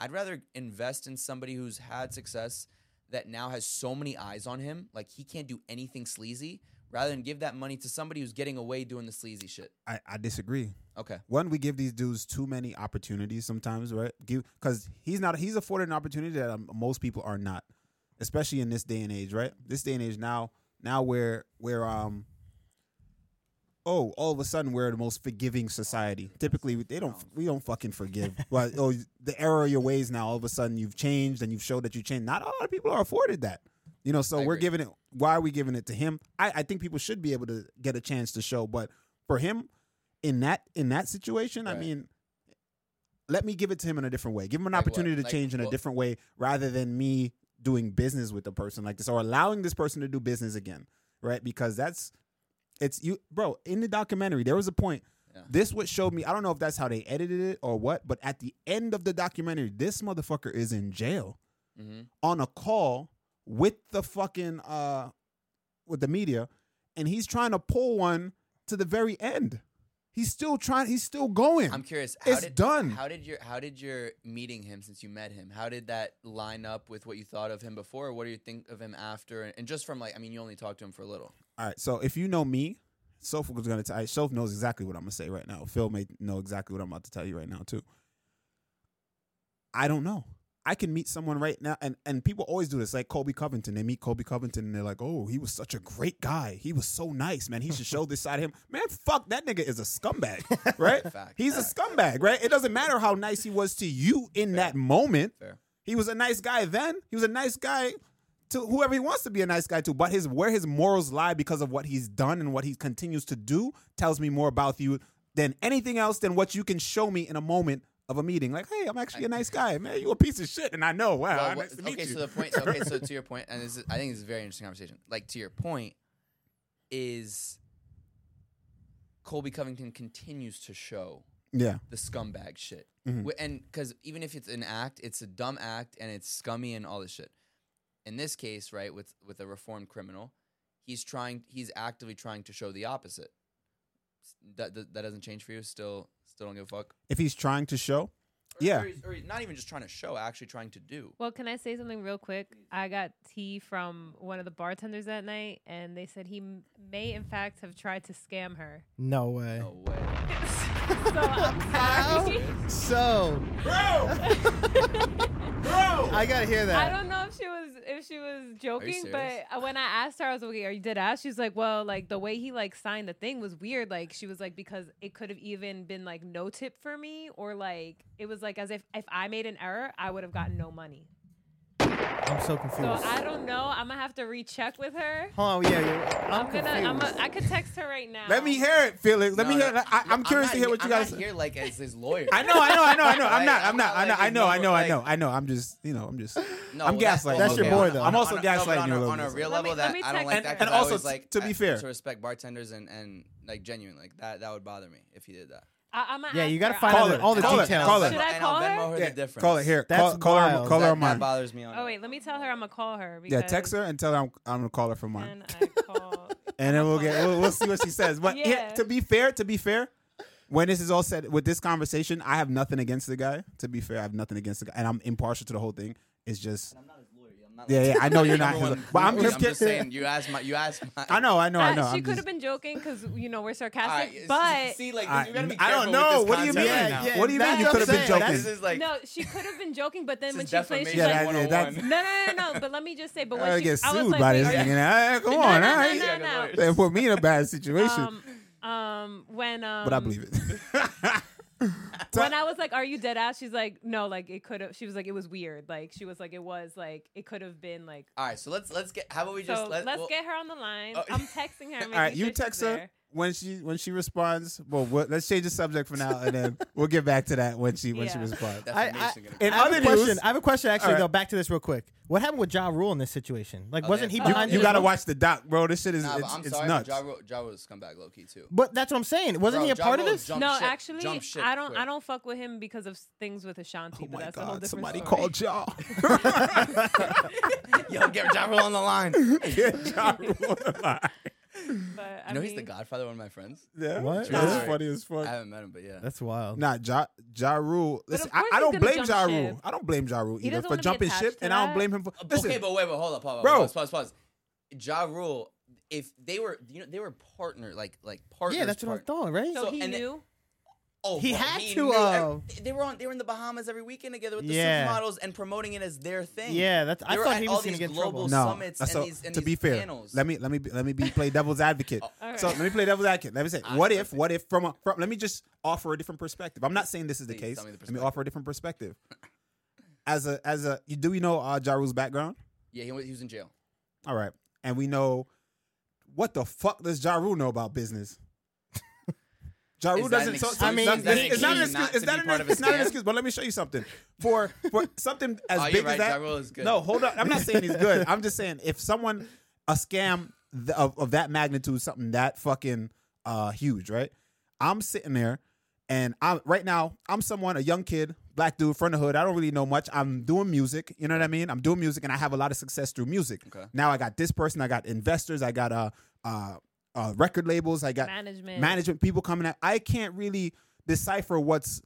S3: I'd rather invest in somebody who's had success that now has so many eyes on him, like he can't do anything sleazy, rather than give that money to somebody who's getting away doing the sleazy shit.
S1: I, I disagree.
S3: Okay,
S1: One, we give these dudes too many opportunities sometimes, right? Because he's not he's afforded an opportunity that um, most people are not, especially in this day and age, right? This day and age now, now where where um. Oh, all of a sudden we're the most forgiving society. Typically, they don't we don't fucking forgive. but oh, the error of your ways now. All of a sudden, you've changed and you've showed that you changed. Not a lot of people are afforded that, you know. So
S3: I
S1: we're
S3: agree.
S1: giving it. Why are we giving it to him? I, I think people should be able to get a chance to show. But for him, in that in that situation, I
S3: Right.
S1: mean, let me give it to him in a different way. Give him an
S3: Like what?
S1: opportunity to
S3: Like
S1: change in a
S3: what-
S1: different way rather than me doing business with a person like this or allowing this person to do business again, right? Because that's it's you, bro. In the documentary, there was a point.
S3: Yeah.
S1: This what showed me. I don't know if that's how they edited it or what, but at the end of the documentary, this motherfucker is in jail
S3: hmm
S1: on a call with the fucking uh with the media and he's trying to pull one to the very end. He's still trying he's still going.
S3: I'm curious. How
S1: it's
S3: did,
S1: done.
S3: How did your How did your meeting him since you met him? How did that line up with what you thought of him before? Or what do you think of him after? And just from like, I mean, you only talked to him for a little.
S1: All right, so if you know me, Soph was gonna tell Soph knows exactly what I'm gonna say right now. Phil may know exactly what I'm about to tell you right now too. I don't know. I can meet someone right now, and and people always do this. Like Kobe Covington, they meet Kobe Covington, and they're like, "Oh, he was such a great guy. He was so nice, man. He should show this side of him, man. Fuck that nigga is a scumbag, right?
S3: Fact,
S1: He's a
S3: fact.
S1: scumbag, right? It doesn't matter how nice he was to you in that moment.
S3: Fair.
S1: He was a nice guy then. He was a nice guy to whoever he wants to be a nice guy to. But his where his morals lie because of what he's done and what he continues to do tells me more about you than anything else than what you can show me in a moment of a meeting. Like, hey, I'm actually a nice guy, man. You a piece of shit, and I know. Wow,
S3: Well, what-
S1: nice to meet
S3: okay,
S1: you.
S3: so the point. Okay, so to your point, and this is, I think this is a very interesting conversation. Like to your point, is Colby Covington continues to show
S1: yeah,
S3: the scumbag shit,
S1: Mhm.
S3: Wh- and because even if it's an act, it's a dumb act and it's scummy and all this shit. In this case, right, with with a reformed criminal, he's trying. He's actively trying to show the opposite. S- That that, that doesn't change for you. Still, still don't give a fuck.
S1: if he's trying to show,
S3: Or-
S1: Yeah.
S3: or he's- or he's not even just trying to show, actually trying to do.
S4: Well, can I say something real quick? I got tea from one of the bartenders that night, and they said he m- may, in fact, have tried to scam her.
S2: No way.
S3: No way.
S4: So I'm sorry.
S2: So,
S1: bro, bro,
S2: I gotta hear
S4: I
S2: that.
S4: don't know if she was if she was joking,
S3: serious?
S4: but uh, when I asked her, I was like, "Are you dead ass?" She was like, "Well, like the way he like signed the thing was weird. Like she was like because it could have even been like no tip for me, or like it was like as if if I made an error, I would have gotten no money.
S2: I'm so
S4: So
S2: confused.
S4: I don't know. I'm gonna have to recheck with her.
S2: Hold on, yeah, yeah, I'm,
S4: I'm, gonna. I'm
S2: confused.
S4: gonna. I could text her right now.
S1: let me hear it, Felix. Let
S3: No,
S1: me
S3: no,
S1: hear. it. I,
S3: no,
S1: I'm curious
S3: not
S1: to hear what
S3: he-
S1: you
S3: I'm
S1: guys.
S3: Not here, like as his lawyer.
S1: I know, I know, I know, I know. I'm
S3: Like,
S1: not, I'm
S3: I'm
S1: not,
S3: not
S1: I know,
S3: like
S1: I
S3: his
S1: know, I know, I
S3: normal,
S1: know,
S3: like-
S1: I know. I'm just, you you know, I'm just.
S3: No,
S1: I'm
S3: well, that's-
S1: gaslighting
S2: That's
S1: you.
S2: your boy, though.
S1: I'm also
S3: on a- no, but
S1: gaslighting
S3: on
S1: you a
S3: a,
S1: little
S3: on a
S1: bit.
S3: real
S4: Let me-
S3: level.
S4: let
S3: that
S4: me
S3: I don't like
S4: text
S3: that.
S4: her.
S3: 'cause
S1: And
S3: I
S1: also,
S3: always, like,
S1: to be
S3: I-
S1: fair.
S3: to respect bartenders and and like genuine, like that that would bother me if he did that.
S4: I, I'm gonna
S2: Yeah,
S4: ask
S2: you gotta
S4: her.
S2: find
S4: I-
S2: out
S1: Call
S2: the-
S1: her.
S2: all the
S1: Call her.
S2: details.
S1: Call her.
S4: Should I
S3: and
S4: call
S3: I'll
S4: her?
S3: Venmo her
S1: Yeah,
S3: the difference.
S1: call it here.
S2: That's
S1: call, call her.
S2: wild.
S1: Call her
S3: That,
S1: on mine.
S3: that bothers me. On
S4: Oh wait, let me tell her I'm gonna call her.
S1: yeah, text
S4: because
S1: her and tell her I'm, I'm gonna call her from mine,
S4: when I call-
S1: and then we'll get we'll, we'll see what she says. But yeah.
S4: Yeah.
S1: to be fair, to be fair, when this is all said with this conversation, I have nothing against the guy. To be fair, I have nothing against the guy, and I'm impartial to the whole thing. It's just
S3: I'm not his lawyer. I'm not
S1: Yeah, yeah, I know you're not his-
S3: Number one
S1: but I'm
S3: lawyer.
S1: just kidding.
S3: saying. You asked my. You asked my.
S1: I know, I know, I
S4: Uh,
S1: know.
S4: she
S1: I'm
S4: could
S1: just-
S4: have been joking because you know we're
S3: All right, s-
S4: sarcastic, but
S3: see, like
S1: I-
S3: you gotta be
S1: I don't
S3: careful with
S1: know.
S3: this
S1: What do you
S3: content
S2: mean?
S3: right now.
S2: Yeah,
S1: what do you mean?
S2: that's
S1: You
S2: what
S1: could have
S2: I'm
S1: been
S2: saying.
S1: joking.
S3: This is like
S4: no, she could have been joking. But then
S3: this
S4: when
S3: is
S4: she plays,
S3: defamation
S4: she's
S1: Yeah,
S4: like,
S1: that-
S3: one on
S1: that's-
S3: one.
S4: no, no, no, no. But let me just say, but when
S1: I
S4: she,
S1: get
S4: I was
S1: sued
S4: like,
S1: by
S4: wait,
S1: this
S4: are you-
S1: nigga. now. Hey, come
S4: No,
S1: on,
S4: no,
S1: all
S4: no,
S1: right.
S4: no, no.
S1: They put me in a bad situation,
S4: um, um, when um,
S1: but I believe it.
S4: when I was like, "Are you dead ass?" She's like, "No, like it could have." She was like, "It was weird." Like she was like, "It was like it could have been like."
S3: All right, so let's let's get. How about we
S4: So
S3: just let,
S4: let's
S3: we'll-
S4: get her on the line.
S3: Oh.
S4: I'm texting her.
S1: All right, you text her
S4: There.
S1: when she when she responds. Well, we'll let's change the subject for now, and then we'll get back to that when she when she
S4: Yeah.
S1: responds.
S2: I-
S3: defamation
S2: I-
S3: gonna
S1: In
S2: I have
S1: other
S2: a question.
S1: news-
S2: I have a question. Actually,
S1: All right.
S2: though, back to this real quick. What happened with Ja Rule in this situation? Like,
S3: Oh,
S2: wasn't he
S3: yeah.
S1: You,
S2: behind?
S1: you
S2: Ja
S1: gotta
S2: Rule?
S1: watch the doc, bro. This shit is
S3: Nah, but
S1: it's,
S3: I'm
S1: it's
S3: sorry,
S1: nuts.
S3: but Ja Rule, ja Rule's scumbag low key too.
S2: But that's what I'm saying. Wasn't
S3: Bro,
S2: he a
S3: Ja
S2: part of
S3: Rule
S2: this?
S3: jumped- Jump
S4: No,
S3: ship.
S4: actually,
S3: Jump ship
S4: I don't. I
S3: quick.
S4: don't fuck with him because of s- things with Ashanti.
S1: oh
S4: but
S1: my
S4: that's a whole
S1: god!
S4: different
S1: Somebody
S4: story.
S1: called Ja.
S3: Yo, get Ja Rule on the line. You
S1: Get Ja Rule on the line.
S4: But, I
S3: know
S4: mean,
S3: he's the godfather of one of my friends.
S1: Yeah,
S2: What?
S1: That's
S3: Sorry.
S1: funny as fuck.
S3: I haven't met him, but yeah.
S2: That's wild.
S1: Nah, Ja, ja Rule. Listen,
S4: of
S1: I,
S4: course
S1: I
S4: he's
S1: don't
S4: gonna
S1: blame
S4: jump
S1: Ja
S4: ship.
S1: Rule. I don't blame Ja Rule
S4: He
S1: either
S4: doesn't
S1: for
S4: wanna be
S1: jumping
S4: attached
S1: ship,
S4: to
S1: and I don't
S4: that.
S1: blame him for. Listen,
S3: Uh, okay, but wait, but hold up, hold up,
S1: Bro.
S3: Pause, pause, pause. Ja Rule, if they were, you know, they were partner, like like partners.
S2: Yeah, that's what I
S3: partner.
S2: thought, right?
S4: So,
S3: So-
S4: he
S3: and then-
S4: knew.
S3: Oh,
S2: He
S3: bro,
S2: had
S3: he
S2: to,
S3: knew
S2: uh,
S3: every- they were on. They were in the Bahamas every weekend together with the
S2: Yeah.
S3: supermodels and promoting it as their thing.
S2: yeah, that's. I
S3: They were
S2: thought
S3: at
S2: he
S3: all
S2: was going to
S3: these
S2: get in trouble.
S3: global No. summits and
S1: so
S3: these- and
S1: to be
S3: these
S1: fair,
S3: panels. Uh,
S1: let me let me be, let me be play devil's advocate.
S4: All
S1: So
S4: right.
S1: let me play devil's advocate. Let me say,
S3: Ah,
S1: what if
S3: perfect.
S1: what if from a from, let me just offer a different perspective. I'm not saying this is the
S3: Please,
S1: case.
S3: tell me the
S1: let me offer a different perspective. As a as a you do we know uh, Ja Rule's background?
S3: yeah, he was, he was in jail.
S1: All right, and we know what the fuck does Ja Rule know about business. Ja Rule
S3: Is that an
S1: doesn't. So,
S3: excuse?
S1: I mean,
S2: Is that an
S1: it's not an
S3: excuse
S1: excuse.
S3: not
S1: It's
S3: to
S1: not
S3: be
S1: an,
S3: part of a
S1: it's not an
S3: scam?
S1: excuse. But let me show you something. For for something as
S3: oh,
S1: big
S3: you're right.
S1: as that,
S3: Ja Rule is good.
S1: no, hold up. I'm not saying he's good. I'm just saying if someone a scam th- of, of that magnitude, something that fucking uh huge, right? I'm sitting there and I'm right now, I'm someone, a young kid, black dude from the hood. I don't really know much. I'm doing music, you know what I mean? I'm doing music and I have a lot of success through music.
S3: Okay.
S1: Now I got this person, I got investors, I got uh uh uh record labels, I got
S4: Management.
S1: management people coming at I can't really decipher what's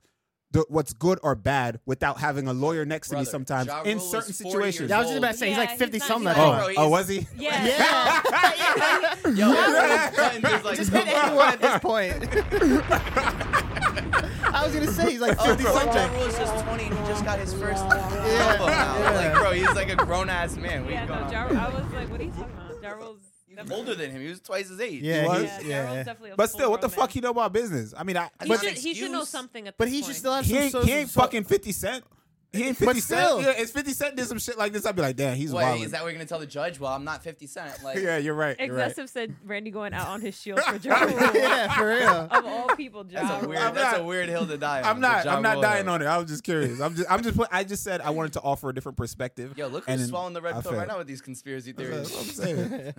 S1: the, what's good or bad without having a lawyer next to me
S3: Brother,
S1: sometimes
S3: Ja
S1: in
S3: Rule was
S1: certain
S3: 40 years
S1: situations.
S2: Yeah, I was just about to say he's
S4: Yeah,
S2: like
S4: he's
S2: fifty
S4: not-
S2: something.
S4: he's
S2: I
S1: Oh,
S2: think,
S4: not-
S2: right?
S3: Bro,
S1: oh, was
S3: he's-
S1: he?
S4: Yeah.
S2: Yeah.
S3: Yo,
S1: Yeah.
S3: there's like
S2: Just hit anyone at this point. I was gonna say he's like
S3: Oh,
S2: fifty
S3: bro, Ja
S2: something.
S3: Rule is just 20 and he just got his first album out.
S2: yeah.
S3: Like, bro, he's like a grown ass man. What
S4: Yeah,
S3: you
S4: no,
S3: going
S4: ja,
S3: on?
S4: Rule- I was like, what are you talking about? Ja Rule's definitely-
S3: older than him. He was twice his age.
S2: Yeah,
S1: was?
S4: Yeah,
S1: than-
S4: Ja
S2: yeah.
S4: Rule's definitely a
S1: But still, what the
S4: full-grown
S1: fuck he know about business? I mean, I,
S4: man.
S1: but
S4: He should,
S3: an
S4: he should know
S3: excuse.
S4: something at
S2: But
S4: this
S2: he
S4: point.
S2: should still have
S1: he
S2: some.
S1: ain't,
S2: so-
S1: he ain't
S2: so-
S1: fucking Fifty Cent. He ain't
S2: But
S1: Fifty Cent.
S2: still.
S1: Yeah, it's Fifty Cent did some shit like this. I'd be like, damn, he's
S3: Wait,
S1: wild.
S3: is that what you're gonna tell the judge? Well, I'm not 50 Cent. Like,
S1: yeah, you're right. You're right.
S4: Excessive said Randy going out on his shield for Ja Rule.
S2: Yeah, for real.
S4: Of all people, Ja
S3: that's a
S4: Rule.
S3: weird.
S1: I'm
S3: that's
S1: not-
S3: a weird hill to die on.
S1: I'm
S3: the
S1: not.
S3: Ja
S1: I'm not
S3: Rule
S1: dying
S3: hill.
S1: on it. I was just curious. I'm just. I'm just. pla- I just said I wanted to offer a different perspective.
S3: Yo, look
S1: And
S3: who's
S1: then
S3: swallowing the red
S1: I
S3: pill right
S1: failed.
S3: now with these conspiracy
S1: That's what I'm
S3: theories.
S1: saying.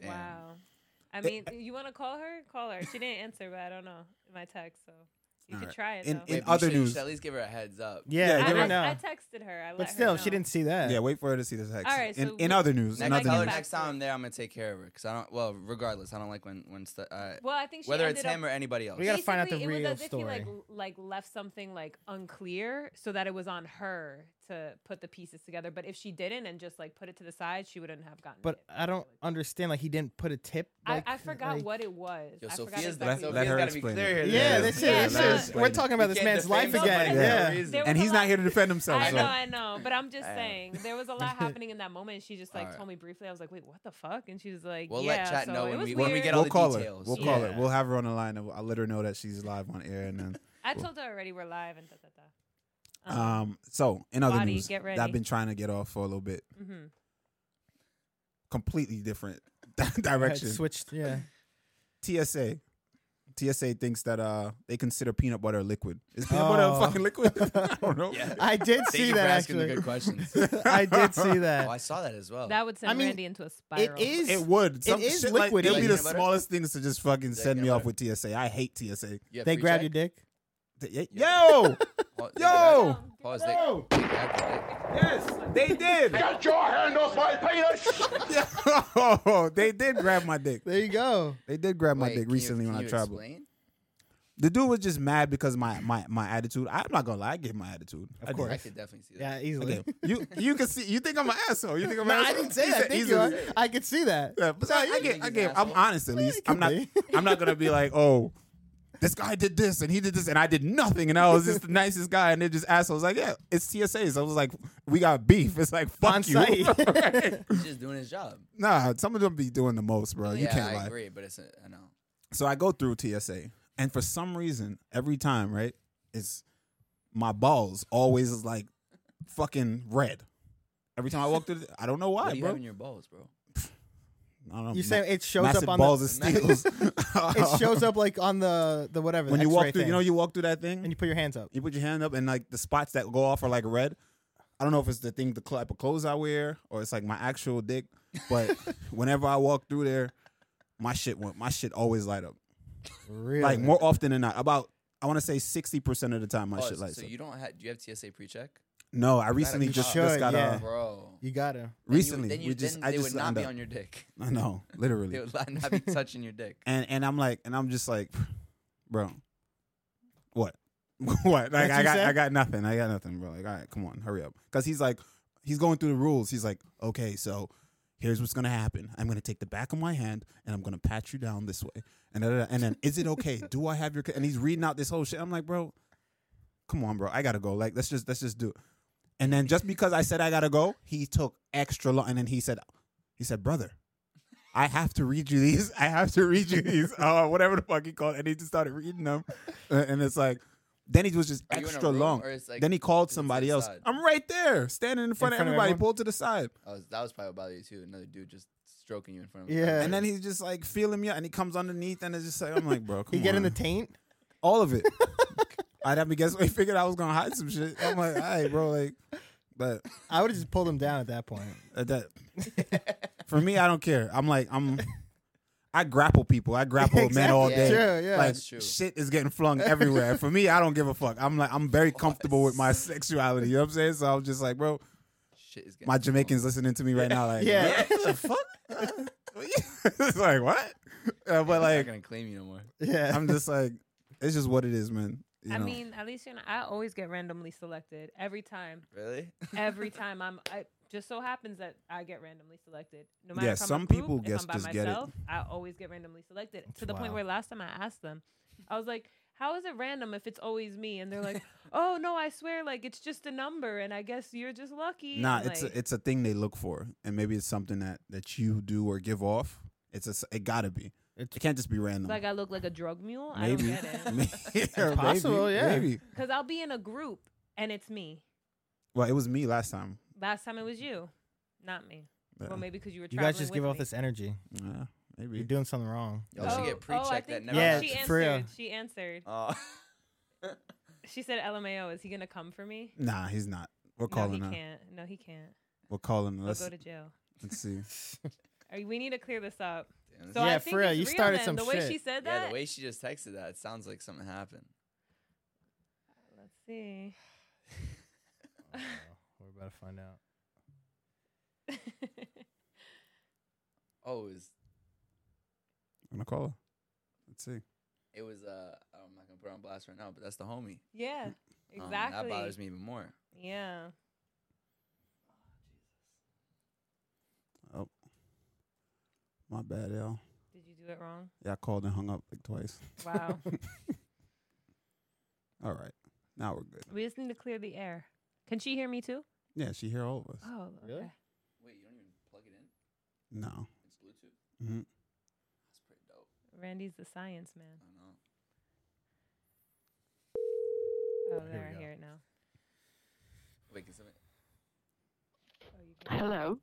S3: Damn.
S4: Wow. I mean, you want to call her? Call her. She didn't answer, but I don't know in my text, so you could
S1: Alright.
S4: try it.
S1: In-
S4: though.
S1: in-
S3: Wait, but you
S1: other
S3: should- you
S1: news.
S3: should at least give her a heads up.
S2: Yeah,
S1: Yeah,
S2: you
S1: give
S4: I,
S1: her
S2: don't
S4: I,
S2: know.
S4: I texted her. I let
S2: But
S4: her
S2: still, she
S4: know.
S2: didn't see that.
S1: Yeah, wait for her to see this text.
S4: All right,
S1: in,
S4: so
S1: in
S4: we-
S1: other news, in
S3: Next,
S1: other
S3: tell her
S1: news.
S3: next time I'm there, I'm gonna take care of her. Cause I don't. Well, regardless, I don't like when when stu- uh,
S4: Well, I think she
S3: whether
S4: ended
S3: it's him
S4: up,
S3: or anybody else.
S2: We gotta find out
S4: basically,
S2: the
S4: it
S2: real
S4: was as If he like
S2: story.
S4: l- like left something like unclear, so that it was on her to put the pieces together. But if she didn't and just like put it to the side, she wouldn't have gotten.
S2: But
S4: it.
S2: I don't understand. Like he didn't put a tip.
S4: I,
S2: Like,
S4: I forgot
S2: like-
S4: what it was.
S3: Yo,
S4: I forgot
S3: Sophia's
S1: Let-
S4: exactly
S1: let
S4: what
S3: Sophia's
S1: her
S3: gotta be
S1: explain
S3: clear
S1: it.
S3: here.
S2: Yeah,
S1: Yeah,
S2: this
S4: yeah,
S2: is.
S4: no.
S2: this is- We're talking about
S3: We
S2: this
S3: can't
S2: man's
S3: defame
S2: life
S3: him for
S2: again.
S3: no
S1: Yeah.
S2: Yeah.
S3: reason.
S4: There was
S1: And
S4: a
S1: he's
S4: lot-
S1: not here to defend himself.
S4: I
S1: so.
S4: know, I know, but I'm just
S3: Damn.
S4: saying there was a lot happening in that moment. She just like
S3: Alright.
S4: told me briefly. I was like, "Wait, what the fuck?" And she was like,
S3: We'll
S4: "Yeah,
S3: let chat
S4: so
S3: know
S4: it
S3: when
S4: was
S3: we-
S4: weird.
S3: when we get all
S1: We'll
S3: the
S1: call
S3: details.
S1: her. We'll call
S4: Yeah.
S1: her. We'll have her on the line, and we'll- I'll let her know that she's live on air. And then,
S4: I told her already we're live and da da da.
S1: um, so in other
S4: Uh-huh. Body,
S1: news,
S4: get
S1: that
S4: ready.
S1: I've been trying to get off for a little bit,
S4: hmm
S1: completely different
S2: Had
S1: direction.
S2: Switched. Yeah.
S1: TSA, TSA thinks that uh they consider peanut butter a liquid. Is peanut butter a
S2: Oh.
S1: fucking liquid? I don't know.
S3: Yeah.
S2: I did
S3: Thank
S2: see
S3: you
S2: that
S3: for asking the
S2: actually.
S3: good questions.
S2: I did see
S3: oh,
S2: that.
S3: I saw that as well.
S4: That would send
S2: I mean,
S4: Randy into a
S2: It
S4: spiral.
S2: is.
S1: It would. Some
S2: is
S1: shit Like,
S2: liquid.
S1: it'd
S3: Like
S1: be the
S3: peanut butter?
S1: smallest things to just fucking
S3: Like
S1: send me
S3: peanut
S1: off with TSA. I hate TSA.
S3: You have
S2: they
S3: free
S2: grab your
S3: check?
S2: dick.
S1: Th-
S3: Yeah.
S1: Yo,
S3: Pa- they
S1: Yo!
S3: grab- Pause. They,
S1: Yo!
S3: they grab your dick.
S1: yes, they did.
S5: Get your hand off my penis!
S1: Yo, they did grab my dick.
S2: There you go.
S1: They did grab my
S3: Wait,
S1: dick
S3: can you-
S1: recently
S3: can
S1: when I
S3: you
S1: traveled.
S3: explain?
S1: The dude was just mad because my my my attitude. I'm not gonna lie, I gave my attitude. I did.
S2: course.
S3: I could definitely see that.
S2: Yeah,
S1: I
S2: easily.
S1: gave- You you can see. You think I'm an asshole? You think I'm?
S2: No,
S1: an
S2: I
S1: asshole?
S2: didn't say
S1: He
S2: that.
S1: said
S2: Thank you.
S1: easily.
S2: I- I could see that.
S1: Yeah, but I, I get,
S3: think
S1: I
S3: he's
S1: get.
S3: an
S1: I'm
S3: asshole.
S1: honest at least. I'm not.
S2: be.
S1: I'm not gonna be like, oh, this guy did this and he did this and I did nothing and I was just the nicest guy and they're just assholes. Like, yeah, it's TSAs. I was like, we got beef. It's like, fuck
S2: On
S1: you.
S2: site.
S3: He's just doing his job.
S1: nah, some of them be doing the most, bro. You
S3: yeah,
S1: can't
S3: I
S1: lie.
S3: agree, but it's a, I know.
S1: So I go through TSA, and for some reason, every time, right, it's my balls always is like fucking red. Every time I walk through, the, I don't know why,
S3: what do you
S1: bro.
S3: have in your balls, bro?
S1: I don't know.
S2: You say it
S1: Oh,
S2: shows
S1: massive
S2: up on
S1: balls
S2: the.
S1: of steels.
S2: It shows up like on the the whatever. the
S1: when you walk
S2: X-ray
S1: through.
S2: thing.
S1: You know, you walk through that thing,
S2: and you put your hands up.
S1: you put your hand up and like the spots that go off are like red. I don't know if it's the thing, the type of clothes I wear, or it's like my actual dick. But whenever I walk through there, my shit went. My shit always light up.
S2: Really?
S1: Like more often than not, about I want to say sixty percent of the time my
S3: Oh,
S1: shit
S3: so,
S1: lights
S3: so
S1: up.
S3: you don't have? Do you have TSA pre-check,
S1: no, I recently
S3: you
S1: just,
S2: should,
S1: just got
S2: yeah.
S1: uh,
S3: bro?
S2: You gotta.
S1: recently
S3: then you, then you,
S1: we just
S3: then
S1: I
S3: they
S1: just
S3: would not
S1: signed
S3: be
S1: up.
S3: on your dick.
S1: I know,
S3: They
S1: literally.
S3: would li- not be touching your dick.
S1: And and I'm like, and I'm just like, bro, what, what? Like
S2: That's
S1: I
S2: you
S1: got
S2: said?
S1: I got nothing. I got nothing, bro. Like all right, come on, hurry up, because he's like, he's going through the rules. He's like, okay, so. Here's what's gonna happen. I'm gonna take the back of my hand and I'm gonna pat you down this way, and da, da, da. and then is it okay? Do I have your? c-" And he's reading out this whole shit. I'm like, bro, come on, bro. I gotta go. Like, let's just let's just do it. And then just because I said I gotta go, he took extra long. And then he said, he said, brother, I have to read you these. I have to read you these. Uh, whatever the fuck he called. it. And he just started reading them. Uh, And it's like, then he was just
S3: Are you in a
S1: extra
S3: room,
S1: long.
S3: or it's like-
S1: then he called
S3: it's
S1: somebody else.
S3: outside?
S1: I'm right there, standing in front,
S2: front
S1: of
S2: of
S1: everybody,
S2: everyone?
S1: pulled to the side.
S3: I was, that was probably what bothered you too. Another dude just stroking you in front of
S2: Yeah.
S1: And then he's just like feeling me, out, and he comes underneath, and it's just like I'm like, bro, come
S2: You get in
S1: on.
S2: the taint.
S1: All of it. I'd have to guess. He figured I was gonna hide some shit. I'm like, all right, bro, like, but
S2: I would have just pulled him down at that point.
S1: Uh, that for me, I don't care. I'm like I'm. I grapple people. I grapple men all day.
S3: Exactly.
S2: Sure, yeah.
S1: Like
S3: That's true.
S1: shit is getting flung everywhere. for me, I don't give a fuck. I'm like I'm very comfortable with my sexuality. You know what I'm saying? So I'm just like, bro,
S3: Shit is getting
S1: my Jamaicans listening to me right now, like,
S2: Yeah.
S1: what the fuck? it's like what? Uh, but
S3: Like,
S1: like,
S3: not gonna claim you no more.
S2: Yeah.
S1: I'm just like, it's just what it is, man. You
S4: I
S1: know?
S4: mean, at least you know, I always get randomly selected every time.
S3: Really?
S4: Every time I'm, I just so happens that I get randomly selected. No matter
S1: Yeah,
S4: if I'm
S1: some
S4: in a group,
S1: people
S4: if
S1: guess
S4: I'm by
S1: just get it.
S4: myself, I always get randomly selected to the point
S2: wild.
S4: where last time I asked them, I was like, "How is it random if it's always me?" And they're like, "Oh no, I swear, like it's just a number, and I guess you're just lucky."
S1: Nah,
S4: and,
S1: it's
S4: like,
S1: a, it's a thing they look for, and maybe it's something that that you do or give off. It's a s it gotta be.
S2: It's-
S1: it can't just be random.
S4: like I look like a drug mule.
S1: maybe,
S4: I don't get it
S1: Maybe. Or
S2: possible,
S1: maybe,
S2: yeah.
S1: Maybe.
S4: because I'll be in a group and it's me.
S1: Well, it was me last time.
S4: Last time it was you, not me.
S1: Yeah.
S4: Well, maybe because you were
S2: you
S4: traveling
S2: guys just
S4: with
S2: give off
S4: me. Oh,
S2: this energy.
S1: Yeah, maybe.
S2: You're doing something wrong.
S3: Y'all should Oh, get pre-check
S4: I
S3: that
S4: think-
S3: never
S4: yeah,
S3: happens.
S4: she
S2: for real.
S4: answered. She answered.
S3: Uh,
S4: She said, "LMAO, is he gonna come for me?"
S1: Nah, he's not. We're
S4: No, he
S1: calling her.
S4: can't. No, he can't.
S1: We're calling her.
S4: He'll
S1: Let's,
S4: go to jail.
S1: let's see.
S4: Are, we need to clear this up.
S3: damn,
S4: So
S3: this-
S2: Yeah,
S4: I think
S2: for real,
S4: it's
S2: you started
S4: then.
S2: some
S4: The way
S2: shit.
S4: she said that.
S3: yeah, the way she just texted that, it sounds like something happened.
S4: Let's see.
S2: We're about to find out.
S3: Oh, it was
S1: I'm gonna call her. Let's see.
S3: it was uh I'm not gonna put her on blast right now, but that's the homie.
S4: yeah.
S3: Um, that
S4: Exactly.
S3: bothers me even more.
S4: Yeah.
S1: My bad, y'all.
S4: Did you do it wrong?
S1: Yeah, I called and hung up like twice.
S4: Wow.
S1: All right, now we're good.
S4: we just need to clear the air. Can she hear me too?
S1: Yeah, she hear all of us.
S4: Oh, okay.
S2: Really?
S3: Wait, you don't even plug it in?
S1: No.
S3: It's Bluetooth?
S1: Mhm.
S3: That's pretty dope.
S4: Randy's the science man.
S3: I don't know.
S4: Oh,
S2: we
S4: there I
S2: go.
S4: hear it now.
S3: Wait, can somebody
S4: Oh, you can.
S6: Hello.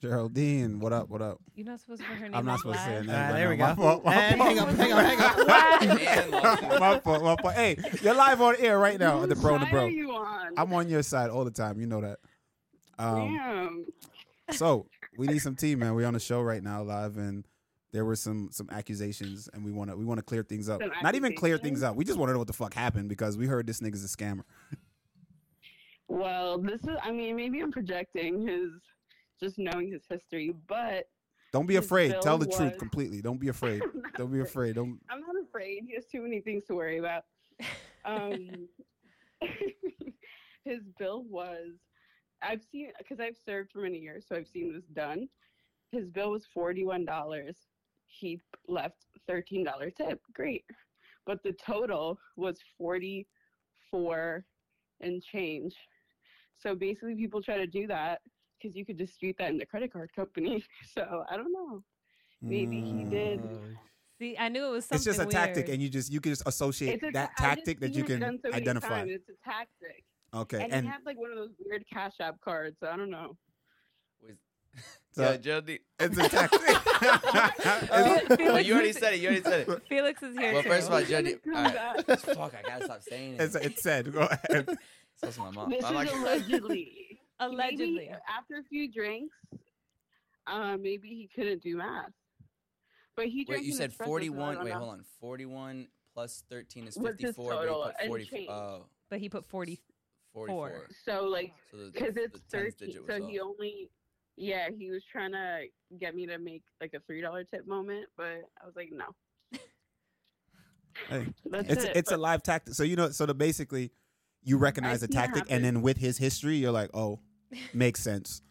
S1: Geraldine, what up? What up?
S4: You're not supposed to put her name.
S1: I'm not
S4: out
S1: supposed to say her
S4: loud.
S1: name.
S2: Ah,
S1: right
S2: there we
S1: now. My
S2: go.
S1: fault, my
S2: And
S1: fault.
S2: hang up, hang up, hang up.
S3: Man, love it.
S1: my fault, my fault. Hey, you're live on air right now. on The bro, the
S6: Whose side
S1: bro.
S6: are you on?
S1: I'm on your side all the time. You know that. Um,
S6: Damn.
S1: so we need some tea, man. We're on the show right now, live, and there were some some accusations, and we want to we want to clear things up.
S6: Some
S1: Not even clear
S6: accusations?
S1: things up. We just want to know what the fuck happened because we heard this nigga's a scammer.
S6: Well, this is. I mean, maybe I'm projecting his, just knowing his history, but
S1: Don't be
S6: His
S1: afraid. Tell the
S6: bill
S1: truth
S6: was-
S1: completely. Don't be afraid.
S6: I'm not
S1: Don't be afraid. Don't.
S6: I'm not afraid. He has too many things to worry about. Um, his bill was, I've seen, because I've served for many years, so I've seen this done. His bill was $41. He left $13 tip. Great. But the total was 44 and change. So basically, people try to do that because you could dispute that in the credit card company. So I don't know. Maybe he did.
S4: See, I knew it was something.
S1: mm. It's just a tactic,
S4: weird.
S1: and you just you can just associate
S6: It's a
S1: that
S6: ta- I've
S1: tactic
S6: just
S1: that you
S6: seen
S1: can
S6: it done so many
S1: identify.
S6: times. It's a tactic.
S1: Okay,
S6: And,
S1: and
S6: he had like one of those weird Cash App cards. I don't know.
S3: Was-
S1: So-
S3: Yeah, Geraldine.
S1: it's a tactic.
S3: Oh,
S1: It's-
S4: Felix
S3: you already
S4: is-
S3: said it. You already said it.
S4: Felix is here
S3: Well,
S4: too.
S3: first of all, uh,
S6: He's gonna
S3: Geraldine.
S6: come
S3: all right.
S6: back.
S3: Fuck, I gotta stop saying
S6: Oh,
S3: it.
S1: it's, it's said. Go ahead.
S3: That's my mom.
S6: This
S3: I'm
S6: is
S3: like-
S6: allegedly.
S4: allegedly,
S6: Maybe after a few drinks, uh, maybe he couldn't do math. But he drank
S3: Wait, you
S6: an
S3: said
S6: espresso, so I
S3: 41.
S6: don't
S3: Wait,
S6: know.
S3: hold on. 41 plus 13 is
S6: What's his
S3: 54. But
S6: total
S3: you put
S6: and
S3: 40,
S6: change?
S3: oh,
S4: but he put forty.
S3: 44.
S6: So like,
S3: So the-
S6: because
S3: the
S6: it's
S3: 10th
S6: thirteen,
S3: digit was
S6: so he
S3: off.
S6: only. Yeah, he was trying to get me to make like a three dollar tip moment, but I was like, no.
S1: Hey,
S6: That's
S1: it's
S6: it.
S1: it's a live tactic. So you know, so the basically you recognize the
S6: seen it
S1: tactic,
S6: happen.
S1: and then with his history, you're like, oh, makes sense.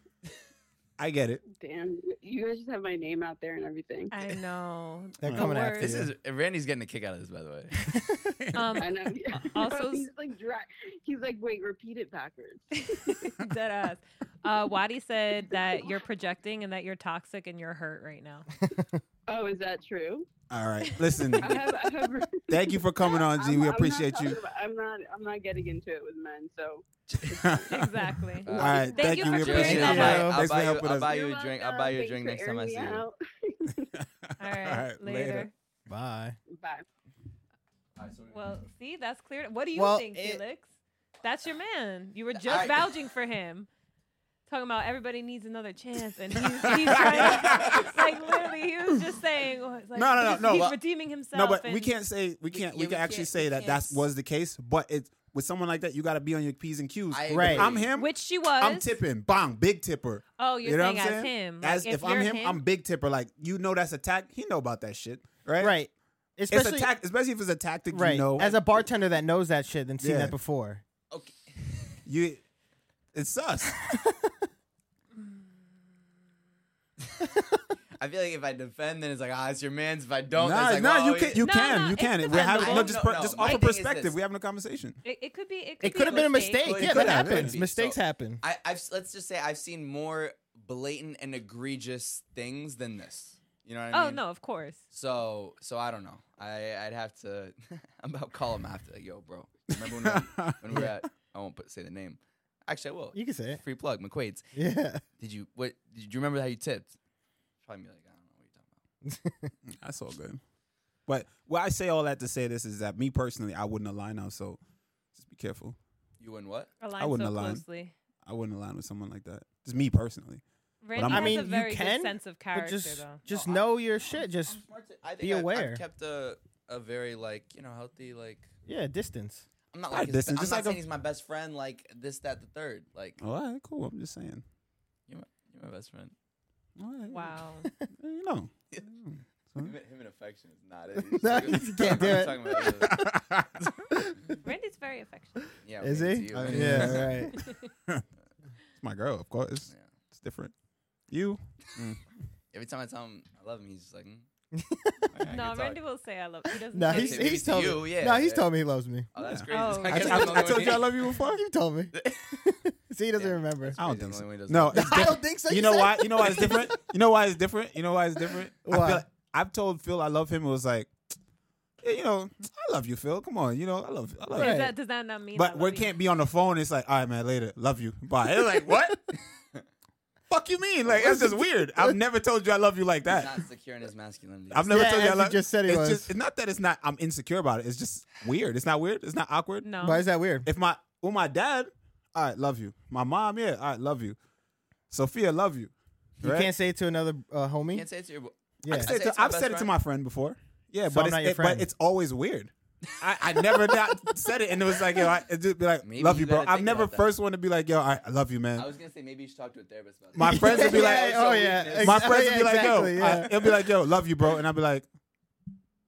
S1: I get it.
S6: Damn, you guys just have my name out there and everything.
S4: I know.
S2: They're
S1: The
S2: coming after
S4: worst.
S3: This
S2: you.
S3: is Randy's getting a kick out of this, by the way.
S4: Um,
S6: I know. yeah. Oh,
S4: Also-
S6: he's like dry. He's like, wait, repeat it backwards.
S4: Dead ass. Uh, Wadi said that you're projecting and that you're toxic and you're hurt right now.
S6: Oh, is that true?
S1: All right, listen.
S6: I have. I have
S1: thank you for coming on, G.
S6: I'm- I'm
S1: we
S6: not
S1: appreciate
S6: talking
S1: you.
S6: about- I'm not. I'm not getting into it with men. So
S4: Exactly.
S1: All right,
S4: Thank
S1: thank,
S4: you
S1: you.
S4: for
S1: We
S4: clearing
S1: appreciate it.
S4: that
S1: man. Thanks
S3: up.
S1: for
S3: I'll buy you-
S1: helping
S3: I'll
S1: us.
S3: buy you a
S6: You're
S3: drink- I'll
S6: welcome.
S3: buy you a
S6: Thanks
S3: drink
S6: for
S3: next time I
S6: airing me
S3: see you.
S6: out.
S4: All right. later.
S2: Bye.
S6: Bye.
S4: Well, see, that's clear. What do you
S2: Well,
S4: think,
S2: it-
S4: Felix? That's your man. You were just
S3: I-
S4: vouching for him. Talking about everybody needs another chance, and he's, he's trying. to- like literally, he was just saying. oh, Like,
S1: No, no, no,
S4: he's,
S1: no,
S4: He's
S1: well,
S4: redeeming himself.
S1: No, but we
S4: and-
S1: can't say we can't. We,
S3: yeah, we
S1: can actually
S3: can't-
S1: say
S3: we
S1: that
S3: can't
S1: that
S3: s-
S1: was the case. But it's with someone like that, you got to be on your p's and q's.
S3: I
S2: Right.
S3: agree.
S1: I'm him.
S4: Which she was.
S1: I'm tipping. Bang, big tipper.
S4: Oh, you're
S1: you know
S4: saying
S1: what I'm
S4: as
S1: saying?
S4: him. Like,
S1: As if, I'm
S4: you're
S1: him, I'm big tipper. Like you know, that's a tact. He know about that shit, right?
S2: Right.
S1: It's
S2: Especially
S1: a tact, especially if it's a tactic.
S2: right.
S1: You know,
S2: As a bartender that knows that shit and seen
S1: Yeah.
S2: that before.
S3: Okay.
S1: you, it's sus.
S3: I feel like if I defend, then it's like, ah, it's your man's. If I don't,
S1: nah,
S3: it's like,
S1: nah,
S3: well, oh,
S1: you
S3: yeah.
S1: can, you
S4: No,
S1: can,
S4: no,
S1: you
S4: it's
S1: can. We're having no,
S4: defendable.
S1: just per,
S3: No, no,
S1: just
S3: my
S1: off of
S3: thing is
S1: perspective.
S3: this.
S1: We're having a conversation.
S4: It, it could be. It could,
S2: It could have been a mistake.
S3: Well, it
S2: yeah,
S1: could
S2: that
S1: have been.
S2: happens. Mistakes
S3: So-
S2: happen.
S3: I, I've s- let's just say I've seen more blatant and egregious things than this. You know what I
S4: Oh
S3: mean?
S4: no, of course.
S3: So so I don't know. I I'd have to. I'm about to call him after. Like, Yo, bro. Remember when we, were- when we were at? I won't put say the name. Actually, I will.
S2: You can say it.
S3: Free plug, McQuaid's.
S2: Yeah.
S3: Did you what? Did you remember how you tipped? Probably be like, I don't know what you're talking about.
S1: That's all good. But what I say all that to say this is that me personally, I wouldn't align now. So just be careful.
S3: You and what?
S4: Align
S1: wouldn't
S4: so
S1: align.
S4: closely.
S1: I wouldn't align with someone like that. Just me personally.
S4: Randy
S1: I'm- I
S4: has
S2: mean,
S4: a
S2: you
S4: very
S2: can,
S4: good sense of
S2: But
S4: character,
S2: just
S4: though.
S2: just
S3: No, I-
S2: know your shit. Just
S3: I'm smart to- I think
S2: be
S3: I- I've
S2: aware.
S3: kept a a very like you know healthy like.
S2: yeah, distance.
S3: I'm not
S1: Not
S3: like his,
S1: distant,
S3: I'm
S1: just
S3: not
S1: like a-
S3: saying he's my best friend like this that the third like
S1: All right, cool. I'm just saying.
S3: you're my, you're my best friend.
S1: All right.
S4: Wow.
S1: You know.
S3: Him, him and affection is not it.
S2: No, you can't do it.
S3: Talking about it.
S4: Randy's very affectionate.
S3: Yeah,
S2: Is
S3: we
S2: he?
S3: do.
S1: I mean,
S2: Yeah, right.
S1: It's my girl, of course.
S3: Yeah.
S1: It's different. You?
S3: Every time I tell him I love him, he's just like, mm.
S4: No, Randy will say I love. He doesn't.
S2: No,
S4: say
S2: he's
S4: it.
S3: Maybe
S2: he's
S3: to
S2: told
S3: you,
S2: me.
S3: yeah,
S2: No, he's
S3: yeah.
S2: told me he loves me.
S3: Oh, that's
S1: Yeah.
S3: crazy.
S4: Oh.
S1: I,
S3: guess
S1: I-
S3: I'm the
S1: I
S3: only
S1: told
S3: one
S1: you I
S3: who-
S1: love you before.
S2: You told me. See, he doesn't
S3: Yeah.
S2: remember.
S1: I don't
S3: He's the
S1: think so.
S3: only one who doesn't
S1: No,
S3: know.
S1: it's
S2: I
S1: different.
S2: don't think so.
S1: You know
S2: said-
S1: why? You know why it's different? You know why it's different? You know why it's different? I
S2: Why?
S1: feel like, I've told Phil I love him. It was like, yeah, you know, I love you, Phil. Come on, you know, I love, I love
S2: Right.
S4: Does
S1: you.
S4: that, does that not mean? I
S1: But we
S4: love you?
S1: can't be on the phone. It's like, all right, man, later. Love you. Bye. It's like, what? Fuck you mean? Like that's just weird. I've never told you I love you like
S3: He's
S1: that.
S3: not secure in his masculinity.
S1: I've never
S2: Yeah,
S1: told you I
S2: as you
S1: love.
S2: just said he
S1: it's
S2: was.
S1: Just, it's not that it's not. I'm insecure about it. It's just weird. It's not weird. It's not awkward.
S4: No.
S2: Why is that weird?
S1: If my well, my dad, all right, love you. My mom, yeah, all right, love you. Sophia, love you.
S2: You
S1: Right?
S2: can't say it to another uh, homie.
S3: can't say it to your.
S2: yeah.
S1: I've
S3: I
S1: said,
S3: say
S1: to,
S3: it's my
S1: I've
S3: best
S1: said it to
S3: friend.
S1: my friend before. Yeah,
S2: So
S1: but
S2: I'm
S1: it's
S2: not your
S1: it-
S2: friend.
S1: but it's always weird. I, I never not said it, and it was like yo, I it'd just be like,
S3: Maybe
S1: love
S3: you
S1: you, bro.
S3: gotta
S1: I've
S3: think
S1: never
S3: about that.
S1: first one to be like, yo, I, I love you, man.
S3: I was gonna say maybe you should talk to a therapist about
S1: My
S3: this.
S1: friends would be like-
S2: Yeah, oh yeah,
S1: my
S2: ex-
S1: friends
S2: yeah,
S1: would be like,
S2: exactly,
S1: yo, I-
S2: yeah.
S1: it'll be like, yo, love you, bro, and I'd be like,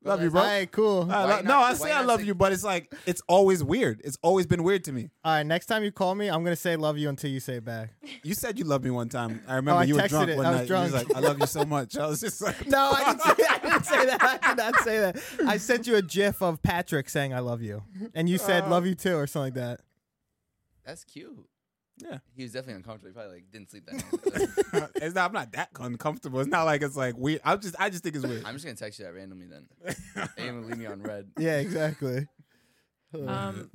S1: love you, bro.
S2: All right, cool.
S1: I
S3: Why
S1: like-
S3: not-
S1: no, I
S3: why
S1: say I
S3: not
S1: love
S3: say-
S1: you, but it's like it's always weird. It's always been weird to me.
S2: All right, next time you call me, I'm gonna say love you until you say it back.
S1: You said you loved me one time. I remember
S2: Oh, I
S1: you were
S2: texted
S1: drunk
S2: it.
S1: one
S2: I
S1: night.
S2: was
S1: You was
S2: drunk.
S1: like, I love you so much. I was just like,
S2: No, I didn't, say, I didn't say that. I did not say that. I sent you a GIF of Patrick saying "I love you," and you said
S1: Uh,
S2: "love you too" or something like that.
S3: That's cute.
S1: Yeah.
S3: He was definitely uncomfortable. He probably like didn't sleep that night.
S1: it's not. I'm not that uncomfortable. It's not like it's like weird. I just, I just think it's weird.
S3: I'm just gonna text you that randomly then. They gonna leave me on red.
S2: Yeah, exactly.
S4: Um,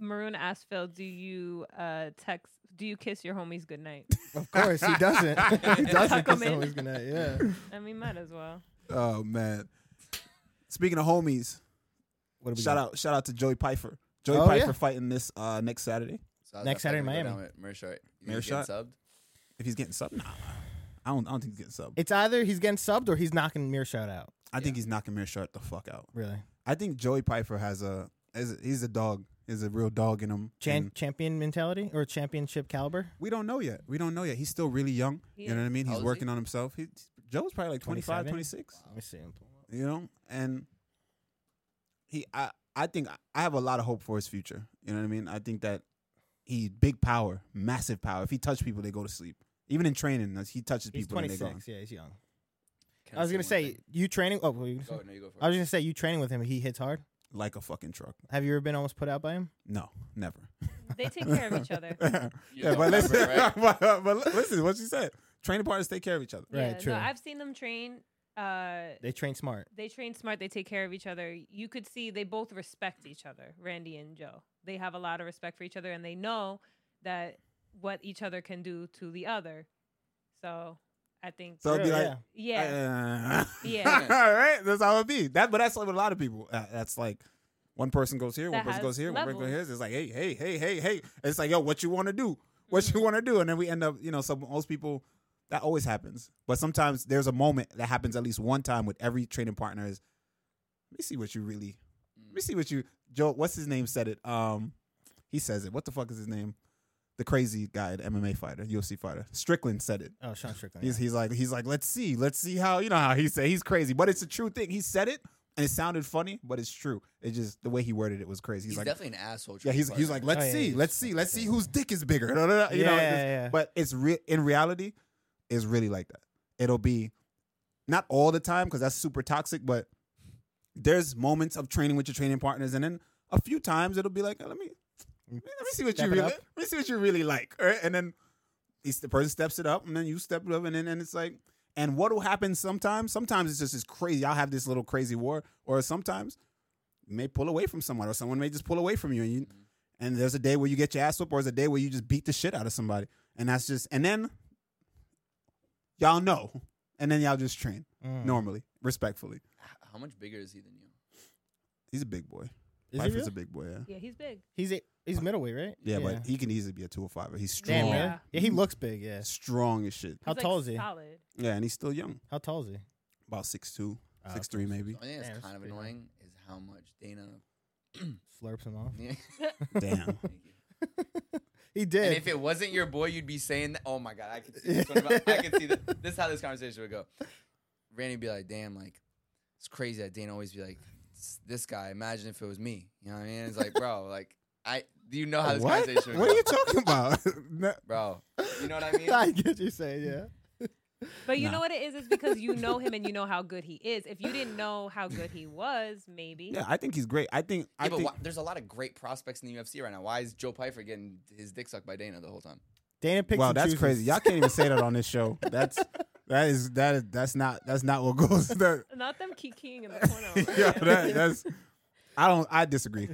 S4: Maroon asked Phil, "Do you uh text? Do you kiss your homies goodnight?"
S2: of course, he doesn't. he doesn't
S4: Tuck 'em
S2: because
S4: in.
S2: someone's gonna. Yeah.
S4: I mean, might as well.
S1: Oh man. Speaking of homies,
S2: What
S1: shout out, shout out to Joey Piper. Joey
S2: Oh,
S1: Piper
S2: yeah.
S1: fighting this uh, next Saturday
S3: So how's
S2: Next
S3: that
S2: Saturday in
S3: fucking go
S2: Miami.
S3: down with Mearshart. You
S1: Mearshart?
S3: getting subbed?
S1: if he's getting sub. Nah, I don't. I don't think he's getting sub.
S2: It's either he's getting subbed or he's knocking Mearshot out.
S1: I think he's knocking Mearshart the fuck out.
S2: Really,
S1: I think Joey Piper has a. Is a he's a dog. Is a real dog in him.
S2: Chan-
S1: And
S2: champion mentality or championship caliber?
S1: we don't know yet. We don't know yet. He's still really young. You know
S4: Yeah.
S1: what I mean?
S3: How
S1: He's
S3: old is
S1: working on himself. He, Joe's probably like 25,
S2: 27?
S1: 26.
S2: Let me see. him.
S1: you know and he i i think i have a lot of hope for his future you know what i mean i think that he big power massive power if he touch people they go to sleep even in training as he touches
S2: He's
S1: people and they
S2: 26.
S1: go
S2: Yeah, he's young.
S3: Can
S2: I was gonna
S3: one
S2: say
S3: thing?
S2: you training. Oh, what were you gonna say?
S3: Go, no, you go
S2: I
S3: for
S2: was
S3: it.
S2: gonna say you training with him. He hits hard.
S1: like a fucking truck
S2: Have you ever been almost put out by him?
S1: no never
S4: They take care of each other.
S1: yeah
S3: You don't
S1: but
S3: remember,
S1: listen
S3: right?
S1: but, but listen what she said training partners take care of each other
S2: Right,
S4: yeah,
S2: true.
S4: No, I've seen them train. Uh,
S2: They train smart.
S4: they train smart. They take care of each other. You could see they both respect each other, Randy and Joe. They have a lot of respect for each other, and they know that what each other can do to the other. So, I think.
S1: so it'd be
S2: Really,
S1: like
S2: yeah.
S4: yeah,
S1: uh,
S4: Yeah.
S1: all right that's how it be that but that's like with a lot of people uh, that's like one person goes here, one
S4: That
S1: person
S4: has
S1: goes here, one person goes here.
S4: levels.
S1: It's like, hey, hey, hey, hey, hey. It's like, yo, what you want to do? What
S4: Mm-hmm.
S1: you want to do? And then we end up, you know, some most people that always happens. But sometimes there's a moment that happens at least one time with every training partner is let me see what you really let me see what you Joe, what's his name said it? Um he says it. What the fuck is his name? The crazy guy, the MMA fighter, UFC fighter. Strickland said it.
S2: Oh, Sean Strickland.
S1: He's, he's like he's like let's see let's see how you know how he said he's crazy but it's a true thing he said it and it sounded funny but it's true it just the way he worded it was crazy he's,
S3: He's
S1: like
S3: definitely an asshole.
S1: yeah he's,
S3: training
S1: he's like let's
S3: partner.
S2: Oh, yeah,
S1: see
S2: he's
S1: let's see let's see whose dick is bigger you know, yeah,
S2: yeah, yeah, yeah.
S1: but it's re- in reality it's really like that it'll be not all the time because that's super toxic but there's moments of training with your training partners and then a few times it'll be like "Oh, let me let me see what
S2: Step
S1: you
S2: it
S1: really
S2: up.
S1: let me see what you really like all right? and then he's, the person steps it up and then you step it up and then and it's like and what will happen sometimes sometimes it's just this crazy i'll have this little crazy war or sometimes you may pull away from someone or someone may just pull away from you and you and there's a day where you get your ass whooped or there's a day where you just beat the shit out of somebody and that's just and then y'all know and then y'all just train
S2: Mm.
S1: normally respectfully
S3: H- How much bigger is he than you?
S1: he's a big boy
S2: Is he
S1: Piper's
S2: really?
S1: a big boy yeah
S4: yeah. He's big.
S2: He's a, he's middleweight, right?
S1: Yeah, but he can easily be a 205. He's strong.
S2: damn, really?
S4: Yeah.
S2: Yeah, he looks big. Yeah.
S1: Strong as shit.
S2: How
S4: He's, like,
S2: tall is he?
S4: Solid.
S1: Yeah, and he's still young.
S2: How tall is he?
S1: About 6'2,
S2: Ah,
S1: 6'3 maybe.
S3: The only thing
S2: Yeah,
S3: that's
S2: that's
S3: kind of
S2: pretty high.
S3: annoying is how much Dana.
S2: Slurps him off.
S3: Yeah.
S1: Damn.
S3: Thank you.
S2: He
S3: And
S2: did.
S3: if it wasn't your boy, you'd be saying, that. "Oh my god, I could see this." One about, I could see this. This is how this conversation would go. Randy'd be like, "Damn, like it's crazy that Dana always be like, "S- this guy. Imagine if it was me. You know what I mean? It's like, bro, like I, do you know how this
S1: What?
S3: conversation would
S1: What
S3: go,
S1: are you talking about? No-
S3: bro? You know what I mean?
S2: I get you saying, yeah.
S4: But you
S1: Nah.
S4: know what it is? It's because you know him and you know how good he is. If you didn't know how good he was, maybe.
S1: yeah, I think he's great. I think
S3: Yeah,
S1: I
S3: but
S1: think
S3: why, there's a lot of great prospects in the UFC right now. Why is Joe Pfeiffer getting his dick sucked by Dana the whole time?
S2: Dana picks.
S1: Wow,
S2: and
S1: that's
S2: chooses.
S1: crazy. Y'all can't even say that on this show. That's that is that is that's not that's not what goes that,
S4: Not them kikiing in the corner. over
S1: yeah,
S4: there.
S1: that that's I don't I disagree.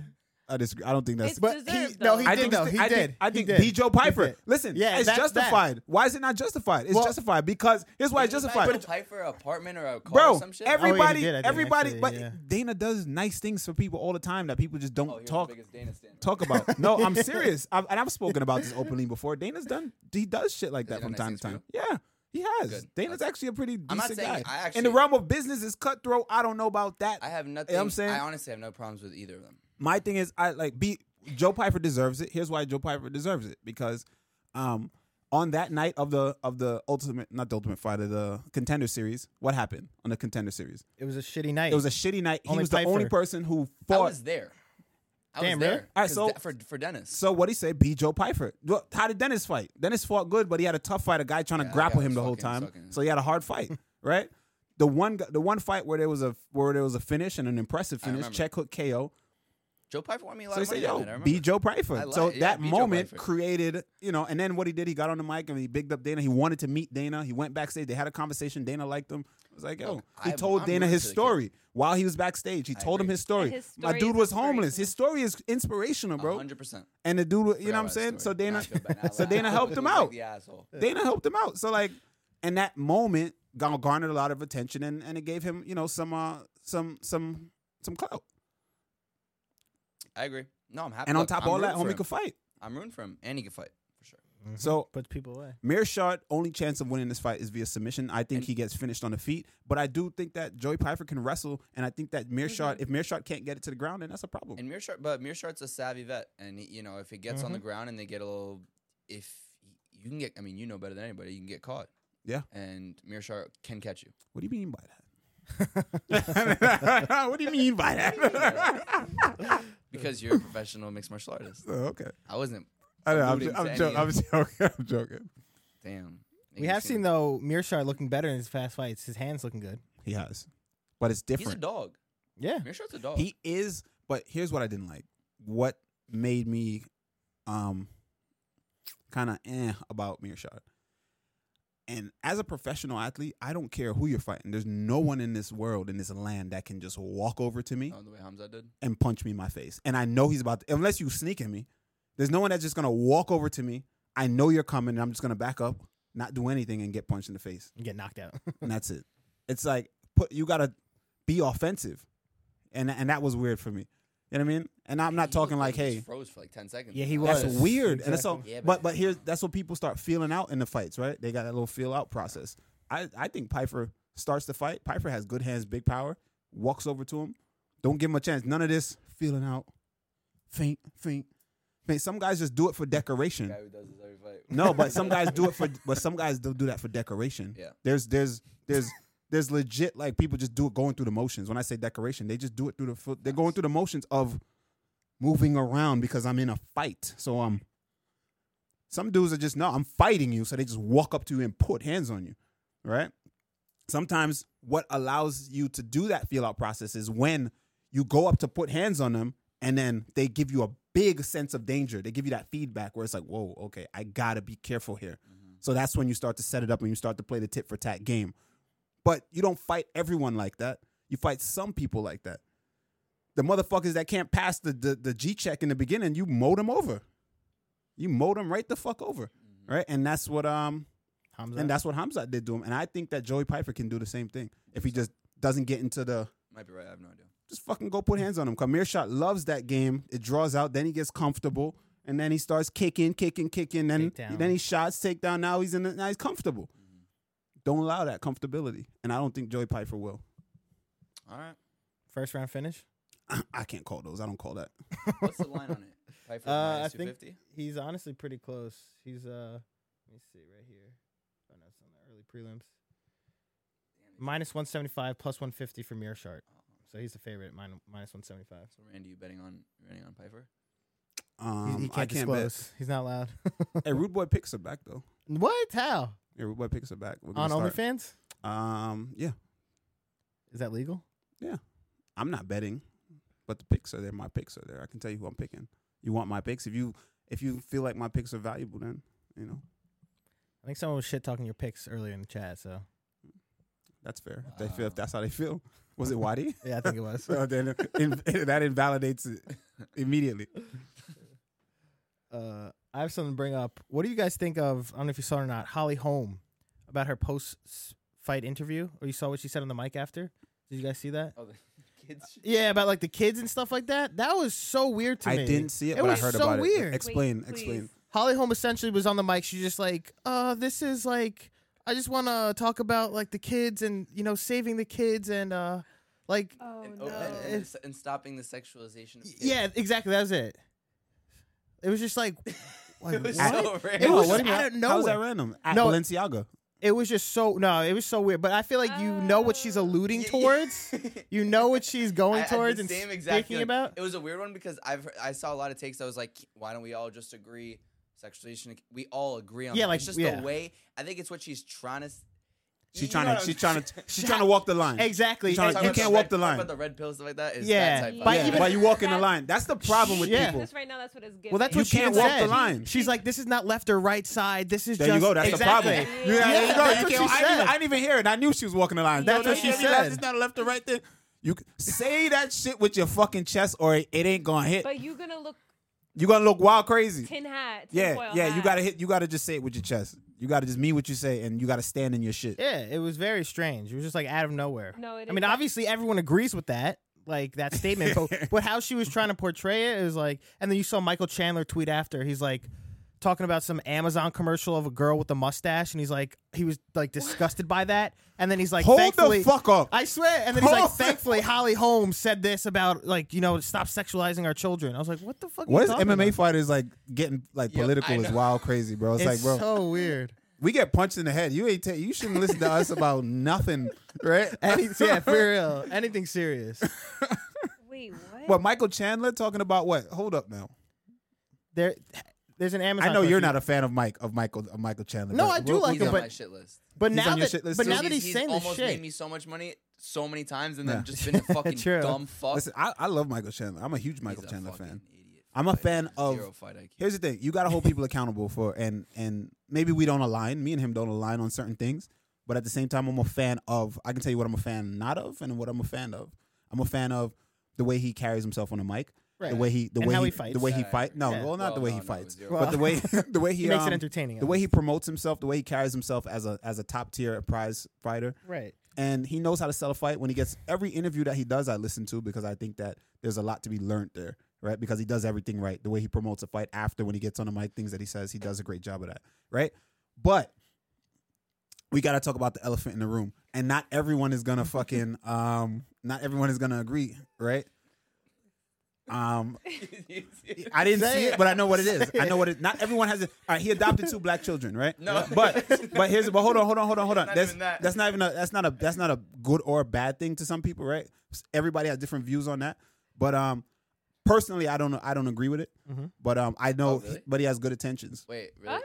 S1: I disagree. I don't think that's.
S4: It's
S1: but
S2: But he,
S4: deserved,
S2: no,
S4: though.
S2: he
S1: I
S2: did
S1: think
S2: though.
S1: it's-
S2: He
S1: I
S2: did.
S1: Think, I
S2: He
S1: think
S2: did.
S1: B. Joe Piper.
S2: did.
S1: Listen,
S2: Yeah,
S1: it's
S2: that- that.
S1: justified. Why is it not justified? It's
S2: Well-
S1: justified because here's why it's justified.
S3: Didn't he buy a for an apartment or a car or
S1: Bro,
S3: some shit?
S1: everybody,
S2: Oh, did, I think,
S1: everybody,
S2: actually,
S1: but
S2: yeah.
S1: Dana does nice things for people all the time that people just don't
S3: oh, you're
S1: talk
S3: The biggest Dana stan.
S1: talk about. No, I'm serious. I've, and I've spoken about this openly before. Dana's done. He does shit like that
S3: Has he
S1: from
S3: done
S1: time
S3: nice
S1: to time.
S3: things
S1: Yeah, he has.
S3: Good.
S1: Dana's
S3: That's-
S1: actually a pretty
S3: I'm not
S1: decent guy.
S3: saying I
S1: In the
S3: actually-
S1: realm of business, is cutthroat. I don't know about that.
S3: I have nothing.
S1: I'm saying?
S3: I honestly have no problems with either of them.
S1: my thing is I like be Joe Piper deserves it. Here's why Joe Piper deserves it because um on that night of the of the ultimate not the ultimate fight of the contender series, what happened on the contender series?
S2: It was a shitty night.
S1: It was a shitty night. He
S2: Only
S1: was the only
S2: Piper.
S1: person who
S3: I
S1: fought.
S3: was there. I
S2: Damn,
S3: was
S2: really?
S3: there.
S1: All right,
S3: 'Cause
S1: so-
S3: de- for for Dennis.
S1: So what he said, be Joe Piper. Well, How did Dennis fight? Dennis fought good, but he had a tough fight. A guy trying
S3: Yeah,
S1: to
S3: that
S1: grapple
S3: guy
S1: him
S3: was
S1: the whole
S3: fucking
S1: time,
S3: sucking.
S1: so he had a hard fight, right? The one gu- the one fight where there was a where there was a finish and an impressive finish,
S3: remember.
S1: check hook KO.
S3: Joe Piper won me a lot
S1: So he said,
S3: of money. on
S1: "Yo,
S3: that, I
S1: be
S3: remember.
S1: Joe Pryford."
S3: I li-
S1: so
S3: yeah,
S1: that
S3: be Joe
S1: moment
S3: Pryford.
S1: created, you know. And then what he did, he got on the mic and he bigged up Dana. He wanted to meet Dana. He went backstage. They had a conversation. Dana liked him. It was like, "Yo,"
S3: Look,
S1: he
S3: I'm-
S1: told
S3: I'm
S1: Dana
S3: rooting
S1: his
S3: for the kid.
S1: story while he was backstage. He
S3: I
S1: told him
S3: agree.
S1: his story.
S4: And his
S1: My
S4: story
S1: dude
S4: is
S1: was homeless. His
S4: inspirational.
S1: story is inspirational,
S3: A
S1: bro.
S3: hundred percent.
S1: And the dude, was- you
S3: Forgot
S1: know what I'm
S3: about that
S1: saying? So
S3: story. Now
S1: Dana,
S3: I feel bad. Now I
S1: so
S3: laugh.
S1: Dana helped
S3: He
S1: him
S3: was like
S1: out.
S3: the asshole.
S1: Dana helped him out. So like, and that moment gar- garnered a lot of attention, and, and it gave him, you know, some uh, some some some clout.
S3: I agree. No, I'm happy.
S1: And on
S3: Look,
S1: top
S3: I'm
S1: of all
S3: rooting
S1: that,
S3: for
S1: homie
S3: him.
S1: could fight.
S3: I'm rooting for him, and he can fight for sure.
S1: So
S2: puts people away.
S1: Mearshot only chance of winning this fight is via submission. I think
S3: And-
S1: he gets finished on the feet, but I do think that Joey Piper can wrestle, and I think that Mearshot, if Mearshot can't get it to the ground, then that's a problem.
S3: Mm-hmm. And Mearshart, but Mearshart's a savvy vet, and he- you know if it gets on the
S1: Mm-hmm.
S3: ground and they get a little, if you can get, I mean, you know better than anybody, you can get caught.
S1: Yeah.
S3: And Mearshart can catch you.
S1: what do you mean by that? what do you mean by that?
S3: Because you're a professional mixed martial artist.
S1: Oh, okay,
S3: I wasn't.
S1: I know, I'm,
S3: alluding
S1: I'm,
S3: to
S1: jo-
S3: any
S1: I'm
S3: of-
S1: joking. I'm joking.
S3: Damn.
S2: We have seen
S3: the.
S2: though Mearshard looking better in his fast fights. His hands looking good.
S1: He has, but it's
S3: He's a
S1: different.
S3: dog.
S2: Yeah.
S3: Mearshart's a dog.
S1: He is, but here's what I didn't like. What made me um kind of eh about Mearshot. And as a professional athlete, I don't care who you're fighting. There's no one in this world, in this land, that can just walk over to me
S3: oh, the way Hamza did.
S1: and punch me in my face. And I know he's about to, unless you sneak at me. There's no one that's just gonna walk over to me. I know you're coming, and I'm just gonna back up, not do anything, and get punched in the face
S2: You get knocked out.
S1: and that's it. It's like put you gotta be offensive, and and that was weird for me. You know what I mean? And I'm not
S3: He
S1: talking
S3: looked
S1: like,
S3: he
S1: hey,
S3: just froze for like ten seconds.
S2: Yeah, he
S3: I
S1: that's
S2: was.
S1: weird. And that's all.
S3: Exactly. Yeah,
S1: but
S3: but-
S1: but here's that's what people start feeling out in the fights, right? They got that little feel out process. I I think Piper starts the fight. Piper has good hands, big power. Walks over to him. Don't give him a chance. None of this feeling out. Faint, faint, faint. Some guys just do it for decoration.
S3: The guy who does this every fight.
S1: No, but some guys do it for but some guys do do that for decoration.
S3: Yeah.
S1: There's there's there's there's legit like people just do it going through the motions. When I say decoration, they just do it through the foot. They're going through the motions of moving around because I'm in a fight. So um some dudes are just no, I'm fighting you, so they just walk up to you and put hands on you. Right? Sometimes what allows you to do that feel out process is when you go up to put hands on them and then they give you a big sense of danger. They give you that feedback where it's like, whoa, okay, I gotta be careful here. So that's when you start to set it up and you start to play the tit for tat game. But you don't fight everyone like that. You fight some people like that. The motherfuckers that can't pass the the, the G check in the beginning, you mow them over. You mow them right the fuck over. Right? And that's what um
S2: Hamza.
S1: and that's what Hamza did to him. And I think that Joey Piper can do the same thing if he just doesn't get into the
S3: Might be right. I have no idea.
S1: just fucking go put hands on him. Kamir Shot loves that game. It draws out, then he gets comfortable, and then he starts kicking, kicking, kicking, then
S2: Takedown.
S1: then he shots, take down. Now he's in the, now he's comfortable. Don't allow that comfortability. And I don't think Joey Piper will.
S3: All right.
S2: first round finish.
S1: I can't call those. I don't call that.
S3: What's the line on it? Fight for
S2: Uh, I
S3: minus two
S2: think
S3: fifty.
S2: he's honestly pretty close. He's uh, let me see right here. Oh no, it's on the early prelims. Minus one seventy five, plus one fifty for Mearshart. So he's the favorite at min- minus one seventy five.
S3: So Randy, you betting on you betting on Piper?
S1: Um,
S2: he
S1: I can't
S2: can't disclose. He's not allowed.
S1: bet. Hey, Rude Boy picks her back though.
S2: what? How
S1: Yeah, Rude Boy picks her back. We're
S2: on
S1: gonna start.
S2: OnlyFans?
S1: Um, yeah,
S2: Is that legal?
S1: I'm not betting, but the picks are there. My picks are there. I can tell you who I'm picking. You want my picks? If you if you feel like my picks are valuable, then you know
S2: I think someone was shit talking your picks earlier in the chat. So
S1: That's fair. If They feel if
S3: Wow.
S1: that's how they feel. Was it Wadi?
S2: yeah, I think it was.
S1: so then in, that invalidates it. immediately.
S2: Uh, I have something to bring up. What do you guys think of? I don't know if you saw it or not. Holly Holm about her post-fight interview, or you saw what she said on the mic after. Did you guys see that?
S3: Oh, the kids.
S2: Yeah, about like the kids and stuff like that. That was so weird to
S1: I
S2: me.
S1: didn't see it,
S2: It
S1: but I
S2: was
S1: heard
S2: so
S1: about
S2: weird.
S1: it. Explain, explain.
S2: Holly Holm essentially was on the mic. She's just like, uh, this is like, I just want to talk about like the kids and, you know, saving the kids and, uh, like,
S4: Oh
S3: and,
S4: no.
S3: oh, and-
S2: no.
S3: and, s- and stopping the sexualization. Of kids.
S2: yeah, exactly. That was it. It was just like, like
S3: it was
S2: what?
S3: so random.
S2: It was
S1: what
S2: just
S1: do you-
S2: out of
S1: How was that
S2: nowhere.
S1: random? At
S2: No.
S1: Balenciaga.
S2: It was just so, no, it was so weird. But I feel like you know what she's
S4: Oh.
S2: alluding
S3: Yeah, yeah.
S2: towards. You know what she's
S3: I
S2: going
S3: had the
S2: towards and
S3: same
S2: speaking
S3: exact feeling.
S2: about.
S3: It was a weird one because I've heard- I saw a lot of takes. that was like, why don't we all just agree? Sexualization. We all agree on.
S2: Yeah,
S3: that.
S2: like,
S3: it's just
S2: yeah.
S3: the way. I think it's what she's trying to. s- You-
S1: She's
S3: you know
S1: trying
S3: what
S1: to.
S3: I'm
S1: She's
S3: saying?
S1: trying to. She's trying to walk the line.
S2: Exactly.
S1: You're trying
S3: Talking
S1: you
S3: about the
S1: can't walk
S3: red-
S1: the
S3: talking
S1: line.
S3: About the red pills stuff like that. Is
S2: Yeah,
S3: That type of-
S2: but
S1: yeah,
S2: even-
S1: but you walking the
S4: That's-
S1: line. That's the problem with
S2: Yeah.
S1: people.
S4: Just right now, that's what it's giving.
S2: Well, that's
S1: You
S2: what she
S1: can't
S2: had
S1: walk the
S2: said.
S1: line.
S2: She's like, this is not left or right side. This is
S1: There
S2: just
S1: you go. That's
S2: exactly.
S1: the problem.
S4: Yeah,
S1: Yeah, there you go.
S2: that's
S1: You
S2: what
S1: can't-
S2: she
S1: I, didn't, even-
S2: said.
S1: I didn't even hear it. I knew she was walking the line. That's
S2: No,
S1: what
S2: no,
S1: she
S2: no, no,
S1: said.
S2: no.
S1: It's not a left or right thing. You c- say that shit with your fucking chest, or it, it ain't gonna hit.
S4: But you're gonna look
S1: You gonna look wild crazy.
S4: tin hat. tin
S1: yeah,
S4: foil
S1: yeah. You
S4: hat.
S1: gotta hit. You gotta just say it with your chest. You gotta just mean what you say, and you gotta stand in your shit.
S2: Yeah, it was very strange. It was just like out of nowhere.
S4: No, it
S2: I mean,
S4: is-
S2: obviously everyone agrees with that, like that statement, but but how she was trying to portray it is like, and then you saw Michael Chandler tweet after. He's like talking about some Amazon commercial of a girl with a mustache, and he's like, he was like disgusted by that, and then he's like,
S1: Hold
S2: thankfully.
S1: the fuck up.
S2: I swear. And then he's like,
S1: Hold the-
S2: thankfully, Holly Holmes said this about, like, you know, stop sexualizing our children. I was like, what the fuck? are you
S1: What is
S2: talking
S1: MMA
S2: about?
S1: fighters like getting like
S3: Yep,
S1: political
S3: I
S1: is
S3: know.
S1: wild crazy, bro. It's,
S2: It's
S1: like, bro,
S2: so weird.
S1: we get punched in the head. You ain't. Ta- you shouldn't listen to us about nothing, right?
S2: Any, yeah, for real. Anything serious.
S4: Wait, what?
S1: What Michael Chandler talking about? What? Hold up now.
S2: There, there's an Amazon.
S1: I know you're
S2: commercial.
S1: not a fan of Mike of Michael of Michael Chandler.
S2: No,
S1: but
S2: I do
S1: we'll-
S2: like
S3: He's
S2: him,
S1: we'll-
S3: on
S2: but-
S3: my shit list.
S2: But
S1: He's
S2: now
S1: on your
S2: that,
S1: shit list
S2: but
S1: too?
S2: now that he's, saying this
S3: almost
S2: shit,
S3: made me so much money so many times, and
S1: Yeah.
S3: then just been a fucking
S2: True.
S3: dumb fuck.
S1: Listen, I, I love Michael Chandler. I'm a huge
S3: He's
S1: Michael
S3: a
S1: Chandler
S3: fucking
S1: fan.
S3: idiot
S1: I'm a
S3: fighter.
S1: fan of-
S3: Zero fight IQ.
S1: Here's the thing: you got to hold people accountable for, and and maybe we don't align. Me and him don't align on certain things, but at the same time, I'm a fan of. I can tell you what I'm a fan not of, and what I'm a fan of. I'm a fan of the way he carries himself on the mic,
S2: right.
S1: the way he, the
S2: And
S1: way
S2: how
S1: he,
S2: he
S1: the
S2: fights.
S1: way he
S3: Yeah, I
S1: fight. No,
S2: agree.
S1: well, not
S3: Well,
S1: the way
S3: no,
S1: he
S3: no,
S1: fights,
S3: zero
S1: but the way the way he,
S2: he makes
S1: um,
S2: it entertaining.
S1: the way he promotes himself, the way he carries himself as a as a top tier prize fighter,
S2: right.
S1: and he knows how to sell a fight when he gets every interview that he does i listen to because i think that there's a lot to be learned there right because he does everything right the way he promotes a fight after when he gets on the mic things that he says he does a great job of that right but we got to talk about the elephant in the room and not everyone is gonna fucking um not everyone is gonna agree right um i didn't see it but i know what it is i know what it not everyone has it all right he adopted two black children right
S3: No.
S1: but but here's but hold on hold on hold on hold on
S3: Not
S1: that's,
S3: even that.
S1: that's not even a that's not a that's not a good or a bad thing to some people right everybody has different views on that but um personally i don't know i don't agree with it
S2: Mhm.
S1: but um i know
S3: Oh, really?
S1: but he has good intentions
S3: Wait, really?
S4: Huh?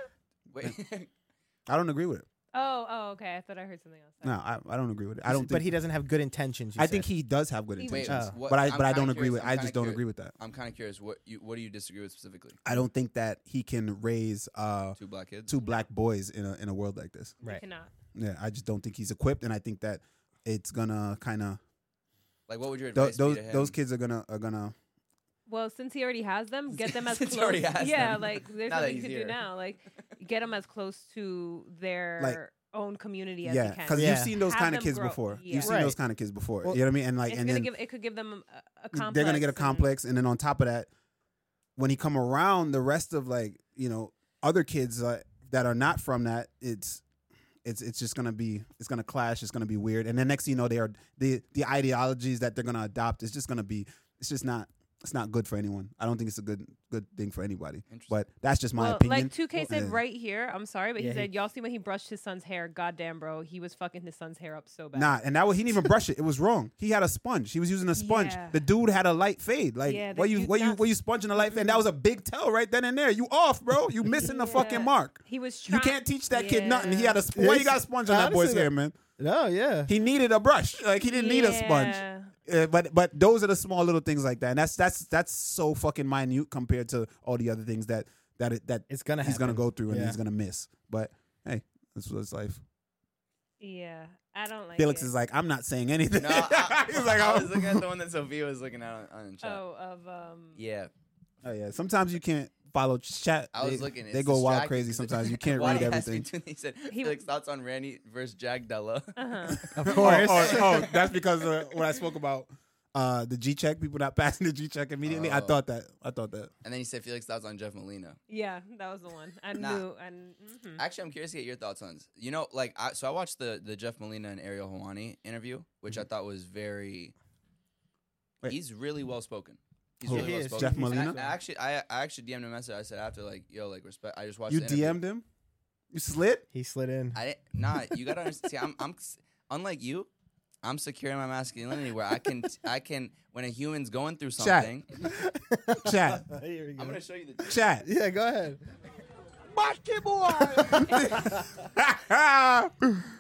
S3: Wait.
S1: i don't agree with it
S4: Oh, oh, okay. I thought I heard something else.
S1: no i, I don't agree with it i don't
S2: But
S1: think
S2: he doesn't have good intentions. you
S1: i
S2: said.
S1: think he does have good
S4: Wait,
S1: intentions
S2: uh,
S1: but i
S3: I'm
S1: but i don't
S3: kinda
S1: agree
S3: curious,
S1: with
S3: I'm
S1: i just
S3: kinda
S1: don't
S3: curi-
S1: agree with that
S3: I'm kind of curious. What you what do you disagree with specifically?
S1: i don't think that he can raise uh
S3: Two black kids.
S1: two black boys in a in a world like this
S4: You
S2: Right.
S4: cannot.
S1: Yeah, I just don't think he's equipped, and I think that it's gonna kind of
S3: Like, what would your
S1: th-
S3: advice
S1: those
S3: be to him?
S1: those kids are gonna are gonna.
S4: Well, since he already has them, get them as
S3: Since
S4: close.
S3: he already has
S4: yeah,
S3: them.
S4: like there's
S3: Now that
S4: nothing
S3: he's
S4: to
S3: here.
S4: do now. Like get them as close to their own community as
S1: yeah,
S4: you can.
S1: because
S2: Yeah.
S1: you've seen those
S4: Have
S1: kind of
S4: them
S1: kids
S4: grow-
S1: before.
S4: yeah.
S1: You've seen those
S2: Right.
S1: kind of kids before.
S2: Well-
S1: you know what I mean? And like,
S4: it's
S1: and
S4: gonna
S1: then
S4: give it could give them a, a complex.
S1: they're gonna get a
S4: and-
S1: complex, and then on top of that, when he come around, the rest of like you know other kids uh, that are not from that, it's. It's, it's just gonna be it's gonna clash it's gonna be weird and then next thing you know they are the the ideologies that they're gonna adopt is just gonna be it's just not it's not good for anyone I don't think it's a good good thing for anybody
S3: Interesting.
S1: but that's just my
S4: well,
S1: opinion
S4: like 2K said
S1: Yeah.
S4: right here. I'm sorry, but
S2: Yeah,
S4: he
S2: he-
S4: said, "Y'all see when he brushed his son's hair? Goddamn, bro, he was fucking his son's hair up so bad."
S1: Nah, and that was he didn't even brush it. It was wrong. He had a sponge. He was using a sponge.
S4: Yeah.
S1: The dude had a light fade. Like
S4: Yeah,
S1: what
S4: the
S1: you
S4: dude
S1: what you
S4: not-
S1: what you sponging a light fade? And that was a big tell right then and there. You off, bro. You missing the
S4: Yeah.
S1: fucking mark.
S4: He was.
S1: You
S4: Trying,
S1: can't teach that kid nothing. He had a sp-
S2: Yeah.
S1: why you got a sponge on that
S2: Honestly,
S1: boy's hair, man.
S2: No, yeah.
S1: He needed a brush. Like he didn't need a sponge. Uh, but but those are the small little things like that. And that's that's that's so fucking minute compared to all the other things that that it, that
S2: It's gonna.
S1: he's gonna
S2: happen.
S1: go through and
S2: Yeah.
S1: he's gonna miss. But hey, this was life.
S4: Yeah, I don't like.
S1: Felix
S4: it.
S1: is like, I'm not saying anything.
S3: No, I,
S1: He's like,
S3: I
S1: oh.
S3: was looking at the one that Sophia was looking at on, on chat.
S4: oh of um.
S3: Yeah,
S1: Oh yeah. Sometimes you can't follow chat.
S3: I was
S1: they,
S3: looking. It's
S1: They go wild
S3: distracting
S1: crazy
S3: 'cause it-
S1: sometimes. You can't
S3: Why
S1: read
S3: they asked me
S1: everything.
S3: to- He said,
S4: He-
S3: Felix, thoughts on Randy versus Jack Della.
S4: Uh-huh.
S2: Of
S1: Oh,
S2: course.
S1: Oh, oh, that's because uh, when I spoke about uh, the G check, people not passing the G check immediately. I
S3: Oh.
S1: thought that. I thought that.
S3: And then he said, Felix, thoughts on Jeff Molina.
S4: Yeah, that was the one. I
S3: Nah.
S4: knew. And mhm.
S3: Actually, I'm curious to get your thoughts on. this. You know, like, I, so I watched the the Jeff Molina and Ariel Hawani interview, which I thought was very.
S1: Mm-hmm. Wait.
S3: He's really well spoken. He's
S1: Who?
S3: really
S1: He
S3: well
S1: is.
S3: spoken.
S1: Jeff
S3: And I-
S1: Molina?
S3: I, actually, I, I actually DM'd him a message. I said after, like, yo, like, respect. I just watched.
S1: You
S3: the interview.
S1: DM'd him. You slid.
S2: He slid in.
S3: I didn't. Nah, you gotta understand. See, I'm, I'm s- unlike you. I'm secure in my masculinity, where I can, I can, when a human's going through
S1: Chat.
S3: something,
S1: Chat.
S2: Here we go.
S3: I'm gonna show you the.
S1: Chat.
S2: yeah, go ahead.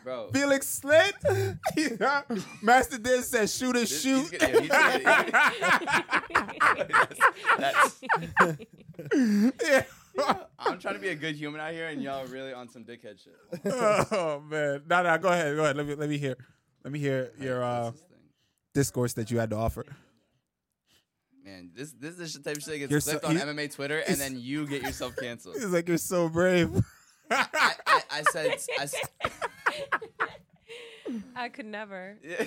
S3: Bro.
S1: Felix slid. Master did said shoot and
S3: This-
S1: shoot.
S3: he's gonna- yeah, he's
S4: mm-hmm.
S3: That's-
S1: yeah.
S3: I'm trying to be a good human out here, and y'all really on some dickhead shit.
S1: oh man. No, no. Go ahead. Go ahead. Let me let me hear. Let me hear your uh,
S3: This thing.
S1: discourse that you had to offer.
S3: Man, this this is the type of shit that
S1: You're
S3: gets
S1: so-
S3: clipped on
S1: you-
S3: MMA Twitter,
S1: it's-
S3: and then you get yourself canceled.
S1: He's like, you're so brave.
S3: I, I, I said, I, s-
S4: I could never.
S3: Yeah.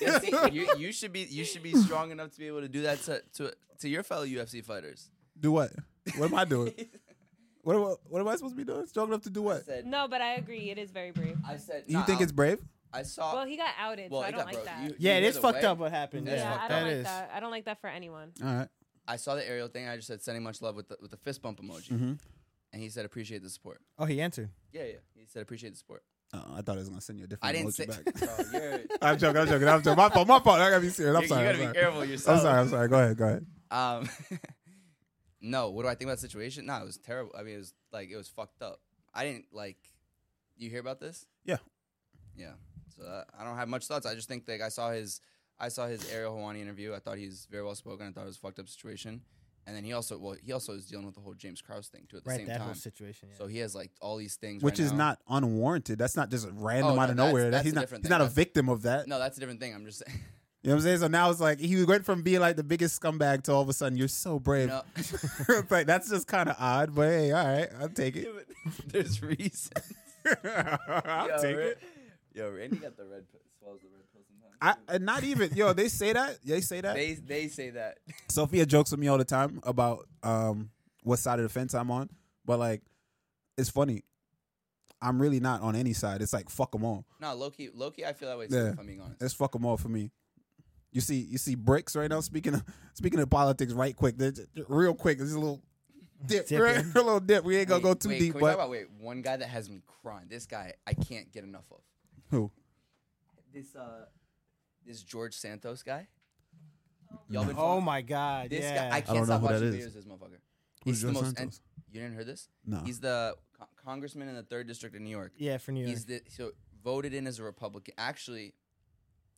S3: Yeah, see, you, you should be you should be strong enough to be able to do that to to, to your fellow UFC fighters.
S1: Do what? What am I doing? What am I, what am I supposed to be doing? Strong enough to do
S3: I
S1: what?
S3: said,
S4: No, but I agree. It is very brief.
S3: I said,
S1: You
S3: nah, um,
S1: think
S3: I-
S1: it's brave?
S3: I saw.
S4: Well, he got outed,
S3: Uh, well,
S4: so I
S3: it
S4: don't
S3: got
S4: like
S3: broke.
S4: that.
S3: You-
S2: Yeah,
S3: you
S2: it
S3: hear
S2: is
S3: the
S2: fucked
S3: way-
S2: up what happened.
S3: Yeah,
S4: yeah,
S2: that
S4: I don't like
S2: is.
S4: that. I don't like that for anyone.
S1: All right.
S3: I saw the aerial thing. I just said, sending much love with the, with the fist bump emoji,
S1: Mm-hmm.
S3: and he said, appreciate the support.
S2: Oh, he answered.
S3: Yeah, yeah. He said, appreciate the support.
S1: Oh, I thought I was gonna send you a different
S3: I didn't
S1: emoji
S3: say.
S1: back.
S3: Oh, you're, you
S1: I'm joking. I'm joking. I'm joking. My fault. My fault. I gotta be serious. I'm
S3: you
S1: sorry.
S3: gotta
S1: I'm
S3: be
S1: sorry.
S3: careful
S1: I'm
S3: yourself.
S1: sorry. I'm sorry. Go ahead. Go ahead.
S3: Um, no, what do I think about the situation? No, it was terrible. I mean, it was like it was fucked up. I didn't like. You hear about this?
S1: Yeah.
S3: Yeah. So uh, I don't have much thoughts. I just think like I saw his, I saw his Ariel Hawani interview. I thought he was very well spoken. I thought it was a fucked up situation. And then he also, well, he also is dealing with the whole James Krause thing too at the
S2: Right,
S3: same
S2: that
S3: time.
S2: whole situation. Yeah.
S3: So he has like all these things,
S1: Which
S3: right
S1: is
S3: now.
S1: not unwarranted. That's not just random
S3: Oh, no,
S1: out of
S3: that's-
S1: nowhere.
S3: that's
S1: he's
S3: a
S1: not.
S3: different
S1: He's
S3: thing.
S1: not a
S3: That's-
S1: victim of that.
S3: No, that's a different thing. I'm just saying.
S1: You know what I'm saying? So now it's like he went from being like the biggest scumbag to all of a sudden you're so brave.
S3: No.
S1: it's like that's just kind of odd, but hey, all right, I'll take it.
S3: There's reason.
S1: I'll take
S3: Ra-
S1: it.
S3: Yo, Randy got the red pill. Swallows the red pill sometimes.
S1: I,
S3: too.
S1: and not even yo. They say that. They say that.
S3: They they say that.
S1: Sophia jokes with me all the time about um what side of the fence I'm on, but like it's funny. I'm really not on any side. It's like fuck them all.
S3: No, Loki Loki, I feel that way too.
S1: Yeah.
S3: If I'm being honest,
S1: It's fuck them all for me. You see, you see bricks right now. Speaking of speaking of politics, right quick, they're just- real quick. There's a little dip,
S2: Dip
S1: right?
S2: in.
S1: a little dip. We ain't gonna
S3: Wait,
S1: go too
S3: wait,
S1: deep,
S3: Can we
S1: but
S3: talk about wait one guy that has me crying? This guy I can't get enough of.
S1: who?
S3: This uh, this George Santos guy. Y'all been
S2: oh
S3: following-
S2: my God.
S3: This
S2: yeah.
S3: guy I
S1: know
S3: can't stop
S1: who that
S3: watching
S1: is.
S3: videos. of This motherfucker.
S1: Who's
S3: He's the
S1: George
S3: most-
S1: Santos?
S3: You didn't hear this?
S1: No.
S3: He's the co- congressman in the third district of New York.
S2: yeah, for New York.
S3: He's the so voted in as a Republican, actually,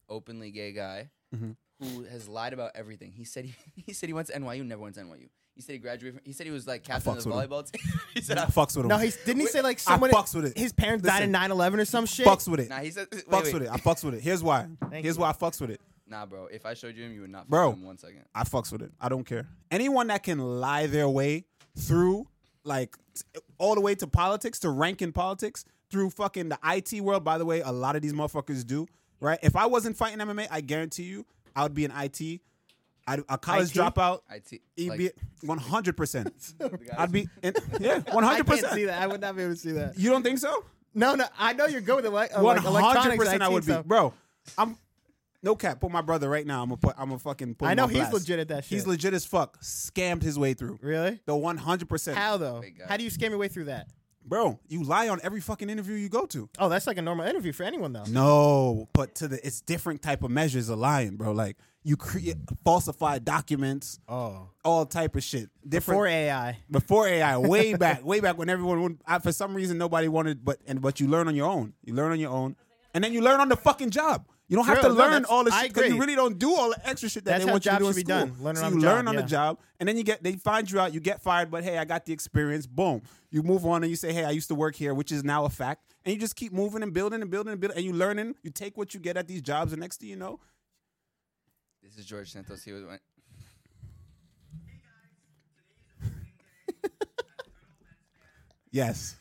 S3: openly gay guy
S1: Mhm.
S3: who has lied about everything. He said he, he said he went to NYU, never went to NYU. He said he graduated. From, he said he was like captain of
S1: fucks
S3: the
S1: with him.
S3: volleyball team. he said,
S1: I
S3: I
S1: fucks with him.
S2: no, he didn't he say like someone
S1: fucks with it.
S2: his parents died in 9/11 or some shit.
S1: fucks with it.
S3: Nah, he said, wait,
S1: fucks
S3: wait.
S1: with it. I fucks with it. Here's why.
S2: Thank
S1: Here's
S2: you.
S1: why I fucks with it.
S3: Nah, bro. If I showed you him, you would not. fuck
S1: Bro.
S3: with him one second.
S1: I fucks with it. I don't care. Anyone that can lie their way through, like, t- all the way to politics, to rank in politics, through fucking the IT world. By the way, a lot of these motherfuckers do, right? If I wasn't fighting MMA, I guarantee you, I would be an IT. I'd, a college
S2: IT?
S1: dropout.
S3: I t-
S1: He'd
S3: like,
S1: be 100%.
S3: the guy-
S1: I'd be, in, yeah,
S2: I can't see
S1: 100%.
S2: that. I would not be able to see that.
S1: You don't think so?
S2: No, no. I know you're good with ele- uh,
S1: One
S2: like
S1: hundred
S2: electronics.
S1: percent, I
S2: IT
S1: would be,
S2: stuff.
S1: bro. I'm no cap. Put my brother right now. I'm a put. I'm a fucking. Put
S2: I
S1: him
S2: know
S1: on
S2: he's
S1: blast.
S2: legit at that shit.
S1: He's legit as fuck. Scammed his way through
S2: Really?
S1: the one hundred percent.
S2: How though?
S3: Big guy.
S2: How do you scam your way through that?
S1: Bro, you lie on every fucking interview you go to.
S2: Oh, that's like a normal interview for anyone though.
S1: No, but to the it's different type of measures of lying, bro. Like you create falsify documents,
S2: Oh,
S1: all type of shit. Different
S2: for AI.
S1: before AI, way back, way back when everyone would, I, for some reason nobody wanted, but and but you learn on your own. You learn on your own, and then you learn on the fucking job. You don't have
S2: Bro,
S1: to
S2: no,
S1: learn
S2: that's-
S1: all this
S2: I
S1: shit 'cause you
S2: agree.
S1: really don't do all the extra shit that
S2: That's
S1: they
S2: how
S1: want you to do in
S2: jobs
S1: school.
S2: should be done. Learn
S1: so
S2: on
S1: you
S2: the job,
S1: learn on the
S2: yeah.
S1: job, and then you get they find you out. You get fired, but hey, I got the experience. Boom. You move on and you say, hey, I used to work here, which is now a fact. And you just keep moving and building and building and building, and you learning. You take what you get at these jobs, and next thing you know,
S3: This is George Santos. He was went.
S1: yes,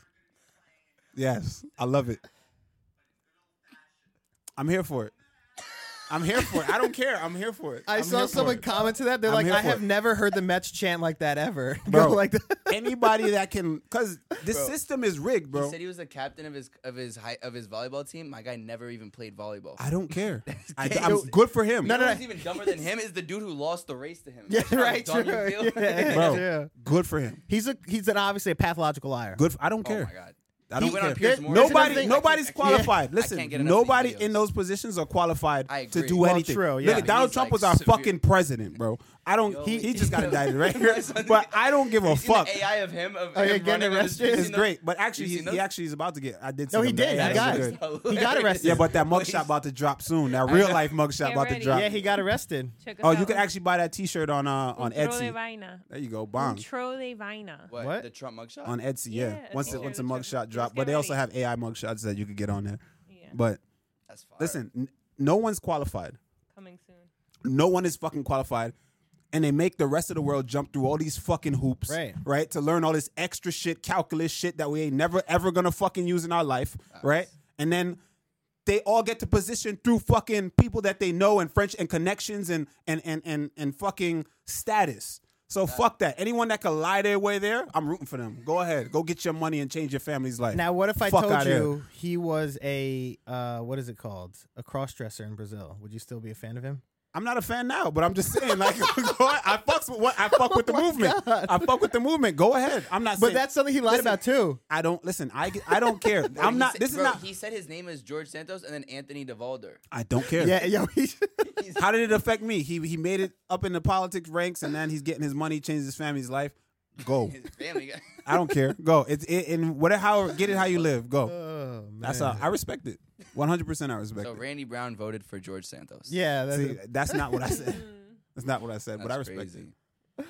S1: yes, I love it. I'm here for it. I'm here for it. I don't care. I'm here for it.
S2: I
S1: I'm
S2: saw
S1: here for
S2: someone
S1: it.
S2: comment to that. They're
S1: I'm
S2: like,
S1: here
S2: I
S1: for
S2: have
S1: it."
S2: never heard the Mets chant like that ever. Go
S1: Bro.
S2: like that.
S1: anybody that can because the
S3: Bro.
S1: system is rigged,
S3: He
S1: bro.
S3: said he was the captain of his of his high, of his volleyball team. My guy never even played volleyball.
S1: I don't care. I,
S3: gay.
S1: am good for him.
S3: You know
S2: no,
S3: who's even dumber than him is the dude who lost the race to him.
S2: Yeah,
S3: How
S2: right.
S3: dumb
S2: True.
S3: you feel?
S2: Yeah,
S1: Bro.
S2: true.
S1: Good for him.
S2: He's a he's an obviously a pathological liar.
S1: Good. For, I don't
S3: Oh my
S1: care.
S3: god.
S1: I
S3: He
S1: don't
S3: went on
S1: care.
S3: Piers Morgan.
S2: That's
S1: Nobody,
S2: another thing.
S1: nobody's
S3: I can't- I can't-
S1: qualified.
S3: I
S1: Listen,
S3: can't get enough of these
S1: nobody in
S3: videos.
S1: those positions are qualified
S3: I
S1: to
S3: agree.
S1: do
S3: Well,
S1: anything.
S2: true,
S1: Look,
S2: yeah.
S1: Donald
S3: He's,
S1: Trump
S3: like,
S1: was our
S3: severe-
S1: fucking president, bro. I don't.
S3: Yo,
S1: he, he
S3: he's
S1: just got
S3: so-
S1: indicted, right? but I don't give a
S3: You seen
S1: fuck.
S3: The AI of him of
S2: Oh, yeah,
S3: him
S2: getting
S3: running on the
S2: arrested?
S3: street? You
S1: It's
S3: seen
S1: great, but actually,
S3: you
S1: he,
S3: seen those?
S1: he actually is about to get. I did.
S2: No,
S1: see
S2: he
S1: them. The
S2: did.
S3: those?
S1: AI
S2: He
S1: is
S2: got,
S1: good.
S2: he got arrested.
S1: Yeah, but that mugshot about to drop soon. That real life mugshot
S4: Get
S1: about to
S4: ready.
S1: drop.
S2: yeah, he got arrested.
S4: Check us
S1: Oh,
S4: out.
S1: you could actually buy that T-shirt on uh, on
S4: Control de
S1: Etsy.
S4: vaina.
S1: There you go, bomb
S4: Control de vaina.
S3: What,
S2: What?
S3: The Trump mugshot?
S1: on Etsy. Yeah,
S4: Yeah, a
S1: once it,
S4: T-shirt
S1: once a
S4: with your-
S1: mugshot
S4: just
S1: drop,
S4: get
S1: but they also
S4: ready.
S1: have AI mugshots that you could get on there.
S4: Yeah.
S1: But
S3: That's fire.
S1: listen, n- no one's qualified.
S4: Coming soon.
S1: No one is fucking qualified, and they make the rest of the world jump through all these fucking hoops,
S2: Right.
S1: Right, to learn all this extra shit, calculus shit that we ain't never ever gonna fucking use in our life, right? And then they all get to position through fucking people that they know and French and connections and and and and and fucking status. So fuck that. Anyone that can lie their way there, I'm rooting for them. Go ahead, go get your money and change your family's life.
S2: Now, what if I
S1: Fuck
S2: told
S1: outta here.
S2: you he was a uh, what is it called? A crossdresser in Brazil. Would you still be a fan of him?
S1: I'm not a fan now, but I'm just saying, like, go ahead. I fucks with what I
S3: Oh
S1: fuck with the movement.
S2: God.
S1: I fuck with the movement. Go ahead. I'm not.
S2: But
S1: saying,
S2: that's something he lied
S1: Listen,
S2: about too.
S1: I don't listen. I get- I don't care.
S3: Bro,
S1: I'm
S3: he
S1: not.
S3: said-
S1: This is
S3: bro,
S1: not.
S3: He said his name is George Santos and then Anthony DeValder.
S1: I don't care.
S2: Yeah, yo, he,
S1: How did it affect me? He he made it up in the politics ranks, and then he's getting his money, changed his family's life. Go.
S3: His family guy.
S1: I don't care. Go. It's it, and whatever. How get it? How you live? Go.
S2: oh, man.
S1: That's how I respect it. 100. percent I respect
S3: So
S1: it.
S3: Randy Brown voted for George Santos.
S2: yeah. That's
S1: See, that's not what I said. That's not what I said.
S3: That's
S1: but I respect it.
S3: crazy.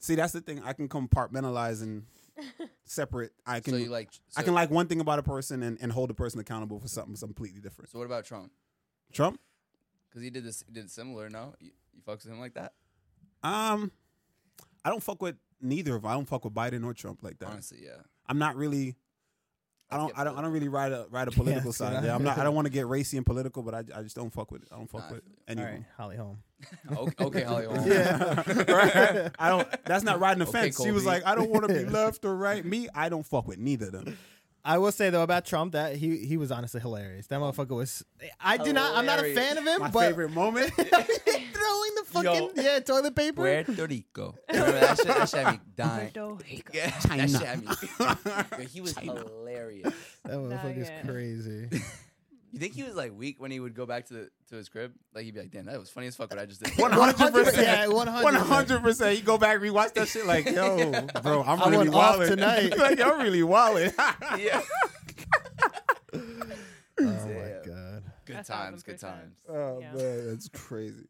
S1: See, that's the thing. I can compartmentalize and separate. I can
S3: So you like?
S1: I
S3: so-
S1: can like one thing about a person and, and hold a person accountable for something completely different.
S3: So what about Trump?
S1: Trump?
S3: Because he did this, did similar. No, you, you fucks with him like that.
S1: Um, I don't fuck with neither of. I don't fuck with Biden or Trump like that.
S3: Honestly, yeah.
S1: I'm not really. I
S3: Let's
S1: don't.
S3: get
S1: I don't. I don't really ride a ride a political
S2: let's get
S1: side.
S2: out
S1: Yeah,
S2: of
S1: I'm not. I
S2: here.
S1: don't want to get racy and political, but I, I just don't fuck with. I don't fuck
S3: Nah, I
S1: with
S3: feel
S1: any
S3: you.
S1: of
S2: all right,
S1: them.
S2: Holly Holm.
S3: Okay, okay Holly Holm.
S1: Right? I don't. That's not riding the
S3: Okay,
S1: fence. She was
S3: Colby.
S1: like, I don't want to be left or right. Me, I don't fuck with neither of them.
S2: I will say though about Trump that he he was honestly hilarious. That motherfucker was. I do not. I'm not a
S3: Hilarious.
S2: fan of him,
S1: My
S2: but
S1: favorite moment.
S2: throwing the fucking
S3: Yo.
S2: yeah toilet paper.
S3: Puerto Rico. Remember that shit? That shit had me dying.
S4: Puerto Rico.
S3: Yeah, that shit had me. Yo, he was hilarious.
S2: That motherfucker's
S4: yeah.
S2: crazy.
S3: You think he was like weak when he would go back to the to his crib? Like he'd be like, "Damn, that was funny as fuck what I just did."
S1: 100%.
S2: Yeah, 100%.
S1: One hundred percent. You go back, rewatch that shit. Like, yo, bro, I'm
S2: I
S1: really
S2: went off
S1: wilding
S2: tonight.
S1: like, I'm really wilding.
S3: yeah.
S2: Oh
S3: Damn.
S2: my god.
S3: Good
S4: That's
S3: times,
S4: awesome,
S3: good
S4: good
S3: times.
S1: oh
S4: Yeah.
S1: man, that's crazy.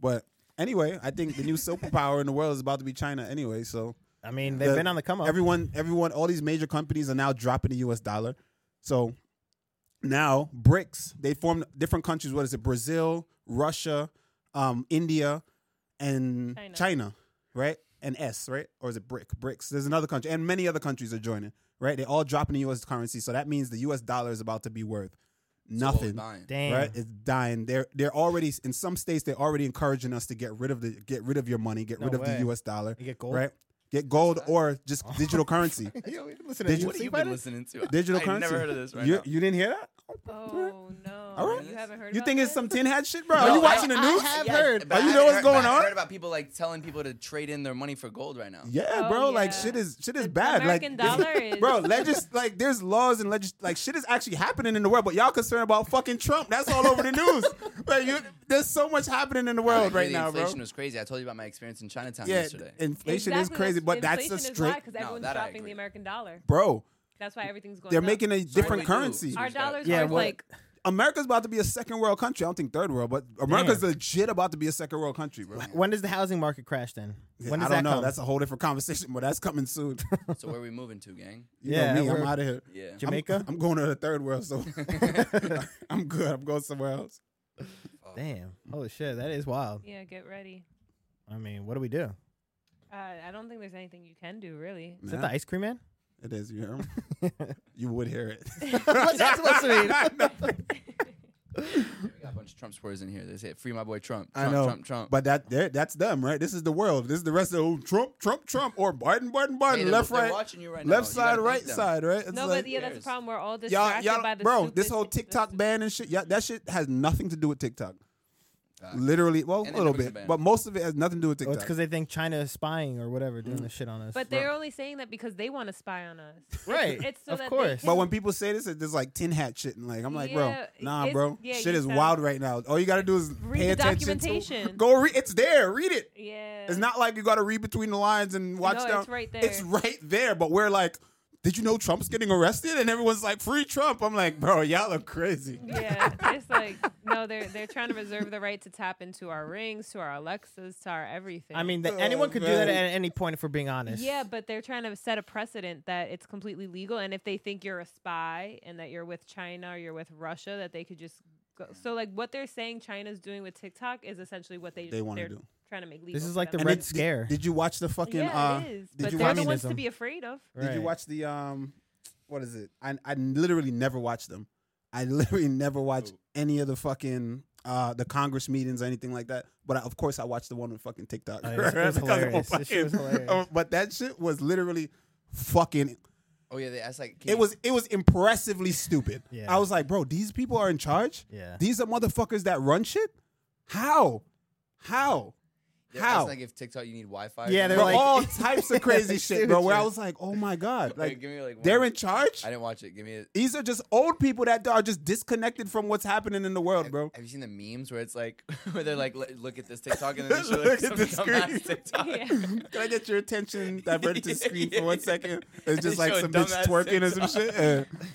S1: But anyway, I think the new superpower in the world is about to be China anyway. So
S2: I mean, they've
S1: The-
S2: been on the come up.
S1: everyone, everyone, all these major companies are now dropping the U.S. dollar. So now BRICS, they formed different countries. What is it? Brazil, Russia, um, India, and China.
S4: China.
S1: right? And S, right? Or is it BRIC? BRICS. There's another country, and many other countries are joining, right? They all dropping the U.S. currency, so that means the U.S. dollar is about to be worth
S3: So what was
S1: nothing
S3: mine?
S2: Damn.
S1: right? It's dying. They're they're already in some states. They're already encouraging us to get rid of the get rid of your money, get
S2: No
S1: rid of
S2: way.
S1: the U.S. dollar,
S2: You get gold.
S1: right? Get gold or just digital currency.
S2: Yo, listen
S1: Did
S2: to
S1: you-
S3: What have
S2: see
S3: you
S2: about
S3: been
S2: it?
S3: listening to?
S1: Digital
S3: I've
S1: currency.
S3: Never heard of this right
S1: you,
S3: now.
S1: you didn't hear that?
S4: Oh no!
S1: All right.
S4: You haven't heard.
S1: You
S4: about
S1: think it's
S4: this?
S1: some tin hat shit, bro?
S3: No,
S1: Are you
S3: I-
S1: watching the
S2: I
S1: news?
S2: have heard.
S3: but
S1: Oh, you
S3: I
S1: know what's
S3: haven't heard- but
S1: going
S3: I
S1: on?
S3: heard about people like telling people to trade in their money for gold right now.
S1: Yeah,
S4: Oh,
S1: bro. Like
S4: yeah.
S1: shit is shit is
S4: The
S1: bad.
S4: American
S1: like
S4: dollar is-
S1: bro. Legis like there's laws and legis like shit is actually happening in the world, but y'all concerned about fucking Trump. That's all over the news. Like you, there's so much happening in the
S3: I
S1: world
S3: hear
S1: right
S3: the
S1: now, bro.
S3: inflation was crazy. I told you about my experience in Chinatown
S1: Yeah,
S3: yesterday.
S1: inflation is
S4: Exactly,
S1: crazy, but that's a
S4: inflation is
S1: straight
S4: because
S3: No,
S4: everyone's
S3: that I
S4: dropping
S3: agree.
S4: the American dollar.
S1: bro.
S4: That's why everything's going.
S1: They're
S4: up.
S1: making a
S3: So what do
S1: different
S3: we do?
S1: currency.
S4: our
S3: Respect.
S4: dollars
S2: Yeah,
S4: are
S2: what-
S4: like
S1: America's about to be a second world country. I don't think third world, but America's legit about to be a second world country, bro.
S2: When does the housing market crash then?
S1: I
S2: When does
S1: don't
S2: that
S1: know.
S2: come?
S1: That's a whole different conversation, but that's coming soon.
S3: So where are we moving to, gang?
S1: You
S2: Yeah,
S1: know me, I'm
S2: we're-
S1: out of here.
S3: Yeah.
S1: I'm-
S2: Jamaica?
S1: I'm, going to the third world, so I'm good. I'm going somewhere else.
S2: Damn. Holy shit, that is wild.
S4: Yeah, get ready.
S2: I mean, what do we do?
S4: Uh, I don't think there's anything you can do really.
S2: Is that
S1: Nah,
S2: the ice cream man?
S1: it is. You hear him? you would hear it.
S2: What's that supposed to mean?
S3: We got a bunch of Trump supporters in here. They say, "Free my boy Trump."
S1: I
S3: Trump
S1: know,
S3: Trump, Trump.
S1: But that there- that's them, right? This is the world. This is the rest of the Trump, Trump, Trump, or Biden, Biden, Biden.
S3: Hey, they're-
S1: left,
S3: they're
S1: right,
S3: watching you right now.
S1: left
S3: You
S1: side,
S3: gotta thank
S1: right
S3: them.
S1: side, right? It's
S4: no,
S1: like-
S4: but yeah, that's the
S3: Cares.
S4: problem. We're all
S1: y'all,
S4: distracted
S1: y'all,
S4: by the
S1: bro, this
S4: stupid-
S1: whole TikTok
S4: this-
S1: ban and shit, yeah, that shit has nothing to do with TikTok.
S3: Facts.
S1: Literally, well,
S3: And
S1: a little
S3: Netflix
S1: bit,
S3: ban.
S1: but most of it has nothing to do with
S2: oh, it's
S1: TikTok.
S2: because they think China is spying or whatever, doing
S1: Mm.
S2: this shit on us.
S4: But they're only saying that because they want to spy on us. It's-
S2: Right.
S4: It's so
S2: Of
S4: that
S2: course.
S4: They
S1: but
S4: can,
S1: when people say this, it's just like tin hat shit, and like I'm like,
S4: Yeah,
S1: bro, nah,
S4: it's-
S1: bro,
S4: yeah,
S1: shit
S4: you
S1: is
S4: sound-
S1: wild right now. All you gotta do is
S4: Read
S1: pay
S4: the
S1: attention. to-
S4: documentation.
S1: go read, it's there, read it.
S4: yeah,
S1: It's not like you gotta read between the lines and watch
S4: No,
S1: down.
S4: it's right
S1: It's
S4: there.
S1: right there, but we're like, did you know Trump's getting arrested? And everyone's like, free Trump. I'm like, bro, y'all are crazy.
S4: Yeah, it's like no, they're they're trying to reserve the right to tap into our rings, to our Alexas, to our everything.
S2: I mean, that
S1: Oh,
S2: anyone could do that
S1: man.
S2: at any point if we're being honest.
S4: yeah, but they're trying to set a precedent that it's completely legal, and if they think you're a spy and that you're with China or you're with Russia, that they could just go. So like what they're saying China's doing with TikTok is essentially what they
S1: They wanna
S4: they're
S1: do.
S4: Trying to make legal.
S2: This is
S4: for
S2: like the
S4: them.
S2: Red
S1: did-
S2: Scare.
S1: Did, you watch the fucking?
S4: yeah,
S1: uh,
S4: it is.
S1: Did
S4: But
S1: you
S4: they're
S1: watch?
S4: the ones to
S2: Communism.
S4: be afraid of.
S1: Did you
S2: Right.
S1: watch the um? What is it? I I literally never watched them. I literally never watched any of the fucking uh the Congress meetings or anything like that. But I, of course, I watched the one with fucking TikTok.
S2: Oh, yeah, this shit was
S1: Because I'm
S2: hilarious. This shit was hilarious.
S1: oh, but that shit was literally fucking.
S3: Oh yeah, they- that's like can
S1: It
S3: you-
S1: was it was impressively stupid.
S2: Yeah.
S1: I was like, bro, these people are in charge.
S2: Yeah.
S1: These are motherfuckers that run shit. How? How?
S3: they're
S1: How?
S3: asking, Like if TikTok, you need Wi-Fi. or
S2: Yeah, they're
S1: Bro,
S3: something.
S2: like-
S1: all types of crazy shit, bro. Where I
S2: Seriously.
S1: was like, oh my god,
S3: Wait,
S1: like
S3: give me like.
S1: they're
S3: one.
S1: in charge.
S3: I didn't watch it. Give me. A,
S1: These are just old people that are just disconnected from what's happening in the world, bro.
S3: Have you seen the memes where it's like where they're like, "Look- look at this TikTok and then they show like
S1: Look at
S3: some
S1: the screen.
S3: dumbass TikTok.
S4: Yeah.
S1: Can I get your attention diverted to the screen for one second?
S3: And
S1: It's
S3: they
S1: just like
S3: show a
S1: some bitch
S3: dumbass
S1: twerking or some shit. Yeah.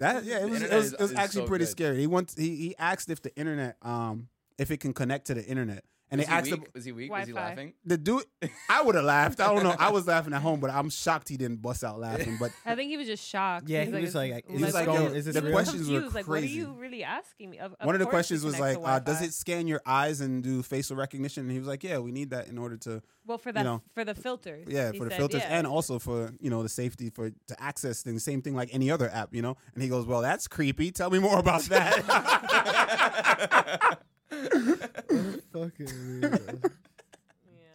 S1: That yeah, it was, it
S3: internet
S1: was,
S3: is-
S1: it was
S3: is
S1: actually
S3: so
S1: pretty
S3: good.
S1: scary. He once he, he asked if the internet um if it can connect to the internet, and
S3: Was
S1: they
S3: he
S1: asked
S3: weak?
S1: him-
S3: Was he weak? Was he
S4: Wi-Fi.
S3: laughing?
S1: the dude. I would have laughed. I don't know. I was laughing at home, but I'm shocked he didn't bust out laughing. But
S4: I think he was just shocked.
S2: Yeah, he was
S4: is
S2: like,
S4: this-
S2: is this
S4: what
S1: going-
S4: is-
S1: is this
S4: he
S1: real?
S4: was
S1: Questions were
S4: confused, Like, what are
S1: crazy.
S4: you really asking me? Of, of
S1: one of the
S4: course it
S1: questions was
S4: connects
S1: like,
S4: to
S1: uh, does
S4: Wi-Fi.
S1: it scan your eyes and do facial recognition? And he was like, yeah, we need that in order to
S4: Well, for
S1: you
S4: that,
S1: know,
S4: for the filters.
S1: yeah
S4: he
S1: for the
S4: said,
S1: filters
S4: yeah.
S1: and also for you know the safety for to access things same thing like any other app you know and he goes well that's creepy tell me more about that
S2: Fucking
S4: Yeah.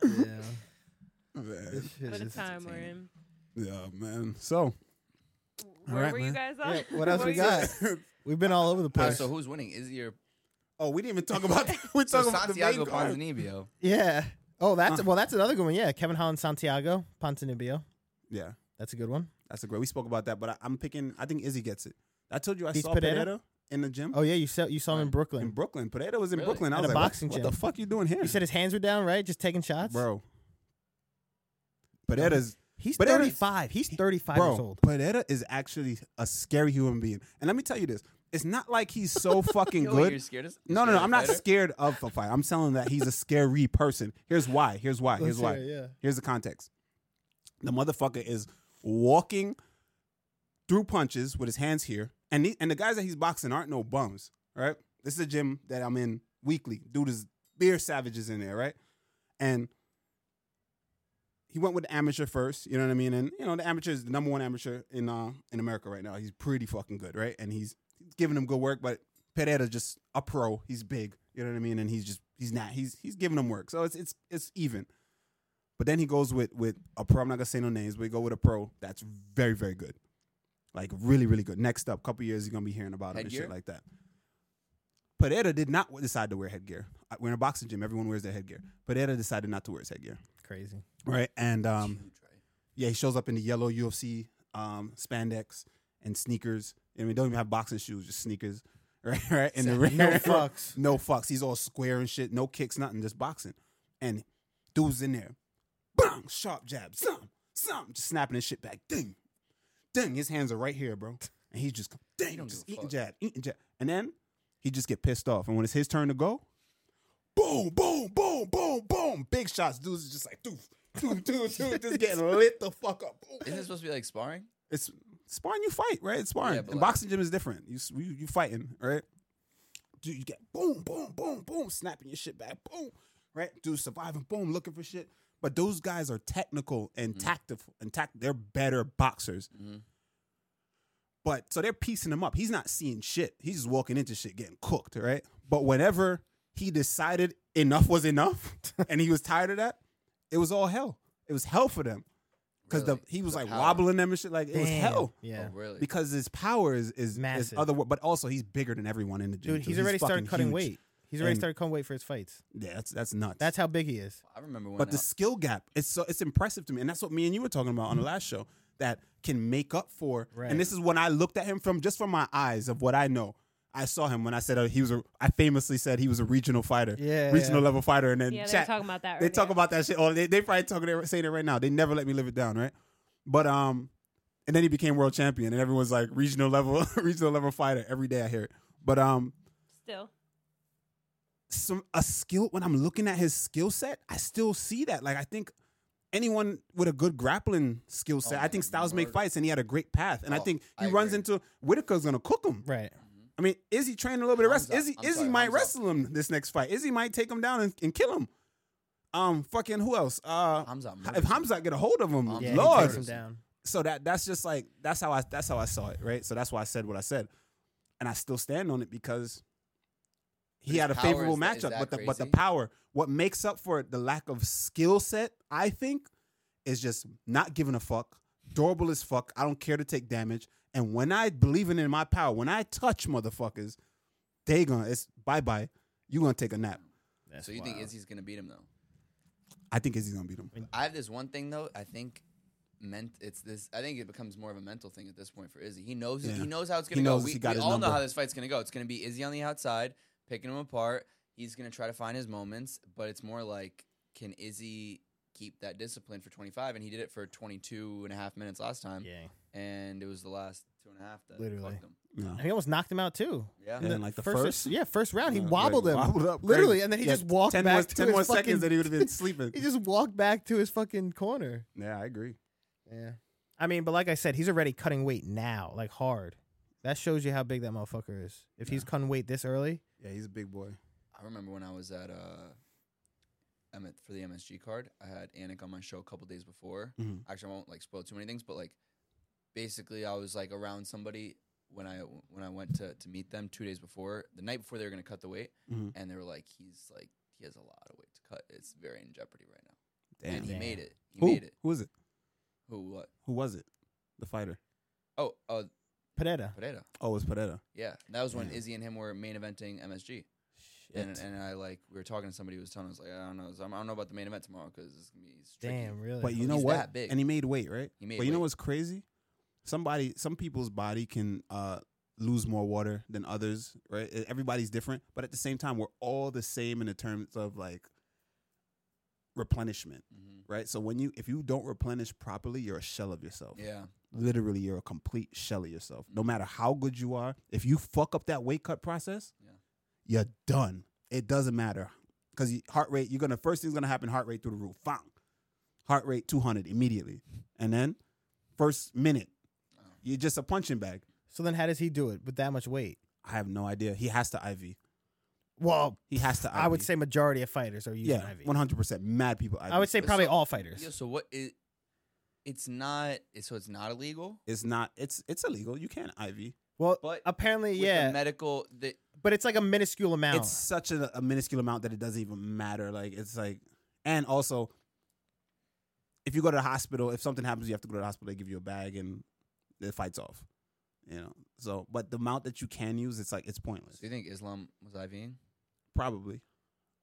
S2: yeah.
S1: man.
S4: What a time we're in.
S1: yeah man so
S4: Where
S1: right,
S4: were you guys on?
S2: Yeah, what else
S4: Where
S2: we
S4: were you-
S2: got? We've been all over the
S3: Uh,
S2: place.
S3: so who's winning? Is your
S1: oh we didn't even talk about that. we
S3: so
S1: talking about the
S3: Santiago
S1: main card.
S3: Ponzinibbio?
S2: yeah. Oh, that's
S1: Huh.
S2: well, that's another good one. Yeah, Kevin Holland, Santiago, Pontenibio.
S1: yeah
S2: That's a good one.
S1: that's a great we spoke about that but I, I'm picking I think Izzy gets it I told you I
S2: Beats
S1: saw
S2: Pineda?
S1: Pineda in the gym
S2: Oh yeah, you saw you saw him in
S1: in
S2: Brooklyn.
S1: Brooklyn Pineda was in
S3: Really?
S1: Brooklyn I
S2: At
S1: was
S2: a
S1: like what-
S2: boxing
S1: what,
S2: gym.
S1: the fuck you doing here
S2: You said his hands were down, right? Just taking shots,
S1: bro Pineda's
S2: He's
S1: But Aaron-
S2: thirty five. He's thirty five
S1: Bro,
S2: years old.
S1: Pineda is actually a scary human being. And let me tell you this. It's not like he's so fucking
S3: Yo, wait,
S1: good.
S3: You're scared of,
S1: No, no, no. I'm not
S3: scared. of the
S1: scared of a fight. I'm telling that he's a scary person. Here's why. Here's why. Here's why.
S2: Yeah.
S1: Here's the context. The motherfucker is walking through punches with his hands here, and the, and the guys that he's boxing aren't no bums, right? This is a gym that I'm in weekly. Dude is beer savages in there, right? And he went with the amateur first, you know what I mean? And you know the amateur is the number one amateur in uh in America right now. He's pretty fucking good, right? And he's giving him good work, but Pereira's just a pro. He's big, you know what I mean? And he's just he's not he's he's giving him work, so it's it's it's even. But then he goes with with a pro. I'm not gonna say no names, but he go with a pro that's very very good, like really really good. Next up, couple years you're gonna be hearing about him and
S3: Headgear?
S1: shit like that. Pereira did not decide to wear headgear. Uh, We're in a boxing gym. Everyone wears their headgear. Pereira decided not to wear his headgear.
S2: Crazy.
S1: Right. And
S3: fighter?
S1: um, yeah, he shows up in the yellow UFC um, spandex and sneakers. I mean, don't even have boxing shoes, just sneakers. Right, right. In the ring,
S2: No fucks.
S1: no fucks. He's all square and shit. No kicks, nothing. Just boxing. And dude's in there, bang, sharp jab, some, some, just snapping his shit back. Ding, ding. His hands are right here, bro. And he's just ding,
S3: don't
S1: just
S3: give a
S1: eating
S3: fuck.
S1: jab, eating jab. And then he just get pissed off. And when it's his turn to go, boom, boom, boom, boom, boom. Big shots. Dudes is just like doof, doof, doof, doof, just getting lit the fuck up. Boom.
S3: Isn't it supposed to be like sparring?
S1: It's sparring. You fight, right? It's sparring.
S3: Yeah, but
S1: and
S3: like-
S1: boxing gym is different. You s- you, you fighting, right? Dude, you get boom, boom, boom, boom, snapping your shit back, boom, right? Dude, surviving, boom, looking for shit. But those guys are technical and
S3: Mhm.
S1: tactical and tact. They're better boxers.
S3: Mhm.
S1: But so they're piecing him up. He's not seeing shit. He's just walking into shit, getting cooked, right? But whenever he decided enough was enough, and he was tired of that, it was all hell. It was hell for them because
S3: Really?
S1: the, he was
S3: The
S1: like
S3: power.
S1: wobbling them and shit. Like it was
S2: Damn.
S1: hell
S2: Yeah.
S3: Oh, really?
S1: because his power is is, is
S2: Massive.
S1: other. But also he's bigger than everyone in the gym.
S2: Dude,
S1: too.
S2: he's already started
S1: fucking
S2: cutting
S1: huge.
S2: weight. He's already
S1: And-
S2: started cutting weight for his fights.
S1: Yeah, that's that's nuts.
S2: That's how big he is.
S3: I remember when.
S1: but the
S3: I-
S1: skill gap it's so it's impressive to me, and that's what me and you were talking about on the last show that can make up for.
S2: Mm-hmm. Right.
S1: And this is when I looked at him from just from my eyes of what I know. I saw him when I said uh, he was a. I famously said he was a regional fighter,
S2: Yeah.
S1: regional level fighter, and then
S4: Yeah, they were
S1: chat.
S4: talking about that.
S1: They talk
S4: earlier.
S1: about that shit. Oh, they they probably talking they saying it right now. They never let me live it down, right? But um, and then he became world champion, and everyone's like regional level, regional level fighter. Every day I hear it. But um,
S4: still.
S1: some a skill when I'm looking at his skill set, I still see that. Like I think anyone with a good grappling skill set,
S3: Oh,
S1: I think
S3: man,
S1: Styles make
S3: murder.
S1: fights, and he had a great path. And I
S3: Oh,
S1: think he
S3: I
S1: runs
S3: agree.
S1: into Whitaker's gonna cook him.
S2: Right.
S1: I mean, Izzy trained a little bit of wrestling.
S3: Hamza,
S1: Izzy,
S3: I'm
S1: Izzy
S3: sorry,
S1: might
S3: Hamza.
S1: wrestle him this next fight. Izzy might take him down and, and kill him. Um, fucking who else? Uh,
S3: Hamza.
S1: if Hamza get a hold of him,
S3: Um,
S2: Yeah, He
S1: Lord.
S2: takes him down.
S1: So that that's just like that's how I that's how I saw it, right? So that's why I said what I said, and I still stand on it because he
S3: His
S1: had a
S3: power
S1: favorable
S3: is that- is
S1: matchup,
S3: that
S1: but the but the
S3: crazy?
S1: power, what makes up for it, the lack of skill set, I think, is just not giving a fuck, durable as fuck. I don't care to take damage, and when I believe in in my power, when I touch motherfuckers, they gonna it's bye bye. You gonna take a nap.
S3: so you think Izzy's gonna beat him though?
S1: I think Izzy's gonna beat him.
S3: I have this one thing though. I think meant it's this. I think it becomes more of a mental thing at this point for Izzy. He knows
S1: Yeah.
S3: he knows how it's
S1: He
S3: gonna go.
S1: knows
S3: We,
S1: he got
S3: we
S1: his
S3: all know
S1: number.
S3: how this fight's gonna go. It's gonna be Izzy on the outside, picking him apart. He's gonna try to find his moments, but it's more like can Izzy keep that discipline for 25? And he did it for 22 and a half minutes last time,
S2: Yeah.
S3: and it was the last two and a half that
S2: Literally.
S3: fucked him.
S1: No.
S2: And He almost knocked him out too.
S3: Yeah.
S1: Yeah. And like the first-
S2: yeah, first round, he
S1: Yeah,
S2: wobbled
S1: like,
S2: him,
S1: wobbled up,
S2: literally,
S1: crazy.
S2: and then he
S1: Yeah,
S2: just walked
S1: ten
S2: back
S1: more,
S2: to
S1: ten
S2: his
S1: more
S2: fucking-
S1: seconds that he would have been sleeping.
S2: He just walked back to his fucking corner.
S1: yeah, I agree.
S2: Yeah, I mean, but like I said, he's already cutting weight now, like hard. That shows you how big that motherfucker is. If he's cutting weight this early,
S1: Yeah, he's a big boy.
S3: I remember when I was at uh, Emmett for the MSG card. I had Anik on my show a couple days before.
S1: Mhm.
S3: Actually, I won't like spoil too many things, but like basically, I was like around somebody when I when I went to to meet them two days before, the night before they were gonna cut the weight,
S1: Mhm.
S3: and they were like, "He's like he has a lot of weight to cut. It's very in jeopardy right now."
S1: Damn.
S3: And he
S2: Damn.
S3: made it. He
S1: Who?
S3: made it.
S1: Who is it?
S3: Who? What?
S1: Who was it? The fighter.
S3: Oh, uh,
S2: Pineda.
S3: Pereira.
S1: Oh, it was Pereira.
S3: Yeah, that was when
S1: Yeah.
S3: Izzy and him were main eventing MSG. And, and I like we were talking to somebody who was telling us like I don't know I don't know about the main event tomorrow because it's gonna be it's tricky.
S2: Damn, really?
S1: But you know
S3: He's
S1: what?
S3: that big.
S1: And he made weight, right?
S3: He made
S1: but you know
S3: weight.
S1: what's crazy? Somebody, some people's body can uh, lose more water than others, right? E- Everybody's different, but at the same time, we're all the same in the terms of like replenishment,
S3: Mhm.
S1: right? So when you, if you don't replenish properly, you're a shell of
S2: Oh,
S1: yourself.
S3: Yeah,
S1: Literally, you're a complete shell of yourself. No matter how good you are, if you fuck up that weight cut process,
S3: Yeah.
S1: you're done. It doesn't matter because heart rate. You're gonna first thing's gonna happen. Heart rate through the roof. Fang. Heart rate 200 immediately, and then first minute, you're just a punching bag.
S2: So then, how does he do it with that much weight?
S1: I have no idea. He has to IV.
S2: Well,
S1: He has to. IV.
S2: Oh, I would say majority of fighters are using
S1: yeah,
S2: IV.
S1: 100 percent. Mad people. IV.
S2: I would say
S3: So-
S2: probably all fighters.
S3: yeah. So what it? It's not. it- So it's not illegal.
S1: it's not. It's it's illegal. You can't IV.
S2: Well,
S3: But
S2: apparently,
S3: With the
S2: yeah,
S3: medical. The,
S2: but it's like a minuscule amount.
S1: It's such a, a minuscule amount that it doesn't even matter. Like it's like, and also, if you go to the hospital, if something happens, you have to go to the hospital. They give you a bag and the fight's off. You know. So, but the amount that you can use, it's like it's pointless.
S3: so you think Islam was IVing?
S1: Probably.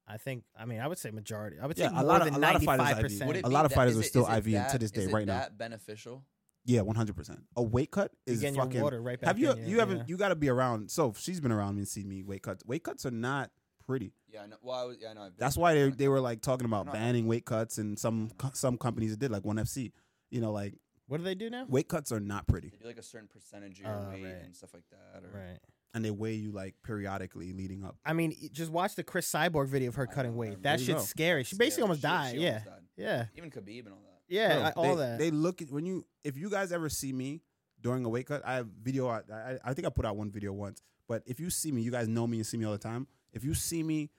S2: I think. I mean, I would say majority. I would
S1: Yeah,
S2: say
S1: a
S2: more
S1: lot of-
S2: than
S1: a lot of fighters
S2: ninety-five
S1: IV.
S3: Would
S2: percent.
S3: it
S1: A
S3: be
S1: lot of
S3: that-
S1: fighters
S3: is
S1: are
S3: it-
S1: still
S3: is it
S1: IVing to
S3: that-
S1: this
S3: is
S1: day,
S3: it
S1: right now.
S3: That beneficial.
S1: Yeah, one hundred percent. A weight cut
S2: You're
S1: is
S2: getting your
S1: fucking.
S2: water right back.
S1: have you?
S2: in
S1: You haven't. You got to be around. So she's been around me and seen me weight cuts. Weight cuts are not pretty.
S3: Yeah. I know, well, I was, yeah, I know. I've been-
S1: That's why they they were like talking about
S3: No, I-
S1: banning weight cuts, and some co- some companies did like ONE FC. You know, like
S2: What do they do now?
S1: weight cuts are not pretty.
S3: They do like a certain percentage of your
S2: Oh,
S3: weight
S2: right.
S3: and stuff like that. Or,
S2: Right.
S1: and they weigh you like periodically leading up.
S2: I mean, e- just watch the Chris Cyborg video of her
S3: I
S2: cutting
S3: know,
S2: weight.
S3: man.
S2: That
S1: There you
S2: shit's
S1: go.
S2: scary. She basically almost died.
S3: she
S2: yeah.
S3: almost died.
S2: yeah,
S3: Even Khabib and all that.
S2: yeah,
S1: Bro,
S2: I- all
S1: they,
S2: that.
S1: They look at when you if you guys ever see me during a weight cut, I have video. I, I I think I put out one video once, but if you see me, you guys know me and see me all the time. If you see me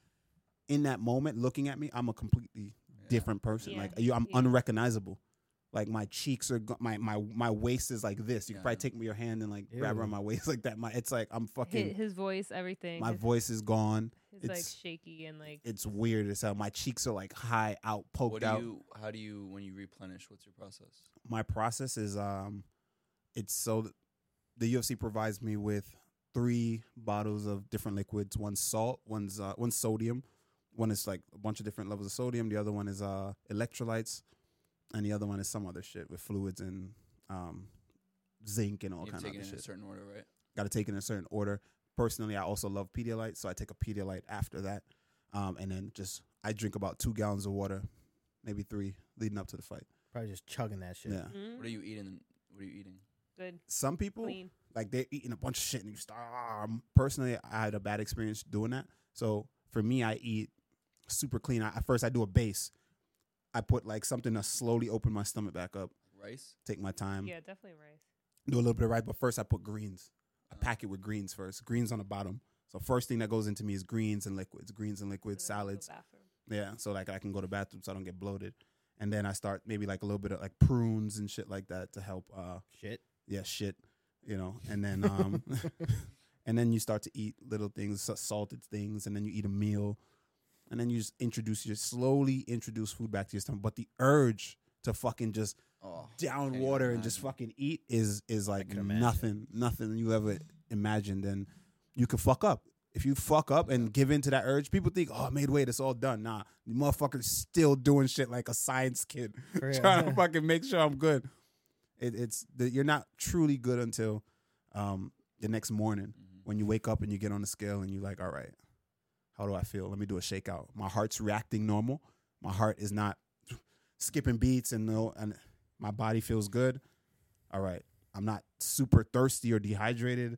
S1: in that moment looking at me, I'm a completely
S3: Yeah.
S1: different person.
S4: Yeah.
S1: Like you, I'm
S4: Yeah.
S1: unrecognizable. Like my cheeks are go- my my my waist is like this. You
S3: Yeah, I
S1: could probably
S3: know.
S1: take me your hand and like grab around
S2: Ew.
S1: my waist like that. My it's like I'm
S4: His,
S1: fucking.
S4: his voice, everything.
S1: My
S4: is-
S1: voice is gone.
S4: is like
S1: it's-
S4: shaky and like
S1: It's weird as hell. My cheeks are like high out, poked
S3: What do
S1: out.
S3: you? How do you when you replenish? What's your process?
S1: my process is um it's so th- the UFC provides me with three bottles of different liquids one's salt one's uh, one's sodium one is like a bunch of different levels of sodium the other one is uh electrolytes and the other one is some other shit with fluids and um zinc and all
S3: You've
S1: kind of
S3: taken
S1: other
S3: it in a
S1: shit
S3: certain order, right?
S1: got to take it in a certain order personally i also love pedialyte so i take a pedialyte after that um and then just i drink about two gallons of water maybe three leading up to the fight
S2: Probably just chugging that shit.
S1: yeah
S4: mm,
S3: What are you eating? What are you eating?
S4: good,
S1: some people
S4: clean.
S1: like they're eating a bunch of shit and you start um, personally i had a bad experience doing that so for me i eat super clean I, at first i do a base i put like something to slowly open my stomach back up
S3: Rice.
S1: take my time
S4: Yeah, definitely rice.
S1: do a little bit of rice but first i put greens i
S4: Mm.
S3: Uh,
S1: pack it with greens first greens on the bottom so first thing that goes into me is greens and liquids greens and liquids
S4: So then I'll go
S1: salads
S4: bathroom.
S1: yeah so like i can go to bathroom so i don't get bloated and then i start maybe like a little bit of like prunes and shit like that to help uh
S2: Shit.
S1: yeah, shit, you know, and then um, and then you start to eat little things, s- salted things, and then you eat a meal, and then you just introduce, you just slowly introduce food back to your stomach. But the urge to fucking just
S3: Oh,
S1: down
S3: can you
S1: water and just
S3: imagine?
S1: fucking eat is is like
S2: can imagine.
S1: nothing, nothing you ever imagined, and you could fuck up. If you fuck up and give in to that urge, people think, "Oh, I made weight, it's all done." Nah, the motherfucker's still doing shit like a science kid
S2: For real.
S1: trying to fucking make sure I'm good. It, it's the, you're not truly good until um, the next morning
S3: Mhm.
S1: when you wake up and you get on the scale and you're like, all right, how do I feel? Let me do a shakeout. My heart's reacting normal. My heart is not skipping beats and no, and my body feels good. All right, I'm not super thirsty or dehydrated.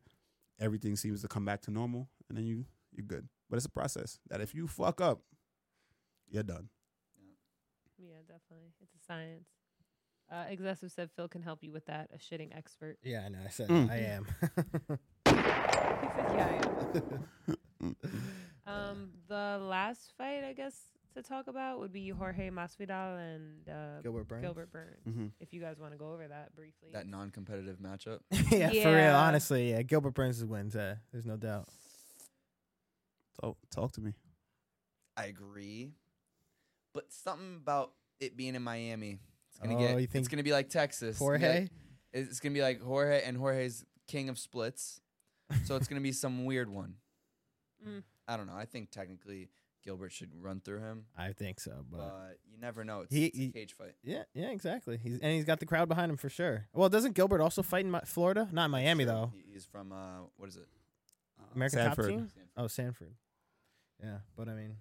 S1: Everything seems to come back to normal, and then you you're good. But it's a process that if you fuck up, you're done.
S4: Yeah, definitely. It's a science. Uh, Excessive said Phil can help you with that. A shitting expert.
S2: Yeah, I know. I said
S1: Mm.
S2: I am.
S4: He said, yeah, I am." Um, the last fight I guess to talk about would be Jorge Masvidal and uh,
S2: Gilbert Burns.
S4: Gilbert Burns.
S1: Mm-hmm.
S4: If you guys want to go over that briefly,
S3: That non-competitive matchup.
S2: yeah, for real.
S4: Yeah.
S2: Honestly, yeah. Gilbert Burns wins. Uh, there's no doubt.
S1: Talk, talk to me.
S3: I agree, but something about it being in Miami. It's gonna
S2: Oh,
S3: get.
S2: you
S3: it's
S2: think
S3: gonna be like Texas. It's gonna be
S2: Jorge.
S3: like- it's gonna be like Jorge and Jorge's king of splits. So it's gonna be some weird one.
S4: Mm.
S3: I don't know. I think technically Gilbert should run through him,
S2: I think so,
S3: but,
S2: but
S1: Uh,
S3: you never know. It's,
S2: He-
S3: it's a
S2: he-
S3: cage fight.
S2: yeah, yeah, exactly. He's and he's got the crowd behind him for sure. Well, doesn't Gilbert also fight in Mi- Florida? Not in Miami
S3: Sure.
S2: though.
S3: He- He's from uh, what is it?
S2: Uh, American
S1: Sanford.
S2: top team.
S3: Sanford.
S2: Oh, Sanford. Yeah, but I mean,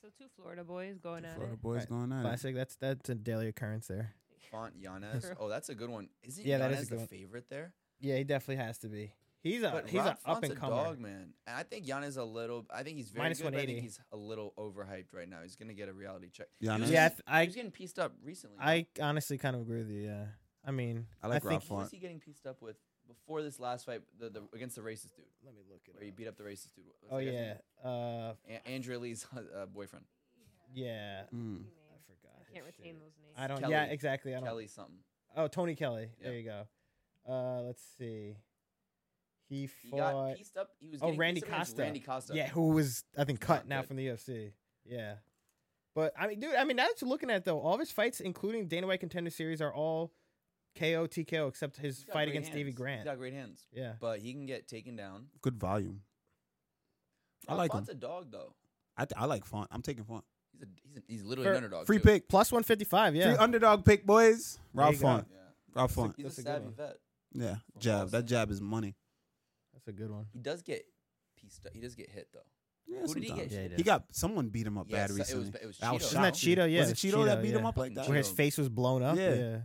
S4: so two Florida boys going at
S1: Florida
S4: it.
S1: boys
S2: Right.
S1: going at it.
S2: classic. That's that's a daily occurrence there.
S3: Font Yanez.
S4: True.
S3: Oh, that's a good one. Isn't
S2: Yeah,
S3: Yanez
S2: that is a
S3: the
S2: good one.
S3: favorite there?
S2: Yeah, he definitely has to be. He's a
S3: But
S2: he's
S3: Rob
S2: an up
S3: Font's
S2: and
S3: a
S2: comer.
S3: dog man. And I think Yanez a little. I think he's very
S2: Minus
S3: good. But I
S2: 180.
S3: think he's a little overhyped right now. He's gonna get a reality check.
S1: Yeah, I know.
S3: He was
S2: Yeah,
S3: getting-
S2: I
S3: he was
S2: th-
S3: getting pieced up recently. though.
S2: I I honestly kind of agree with you. Yeah, I mean,
S1: I like
S2: think,
S1: Rob
S3: Who
S1: Font.
S3: was he getting pieced up with before this last fight? The, the against the racist dude,
S2: Let me look
S3: where he
S2: it.
S3: beat up the racist dude. What's
S2: up. Oh
S3: that guy's
S2: yeah,
S3: name?
S2: uh,
S3: A- Andrea Lee's uh, boyfriend,
S2: yeah.
S1: Mm.
S2: I forgot.
S4: I
S2: his
S4: can't retain
S2: shit.
S4: those names.
S2: I don't.
S3: Kelly.
S2: Yeah, exactly. I don't.
S3: Kelly something.
S2: Oh, Tony Kelly.
S3: Yeah.
S2: There you go. Uh, let's see. He
S3: He
S2: fought.
S3: got pieced up. He was.
S2: Oh,
S3: getting
S2: Randy
S3: pieced up against
S2: Costa.
S3: Randy Costa.
S2: yeah, who was I think
S3: He's
S2: cut
S3: not
S2: now
S3: good.
S2: from the UFC. Yeah, but I mean, dude, I mean, now that you're looking at it, though, all of his fights, including Dana White Contender Series, are all KO TKO except his
S3: He's got
S2: fight
S3: great
S2: against Davy
S3: hands. He's
S2: Grant.
S3: got great hands,
S2: Yeah,
S3: but he can get taken down.
S1: Good volume. I
S3: Rob
S1: like
S3: Font's a dog though.
S1: I, th- I like font. I'm taking font.
S3: He's a, he's, a, he's literally an
S2: For-
S3: underdog.
S1: Free
S3: too.
S1: pick.
S2: plus one fifty five. Yeah,
S1: Free underdog pick, boys.
S2: There
S1: Ralph
S2: you go.
S1: Font.
S3: Yeah.
S1: Ralph Font.
S3: He's
S2: That's
S3: a
S2: a good
S3: savvy
S2: one.
S3: vet.
S1: Yeah.
S3: From
S1: Jab. That
S3: Boston.
S1: jab is money.
S2: that's a good one.
S3: He does get pieced up. He does get hit though.
S1: Yeah,
S3: Who did he
S1: sometimes.
S3: get?
S2: Yeah, he
S3: hit?
S2: did.
S1: He got someone beat him up
S3: Yeah,
S1: bad
S3: so- it was-
S1: recently.
S3: it was
S1: Al
S3: Cheeto.
S1: Shah.
S2: Isn't that Cheeto? Yeah,
S1: was it
S2: it's
S1: Cheeto, that beat him
S2: yeah.
S1: up like that?
S2: Where his face was blown up.
S1: Yeah.
S2: yeah.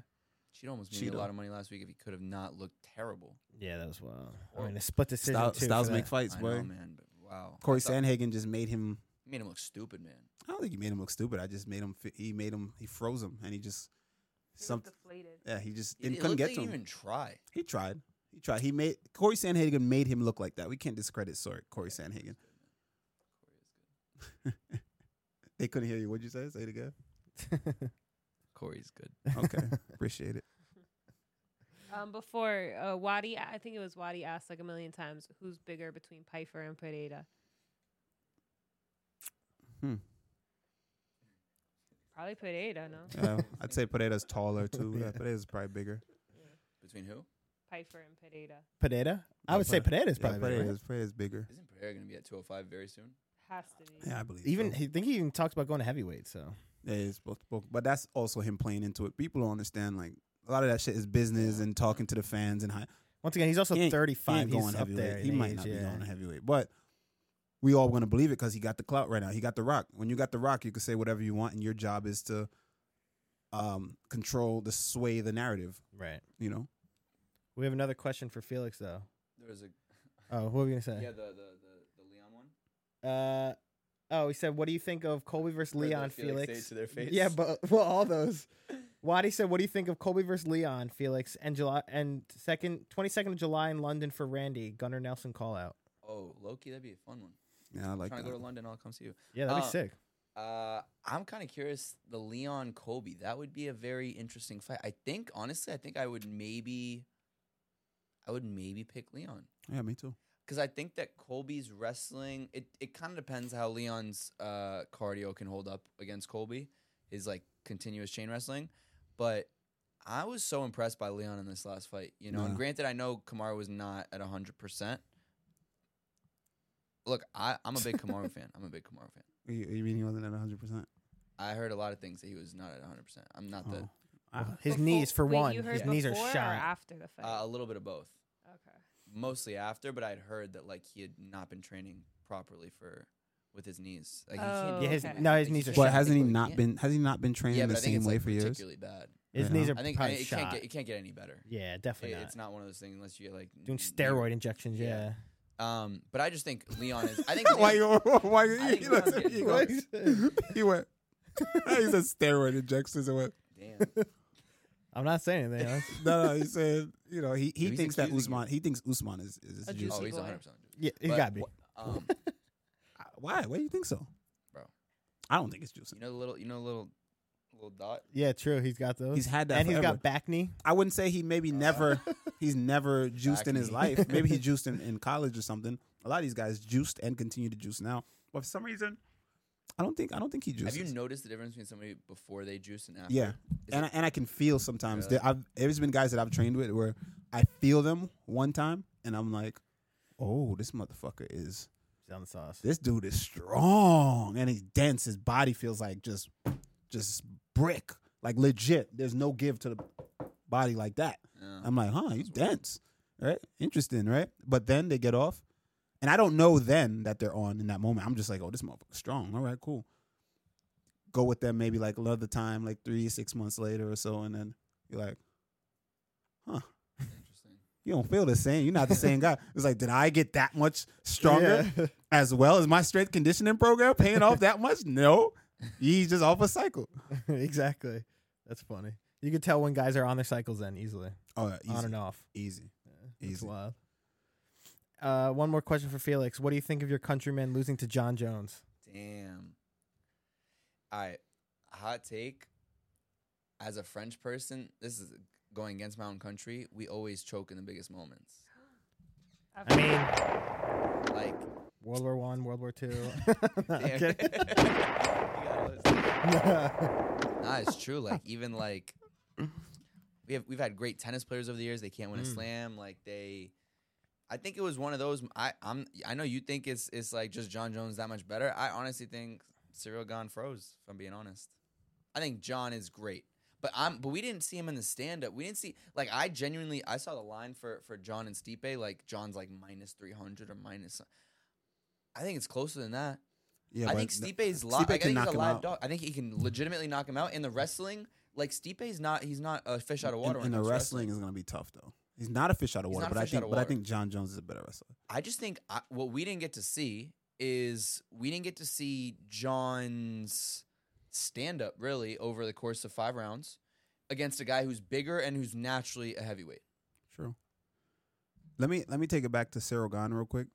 S3: She'd almost made
S1: Cheeto.
S3: a lot of money last week if he could have not looked terrible.
S2: Yeah, that was wild. I mean, a split decision
S1: Styles,
S2: too.
S1: Styles
S2: for
S1: make
S2: that.
S1: fights,
S3: I
S1: boy.
S3: know, man. But wow, I
S1: Corey
S3: thought-
S1: Sandhagen just made him.
S3: made him look stupid, man.
S1: I don't think he made him look stupid. I just made him. fi- He made him. He froze him, and he just some. Yeah, he just
S3: He,
S1: didn't
S3: it
S1: couldn't
S3: looked
S1: get
S3: like
S1: to
S3: he
S1: him.
S3: didn't even try.
S1: He tried. He tried. He made Corey Sandhagen made him look like that. We can't discredit sorry, Corey Sandhagen. They couldn't hear you. What'd you say? Say it again.
S3: Corey's good.
S1: Okay, appreciate it.
S4: Um, before uh, Wadi, I think it was Wadi asked like a million times, "Who's bigger between Piper and Pineda?"
S1: Hmm.
S4: Probably Pineda, no?
S1: Uh, I'd say Pineda's taller too. Yeah, Pineda's probably bigger.
S3: Between who?
S4: Piper and Pineda
S2: Pineda? I
S1: Yeah,
S2: would say
S1: Pineda-
S2: Pineda's
S1: Yeah,
S2: probably. right?
S1: Pineda's, Pineda's bigger.
S3: Isn't Pereira going to be at 205 very soon?
S4: has to be.
S1: Yeah, I believe.
S2: Even
S1: so.
S2: he think he even talks about going to heavyweight. So
S1: Yeah, it's both, both, but that's also him playing into it. People don't understand like a lot of that shit is business and talking to the fans and high.
S2: once again, he's also
S1: He ain't- he
S2: thirty five.
S1: ain't
S2: He's up
S1: heavyweight.
S2: there. in
S1: He might
S2: age,
S1: not be
S2: yeah.
S1: going heavyweight, but we all going to believe it because he got the clout right now. He got the rock. When you got the rock, you can say whatever you want, and your job is to um control the sway the narrative.
S2: Right.
S1: You know,
S2: We have another question for Felix though.
S3: There was a
S2: Oh, what were you gonna say?
S3: yeah the the the, the Leon one.
S2: Uh, oh, he said, "What do you think of Colby versus
S3: Or the
S2: Leon,
S3: Felix
S2: Felix?"
S3: say to their face.
S2: Yeah, but well, all those. Wadi said, "What do you think of Colby versus Leon, Felix, and July and second twenty second of July in London for Randy Gunnar Nelson call out?"
S3: Oh, Loki, that'd be a fun one.
S1: yeah, I like
S3: Trying to go to
S1: that.
S3: London, I'll come see you.
S2: Yeah, that'd be
S3: Uh,
S2: sick.
S3: Uh, I'm kind of curious the Leon Kobe. That would be a very interesting fight. I think honestly, I think I would maybe, I would maybe pick Leon
S1: Yeah, me too.
S3: because I think that Colby's wrestling. It it kind of depends how Leon's uh, cardio can hold up against Colby. His like continuous chain wrestling, but I was so impressed by Leon in this last fight. You know, and
S1: Yeah.
S3: granted, I know Kamara was not at hundred percent. Look, I, I'm a big Kamaru fan. I'm a big Kamaru fan.
S1: You, you mean he wasn't at one hundred percent?
S3: I heard a lot of things that he was not at 100. percent I'm not
S1: Oh,
S3: the
S2: His
S4: Before-
S2: knees, for
S4: wait, you
S2: one,
S4: heard
S2: his knees are
S4: before or
S2: shot.
S4: after the fight.
S3: uh, a little bit of both,
S4: okay.
S3: mostly after. But I'd heard that like he had not been training properly for with his knees. Like, he
S4: Oh,
S3: can't
S4: Yeah,
S3: do
S4: his-
S3: that.
S2: no, his
S3: Like,
S2: knees
S3: he
S2: are
S3: shot.
S2: shot.
S1: But
S3: I
S1: hasn't
S3: think
S1: he
S3: what
S1: not
S3: can't-
S1: been? Hasn't he not been training
S3: Yeah,
S1: the
S3: but I think
S1: same
S3: it's
S1: way
S3: like
S1: for years?
S3: particularly bad.
S2: His
S1: Yeah.
S2: knees are
S3: I think I,
S2: probably
S3: it
S2: shot.
S3: can't get it can't get any better.
S2: yeah,
S3: It-
S2: definitely not.
S3: it's not one of those things unless you get like
S2: Doing
S3: n-
S2: steroid injections.
S3: Yeah.
S2: Yeah.
S3: Um, but I just think Leon is. I think
S1: why
S3: Leon-
S1: you? Why you?
S3: I think
S1: He,
S3: Leon's
S1: looked-
S3: getting
S1: he
S3: close.
S1: went. He went. he said steroid injections and went.
S3: Damn.
S2: I'm not saying anything. else.
S1: No, no. He said, you know, he, he
S3: He's
S1: thinks that
S3: excusing
S1: Usman. He thinks Usman is is
S4: A
S1: juicy.
S3: Oh,
S4: juicy
S3: he's
S4: boy.
S3: 100. percent
S2: yeah, he got me.
S3: Um,
S1: Why? Why do you think so,
S3: Bro.
S1: I don't think it's juicy.
S3: you know the little, you know the little, little dot.
S2: Yeah, true. He's got those.
S1: He's had that
S2: and
S1: forever.
S2: he's got back knee.
S1: I wouldn't say he maybe never. He's never juiced in his
S3: Uh. Acne.
S1: life. Maybe he juiced in, in college or something. A lot of these guys juiced and continue to juice now. But for some reason, I don't think I don't think he juices.
S3: Have you noticed the difference between somebody before they juice and after?
S1: Yeah,
S3: Is
S1: and
S3: it-
S1: I, and I can feel sometimes.
S3: Really?
S1: There, I've there's been guys that I've trained with where I feel them one time, and I'm like, oh, this motherfucker is
S2: He's on the sauce.
S1: this dude is strong and he's dense. His body feels like just just brick, like legit. There's no give to the body like that.
S3: Yeah.
S1: I'm like, huh, he's dense, right? Interesting, right? But then they get off, and I don't know then that they're on in that moment. I'm just like, oh, this motherfucker's strong. All right, cool. Go with them maybe like another time, like three, six months later or so, and then you're like,
S3: Interesting.
S1: you don't feel the same. You're not the same guy. It's like, did I get that much stronger?
S2: Yeah.
S1: as well as my strength conditioning program paying off that much? No. He's just off a cycle.
S2: exactly. That's funny. You could tell when guys are on their cycles then easily,
S1: Oh, yeah,
S2: on and off.
S1: Easy.
S2: It's
S1: Easy.
S2: wild. Uh, one more question for Felix. What do you think of your countrymen losing to John Jones?
S3: Damn. All right. Hot take. As a French person, this is going against my own country. We always choke in the biggest moments.
S2: I mean,
S3: Like,
S2: World War One, World War Two.
S3: damn.
S2: I'm kidding.
S3: You gotta listen.
S2: yeah,
S3: nah, it's true. Like, even like, we have we've had great tennis players over the years. They can't win a
S2: Mm.
S3: slam. Like they, I think it was one of those. I I'm I know you think it's it's like just John Jones that much better. I honestly think Cyril Gone froze. If I'm being honest, I think John is great. But I'm but we didn't see him in the stand up. We didn't see like I genuinely I saw the line for for John and Stipe like John's like minus three hundred or minus. I think it's closer than that.
S1: Yeah,
S3: I
S1: but
S3: think
S1: th-
S3: Stipe's li-
S1: Stipe
S3: like, I
S1: can
S3: think
S1: knock
S3: he's
S1: him
S3: a live
S1: out.
S3: dog. I think he can legitimately knock him out. In the wrestling, like Stipe's not he's not a fish out of water.
S1: And,
S3: when
S1: and the
S3: it comes to
S1: wrestling, is gonna be tough though. He's not a fish out of
S3: He's
S1: water,
S3: not a
S1: but I
S3: fish
S1: think
S3: out of
S1: but I
S3: water.
S1: think John Jones is a better wrestler.
S3: I just think I, what we didn't get to see is we didn't get to see John's stand up really over the course of five rounds against a guy who's bigger and who's naturally a heavyweight.
S1: True. Let me let me take it back to Sarah Gon real quick.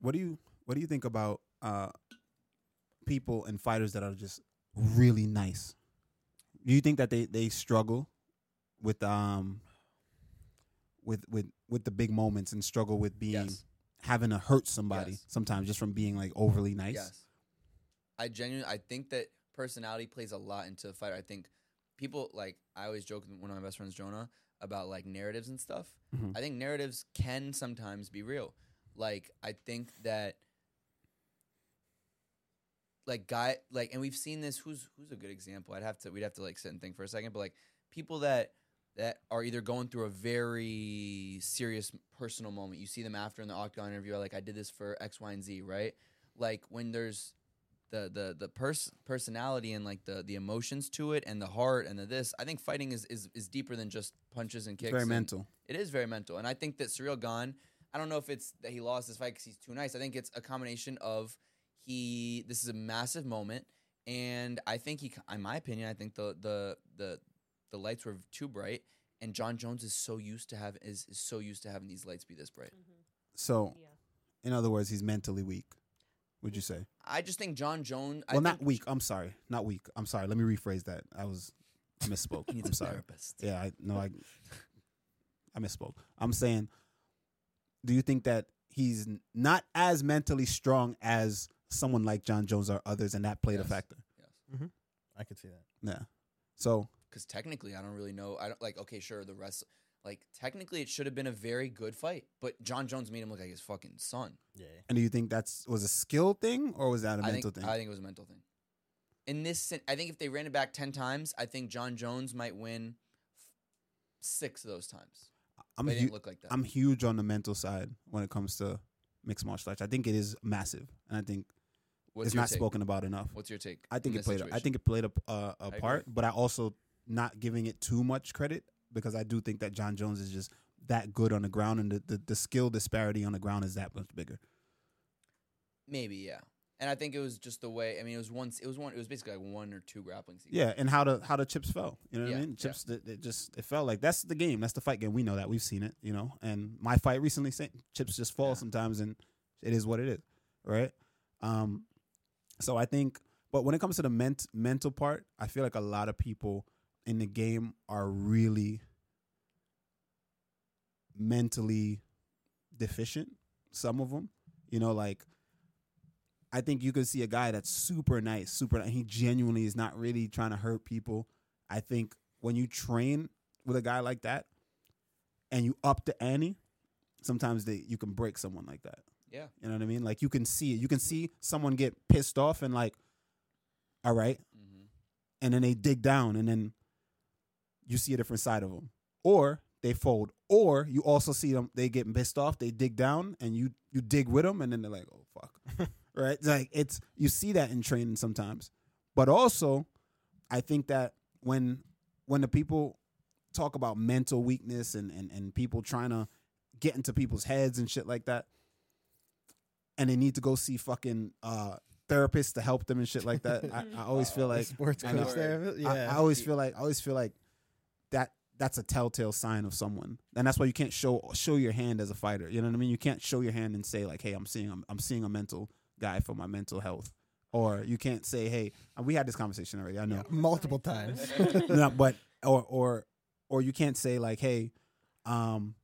S1: What do you what do you think about uh people and fighters that are just really nice? Do you think that they they struggle with um with with with the big moments and struggle with being
S3: Yes.
S1: having to hurt somebody
S3: Yes.
S1: sometimes just from being like overly nice?
S3: Yes. I genuinely I think that personality plays a lot into the fighter. I think people like I always joke with one of my best friends, Jonah, about like narratives and stuff.
S1: Mhm.
S3: I think narratives can sometimes be real. Like I think that like guy like and we've seen this who's who's a good example. I'd have to we'd have to like sit and think for a second, but like people that that are either going through a very serious personal moment. You see them after in the octagon interview, like I did this for X, Y, and Z, right? Like when there's the the the pers- personality and like the the emotions to it and the heart and the this. I think fighting is is, is deeper than just punches and
S1: It's
S3: kicks.
S1: very
S3: and-
S1: mental.
S3: it is very mental. And I think that Surreal Gone, I don't know if it's that he lost this fight because he's too nice. I think it's a combination of he, this is a massive moment. And I think he, in my opinion, I think the, the, the, the lights were too bright. And John Jones is so used to have is, is so used to having these lights be this bright.
S1: So,
S4: Mm-hmm. Yeah.
S1: in other words, he's mentally weak. Would you say?
S3: I just think John Jones. I
S1: Well, not
S3: think-
S1: weak. I'm sorry. Not weak. I'm sorry. Let me rephrase that. I was I misspoke.
S3: He needs
S1: I'm
S3: a
S1: sorry.
S3: therapist.
S1: Yeah, I no, I I misspoke. I'm saying, do you think that he's n- not as mentally strong as someone like John Jones or others, and that played
S3: Yes.
S1: a factor?
S2: I could see that.
S1: Yeah. So
S3: because technically I don't really know. I don't like. Okay, sure, the rest. Like technically, it should have been a very good fight, but John Jones made him look like his fucking son.
S2: Yeah.
S1: and do you think that's was a skill thing or was that a
S3: I
S1: mental thing?
S3: think, I think it was a mental thing. In this, sen- I think if they ran it back ten times, I think John Jones might win f- six of those times.
S1: I'm
S3: But it
S1: hu-
S3: didn't look like that.
S1: I'm huge on the mental side when it comes to mixed martial arts. I think it is massive, and I think
S3: What's
S1: it's
S3: your
S1: not
S3: take?
S1: spoken about enough.
S3: What's your take?
S1: I think
S3: in
S1: it
S3: this
S1: played. A, I
S3: situation?
S1: think it played a, a, a
S3: agree.
S1: part, but I also not giving it too much credit because I do think that John Jones is just that good on the ground, and the, the, the skill disparity on the ground is that much bigger.
S3: maybe yeah. And I think it was just the way. I mean, it was once. It was one. It was basically like one or two grappling sequences.
S1: Yeah, and how the how the chips fell. You know what
S3: Yeah,
S1: I
S3: yeah.
S1: mean? Chips. It, it just it fell like that's the game. That's the fight game. We know that. We've seen it. You know. And my fight recently, sa- chips just fall
S3: Yeah.
S1: sometimes, and it is what it is, right? Um, so I think, but when it comes to the ment- mental part, I feel like a lot of people in the game are really mentally deficient. Some of them, you know, like I think you could see a guy that's super nice, super. He genuinely is not really trying to hurt people. I think when you train with a guy like that, and you up the ante, sometimes they, you can break someone like that.
S3: Yeah.
S1: You know what I mean? Like you can see it. You can see someone get pissed off and like, all right,
S3: hmm
S1: and then they dig down, and then you see a different side of them, or they fold, or you also see them. They get pissed off, they dig down, and you you dig with them, and then they're like, oh fuck, right? It's Like it's you see that in training sometimes, but also, I think that when when the people talk about mental weakness and and and people trying to get into people's heads and shit like that and they need to go see fucking uh therapists to help them and shit like that. I, I always feel like
S2: sports
S1: I know.
S2: coach there. Yeah.
S1: I, I always feel like I always feel like that that's a telltale sign of someone, and that's why you can't show show your hand as a fighter. You know what I mean? You can't show your hand and say like, "Hey, I'm seeing I'm, I'm seeing a mental guy for my mental health," or you can't say, "Hey, we had this conversation already." I know,
S2: multiple times.
S1: no, but or or or you can't say like, "Hey, um."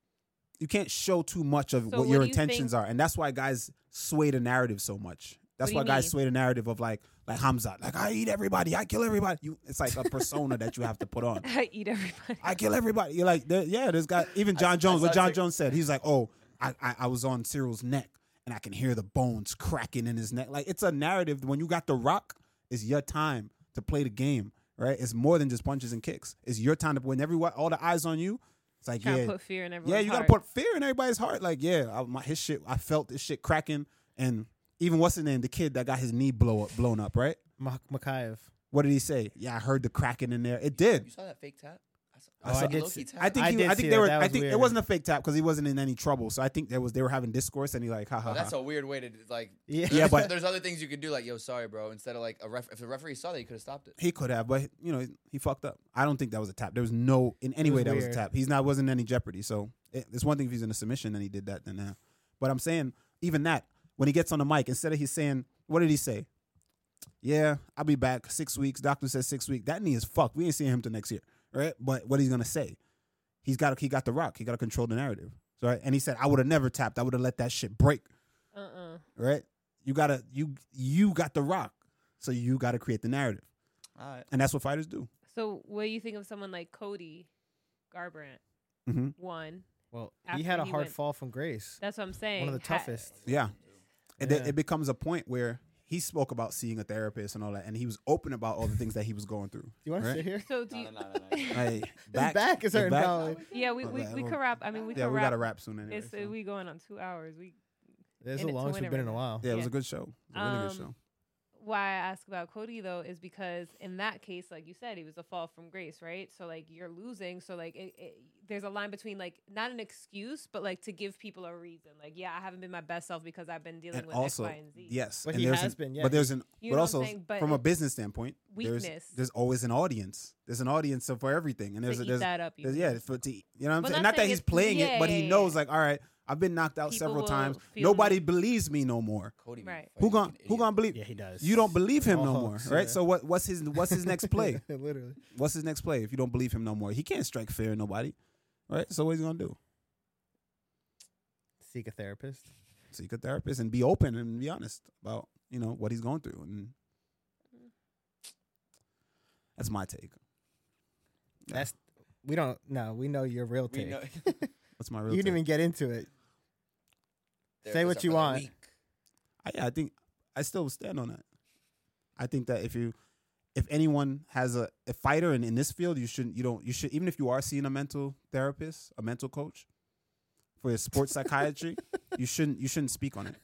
S1: You can't show too much of
S4: So
S1: what,
S4: what
S1: your
S4: do you think-
S1: intentions are, and that's why guys sway the narrative so much. That's
S4: do you
S1: why guys
S4: mean?
S1: sway the narrative of like, like Hamza, like I eat everybody, I kill everybody. You, it's like a persona that you have to put on.
S4: I eat everybody.
S1: I kill everybody. You're like, there, yeah, this guy, even
S3: I
S1: John Jones,
S3: saw
S1: what John
S3: it.
S1: Jones said, he's like, oh, I, I, I was on Cyril's neck and I can hear the bones cracking in his neck. Like, it's a narrative. When you got the rock, it's your time to play the game, right? It's more than just punches and kicks. It's your time to, when everyone, all the eyes on you, it's like,
S4: Trying
S1: yeah,
S4: to put fear in everyone's
S1: yeah, you got to
S4: heart.
S1: put fear in everybody's heart. Like, yeah, I, my, his shit, I felt this shit cracking. And even what's his name, the kid that got his knee blow up, blown up, right?
S2: Mak- Makayev.
S1: What did he say? Yeah, I heard the cracking in there. It did.
S3: You saw that fake tap? I saw,
S2: Oh, I
S3: saw
S2: did
S3: low-key
S2: see-
S3: tap.
S1: I think
S2: I
S1: he-
S2: did
S1: I
S2: see
S1: think they
S2: that.
S1: were.
S2: That
S1: I
S2: was
S1: think
S2: weird.
S1: it wasn't a fake tap because he wasn't in any trouble. So I think there was they were having discourse and he like ha ha.
S3: Oh, that's
S1: ha.
S3: a weird way to like.
S2: Yeah.
S3: there's-
S1: Yeah, but-
S3: there's other things you could do, like yo, sorry, bro. Instead of like a ref, if the referee saw that, he could have stopped it.
S1: he could have, but you know he fucked up. I don't think that was a tap. There was no in any
S2: It was
S1: way that was a
S2: weird.
S1: tap. He's not wasn't in any jeopardy. So it, it's one thing if he's in a submission and he did that then now. But I'm saying even that when he gets on the mic instead of he's saying what did he say? Yeah, I'll be back six weeks. Doctor says six weeks. That knee is fucked. We ain't seeing him till next year, right? But what he's gonna say? He's got he got the rock. He got to control the narrative, so, right? And he said I would have never tapped. I would have let that shit break
S4: Uh uh
S1: right? You gotta you you got the rock, so you gotta create the narrative,
S3: All right.
S1: and that's what fighters do.
S4: So what do you think of someone like Cody Garbrandt?
S1: Mhm.
S4: One.
S2: Well, he
S4: After
S2: had a
S4: he
S2: hard
S4: went-
S2: fall from grace.
S4: That's what I'm saying.
S2: One of the
S4: Ha-
S2: toughest.
S1: Yeah, and then
S2: Yeah.
S1: it becomes a point where he spoke about seeing a therapist and all that, and he was open about all the things that he was going through.
S2: Do you want
S1: Right.
S2: to sit here?
S4: So do
S3: No,
S4: you,
S3: no, no, no, no.
S1: Hey,
S2: His back is
S1: your
S2: hurting.
S1: back-
S2: probably.
S4: yeah, we,
S1: Oh,
S4: we,
S1: man,
S4: we
S1: well,
S4: could wrap. I mean, we
S1: yeah,
S4: could
S1: we
S4: wrap.
S1: gotta wrap soon anyway.
S4: It's,
S1: so.
S4: uh, we going on two hours. We
S2: This is
S4: in
S2: the
S4: it to
S2: longest
S4: win
S2: we've
S4: it
S2: been in
S4: right
S2: a
S4: now.
S2: while.
S1: yeah, it was
S4: yeah.
S1: a good show. It was a really
S4: Um,
S1: good show.
S4: why I ask about Cody though is because in that case, like you said, he was a fall from grace, right? So like you're losing, so like it, it, there's a line between like not an excuse, but like to give people a reason. Like yeah, I haven't been my best self because I've been dealing
S1: And
S4: with
S1: also,
S4: X, Y, and Z.
S1: yes,
S2: But
S1: and
S2: he
S1: there's
S2: has
S1: an-
S2: been, yeah.
S1: But there's an,
S4: You
S1: but
S4: know what I'm
S1: also
S4: saying? But
S1: from a
S4: it-
S1: business standpoint, there's
S4: Weakness.
S1: there's always an audience. There's an audience for everything, and
S4: To
S1: there's a,
S4: eat
S1: there's
S4: that up, you
S1: There's-
S4: mean.
S1: yeah, for to, you know what I'm
S4: Well,
S1: saying.
S4: not
S1: Not that
S4: saying
S1: he's
S4: it's-
S1: playing
S4: yeah,
S1: it, but
S4: yeah,
S1: he
S4: yeah.
S1: knows like, all right, I've been knocked out
S4: People
S1: several
S4: will
S1: times.
S4: feel
S1: Nobody
S4: it.
S1: believes me no more.
S3: Cody,
S4: Right.
S1: Who gon' who gon' believe?
S2: Yeah, he does.
S1: You don't believe him no
S2: All
S1: more,
S2: hooks,
S1: right?
S2: yeah.
S1: So what? What's his what's his next play?
S2: Literally.
S1: What's his next play? If you don't believe him no more, he can't strike fear in nobody, right? So what he's gonna do?
S2: Seek a therapist.
S1: Seek a therapist and be open and be honest about you know what he's going through, and that's my take. Yeah.
S2: That's we don't no, we know your real
S3: We
S2: take.
S3: know,
S1: That's my
S2: you
S1: real.
S2: didn't
S1: take.
S2: even get into it. what
S3: Therapists are
S2: you
S3: for the
S2: want.
S3: weak.
S1: I, yeah, I think I still stand on that. I think that if you, if anyone has a, a fighter in, in this field, you shouldn't, you don't, you should, even if you are seeing a mental therapist, a mental coach for your sports psychiatry, you shouldn't, you shouldn't speak on it.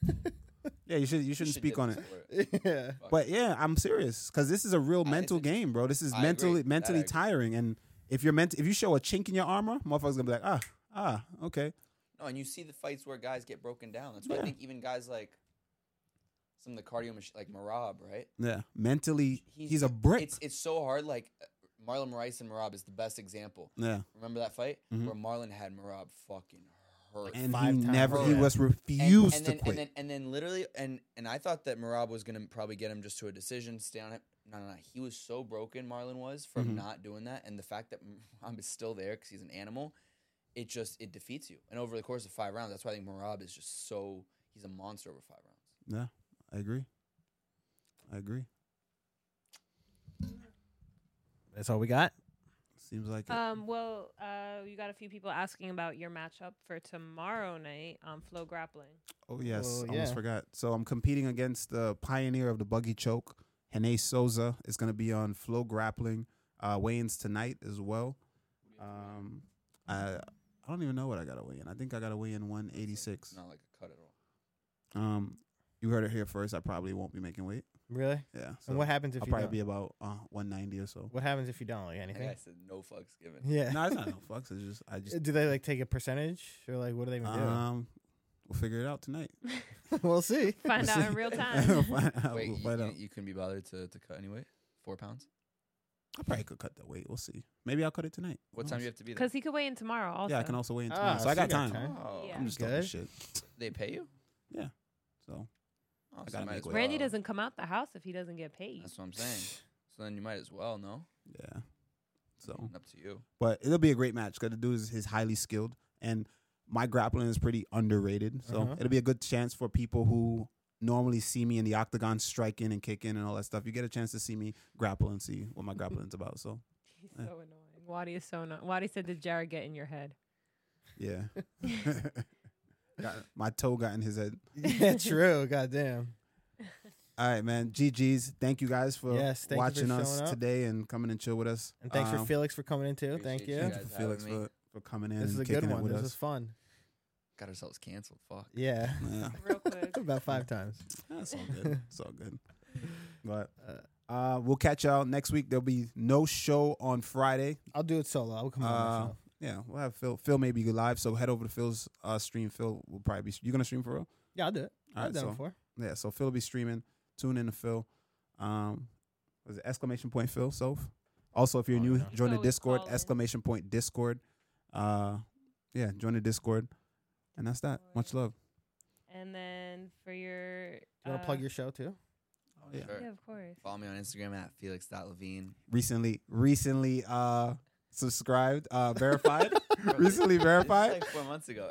S1: Yeah, you should, you
S3: You
S1: shouldn't
S3: should
S1: speak
S3: dip
S1: on it.
S3: into it.
S2: yeah.
S3: Fuck.
S1: But yeah, I'm serious because this is a real
S3: I-
S1: mental
S3: it's a-
S1: game, bro. This is
S3: I agree.
S1: mentally
S3: That I
S1: mentally
S3: agree.
S1: tiring, and if you're meant, if you show a chink in your armor, motherfuckers gonna be like, ah, ah, okay,
S3: No, and you see the fights where guys get broken down. That's why I
S1: Yeah.
S3: think even guys like some of the cardio machine, like Marab, right?
S1: yeah. Mentally, he's, a brick.
S3: It's it's so hard. Like uh, Marlon Moraes and Marab is the best example.
S1: yeah,
S3: Remember that fight
S2: Mm-hmm.
S1: Mhm.
S3: where Marlon had Marab fucking hurt.
S1: and he
S2: five times.
S1: never, he
S3: Yeah.
S1: was
S3: And-
S1: refused
S3: and
S1: to
S3: then,
S1: quit.
S3: And then, and then literally, and and I thought that Marab was gonna probably get him just to a decision, stay on it. No, no, no. He was so broken, Marlon was, from
S1: Mhm.
S3: not doing that, and the fact that Marab is still there because he's an animal, it just it defeats you. And over the course of five rounds, that's why I think Marab is just so he's a monster over five rounds.
S1: I agree. I agree.
S2: That's all we got.
S1: Seems like it.
S4: Um, well, uh, you got a few people asking about your matchup for tomorrow night on Flow Grappling.
S1: oh yes,
S2: well,
S1: I almost
S2: yeah.
S1: forgot. So I'm competing against the pioneer of the buggy choke, Hene Souza. Is going to be on Flow Grappling uh, weigh-ins tonight as well. Um, I I don't even know what I got to weigh in. I think I got to weigh in 186.
S3: Not like a cut at all.
S1: Um, you heard it here first. I probably won't be making weight.
S2: Really?
S1: Yeah. So
S2: and what happens if
S1: I'll
S2: you
S1: probably
S2: don't?
S1: be about uh, 190 or so.
S2: what happens if you don't like
S3: And I
S2: anything?
S3: said no fucks given.
S2: Yeah.
S1: no, it's not no fucks. It's just I just
S2: do they like take a percentage or like what do they even
S1: um we'll figure it out tonight.
S2: do? we'll see.
S4: Find
S1: We'll
S4: out
S1: see.
S4: in real
S1: We'll
S4: time.
S1: find out.
S3: Wait,
S1: We'll
S3: you,
S1: find
S3: you,
S1: out.
S3: you couldn't be bothered to, to cut anyway? Four pounds?
S1: I probably could cut that weight. We'll see. Maybe I'll cut it tonight.
S3: What time do you have to be there?
S4: Because he could weigh in tomorrow. Also,
S1: Yeah, I can also weigh in
S2: Ah,
S1: tomorrow, so I
S2: so
S1: got
S2: you
S1: time.
S2: got time.
S3: Oh,
S4: Yeah.
S1: I'm just talking
S2: Good.
S1: shit.
S3: they pay you?
S1: So
S3: Oh,
S1: gotta
S3: might
S1: make
S3: as
S1: weight.
S4: Randy
S3: well.
S4: doesn't come out the house if he doesn't get paid.
S3: That's what I'm saying. So then you might as well, no?
S1: yeah, so
S3: Up to you.
S1: but it'll be a great match because the dude is, is highly skilled, and my grappling is pretty underrated. So
S2: Uh-huh.
S1: it'll be a good chance for people who normally see me in the octagon striking and kicking and all that stuff. You get a chance to see me grapple and see what my grappling's about. So
S4: He's so annoying. Wadi is so annoying. Wadi said, "Did Jared get in your head?"
S1: yeah, Got- my toe got in his head.
S2: yeah, true. Goddamn.
S1: All right, man. GG's. Thank you guys for
S2: Yes, thank you for
S1: watching us
S2: showing up.
S1: today and coming and chill with us.
S2: And thanks for
S1: Um,
S2: Felix for coming in too. Thank
S3: appreciate
S2: you.
S3: you
S1: Thank
S3: guys.
S1: you for
S3: having
S1: Felix
S3: me.
S1: for, for coming in
S2: This is
S1: and
S2: a
S1: kicking
S2: good
S1: it
S2: one.
S1: with
S2: This
S1: us.
S2: is fun.
S3: Got ourselves canceled. Fuck.
S2: Yeah.
S1: Yeah,
S4: Real quick.
S2: About five times.
S1: that's all good. It's all good. But
S2: Uh,
S1: Uh, we'll catch y'all next week. There'll be no show on Friday.
S2: I'll do it solo. I'll come on
S1: Uh,
S2: myself.
S1: Yeah, we'll have Phil. Phil may be live, so head over to Phil's uh, stream. Phil will probably be. You gonna stream for real?
S2: Yeah, I'll do it. I've
S1: Alright,
S2: done
S1: so-
S2: it before.
S1: Yeah, so Phil will be streaming. Tune in to Phil. Um, was it exclamation point Phil? So, also if you're
S3: Oh,
S1: new,
S3: yeah.
S4: You
S1: join
S4: can
S1: the
S4: always
S1: Discord.
S4: call in.
S1: Exclamation point Discord. Uh, yeah, join the Discord, and that's that. Much love.
S4: And then for your.
S2: You want to
S4: uh,
S2: plug your show too?
S1: yeah.
S3: Oh, Sure.
S4: Yeah, of course.
S3: Follow me on Instagram at felix.levine.
S1: Recently, recently uh, subscribed, uh, verified. recently
S3: This is
S1: verified.
S3: like four months ago.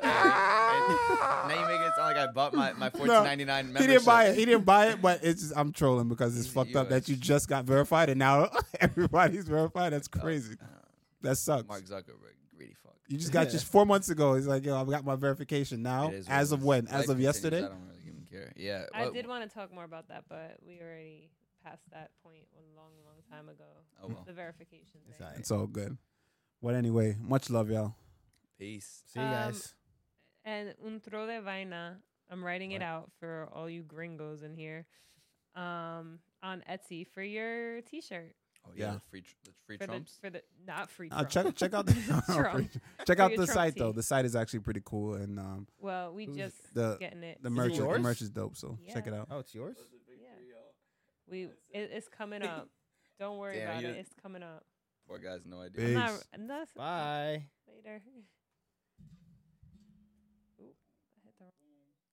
S3: now you make it sound like I bought my, my fourteen ninety nine
S1: He
S3: membership.
S1: didn't buy it. He didn't buy it, but it's just, I'm trolling because it's
S3: You-
S1: fucked
S3: you
S1: up
S3: are-
S1: that you just got verified and now everybody's verified. That's crazy. That sucks.
S3: Uh, Mark Zuckerberg, greedy fuck.
S1: You just got just four months ago. He's like, yo, I've got my verification now.
S3: It is what
S1: As
S3: it
S1: of
S3: is.
S1: when?
S3: Life
S1: As of
S3: continues.
S1: yesterday.
S3: I don't really even care. Yeah.
S4: I
S3: well,
S4: did want to talk more about that, but we already passed that point a long, long time ago.
S3: Oh well.
S4: The verification thing.
S2: alright.
S1: It's all good. But anyway, much love, y'all.
S3: Peace.
S2: See you
S4: Um,
S2: guys.
S4: And un tro de vaina. I'm writing it out for all you gringos in here. Um, on Etsy for your T-shirt
S3: Oh yeah.
S1: Yeah.
S3: The free tr- the free
S4: for
S3: Trumps.
S4: the for the not free.
S1: Uh, check
S4: Trump.
S1: check out the
S4: Trump.
S1: check
S4: For
S1: out
S4: your
S1: the
S4: Trump
S1: site
S4: tee.
S1: though. The site is actually pretty cool and um
S4: Well, we
S1: Who's
S4: just
S1: the-
S4: getting it.
S1: uh, the
S4: soon.
S1: merch is, the
S2: yours?
S1: merch is dope. So check it
S4: Yeah.
S1: out.
S2: Oh, it's yours.
S4: Yeah. We it, it's coming up. Don't worry
S3: Damn,
S4: about
S3: you-
S4: it. It's coming up.
S3: Poor guy's no idea.
S4: I'm
S1: Big.
S4: not,
S1: Peace.
S4: I'm not
S2: Bye.
S4: later. Ooh, I hit the wrong-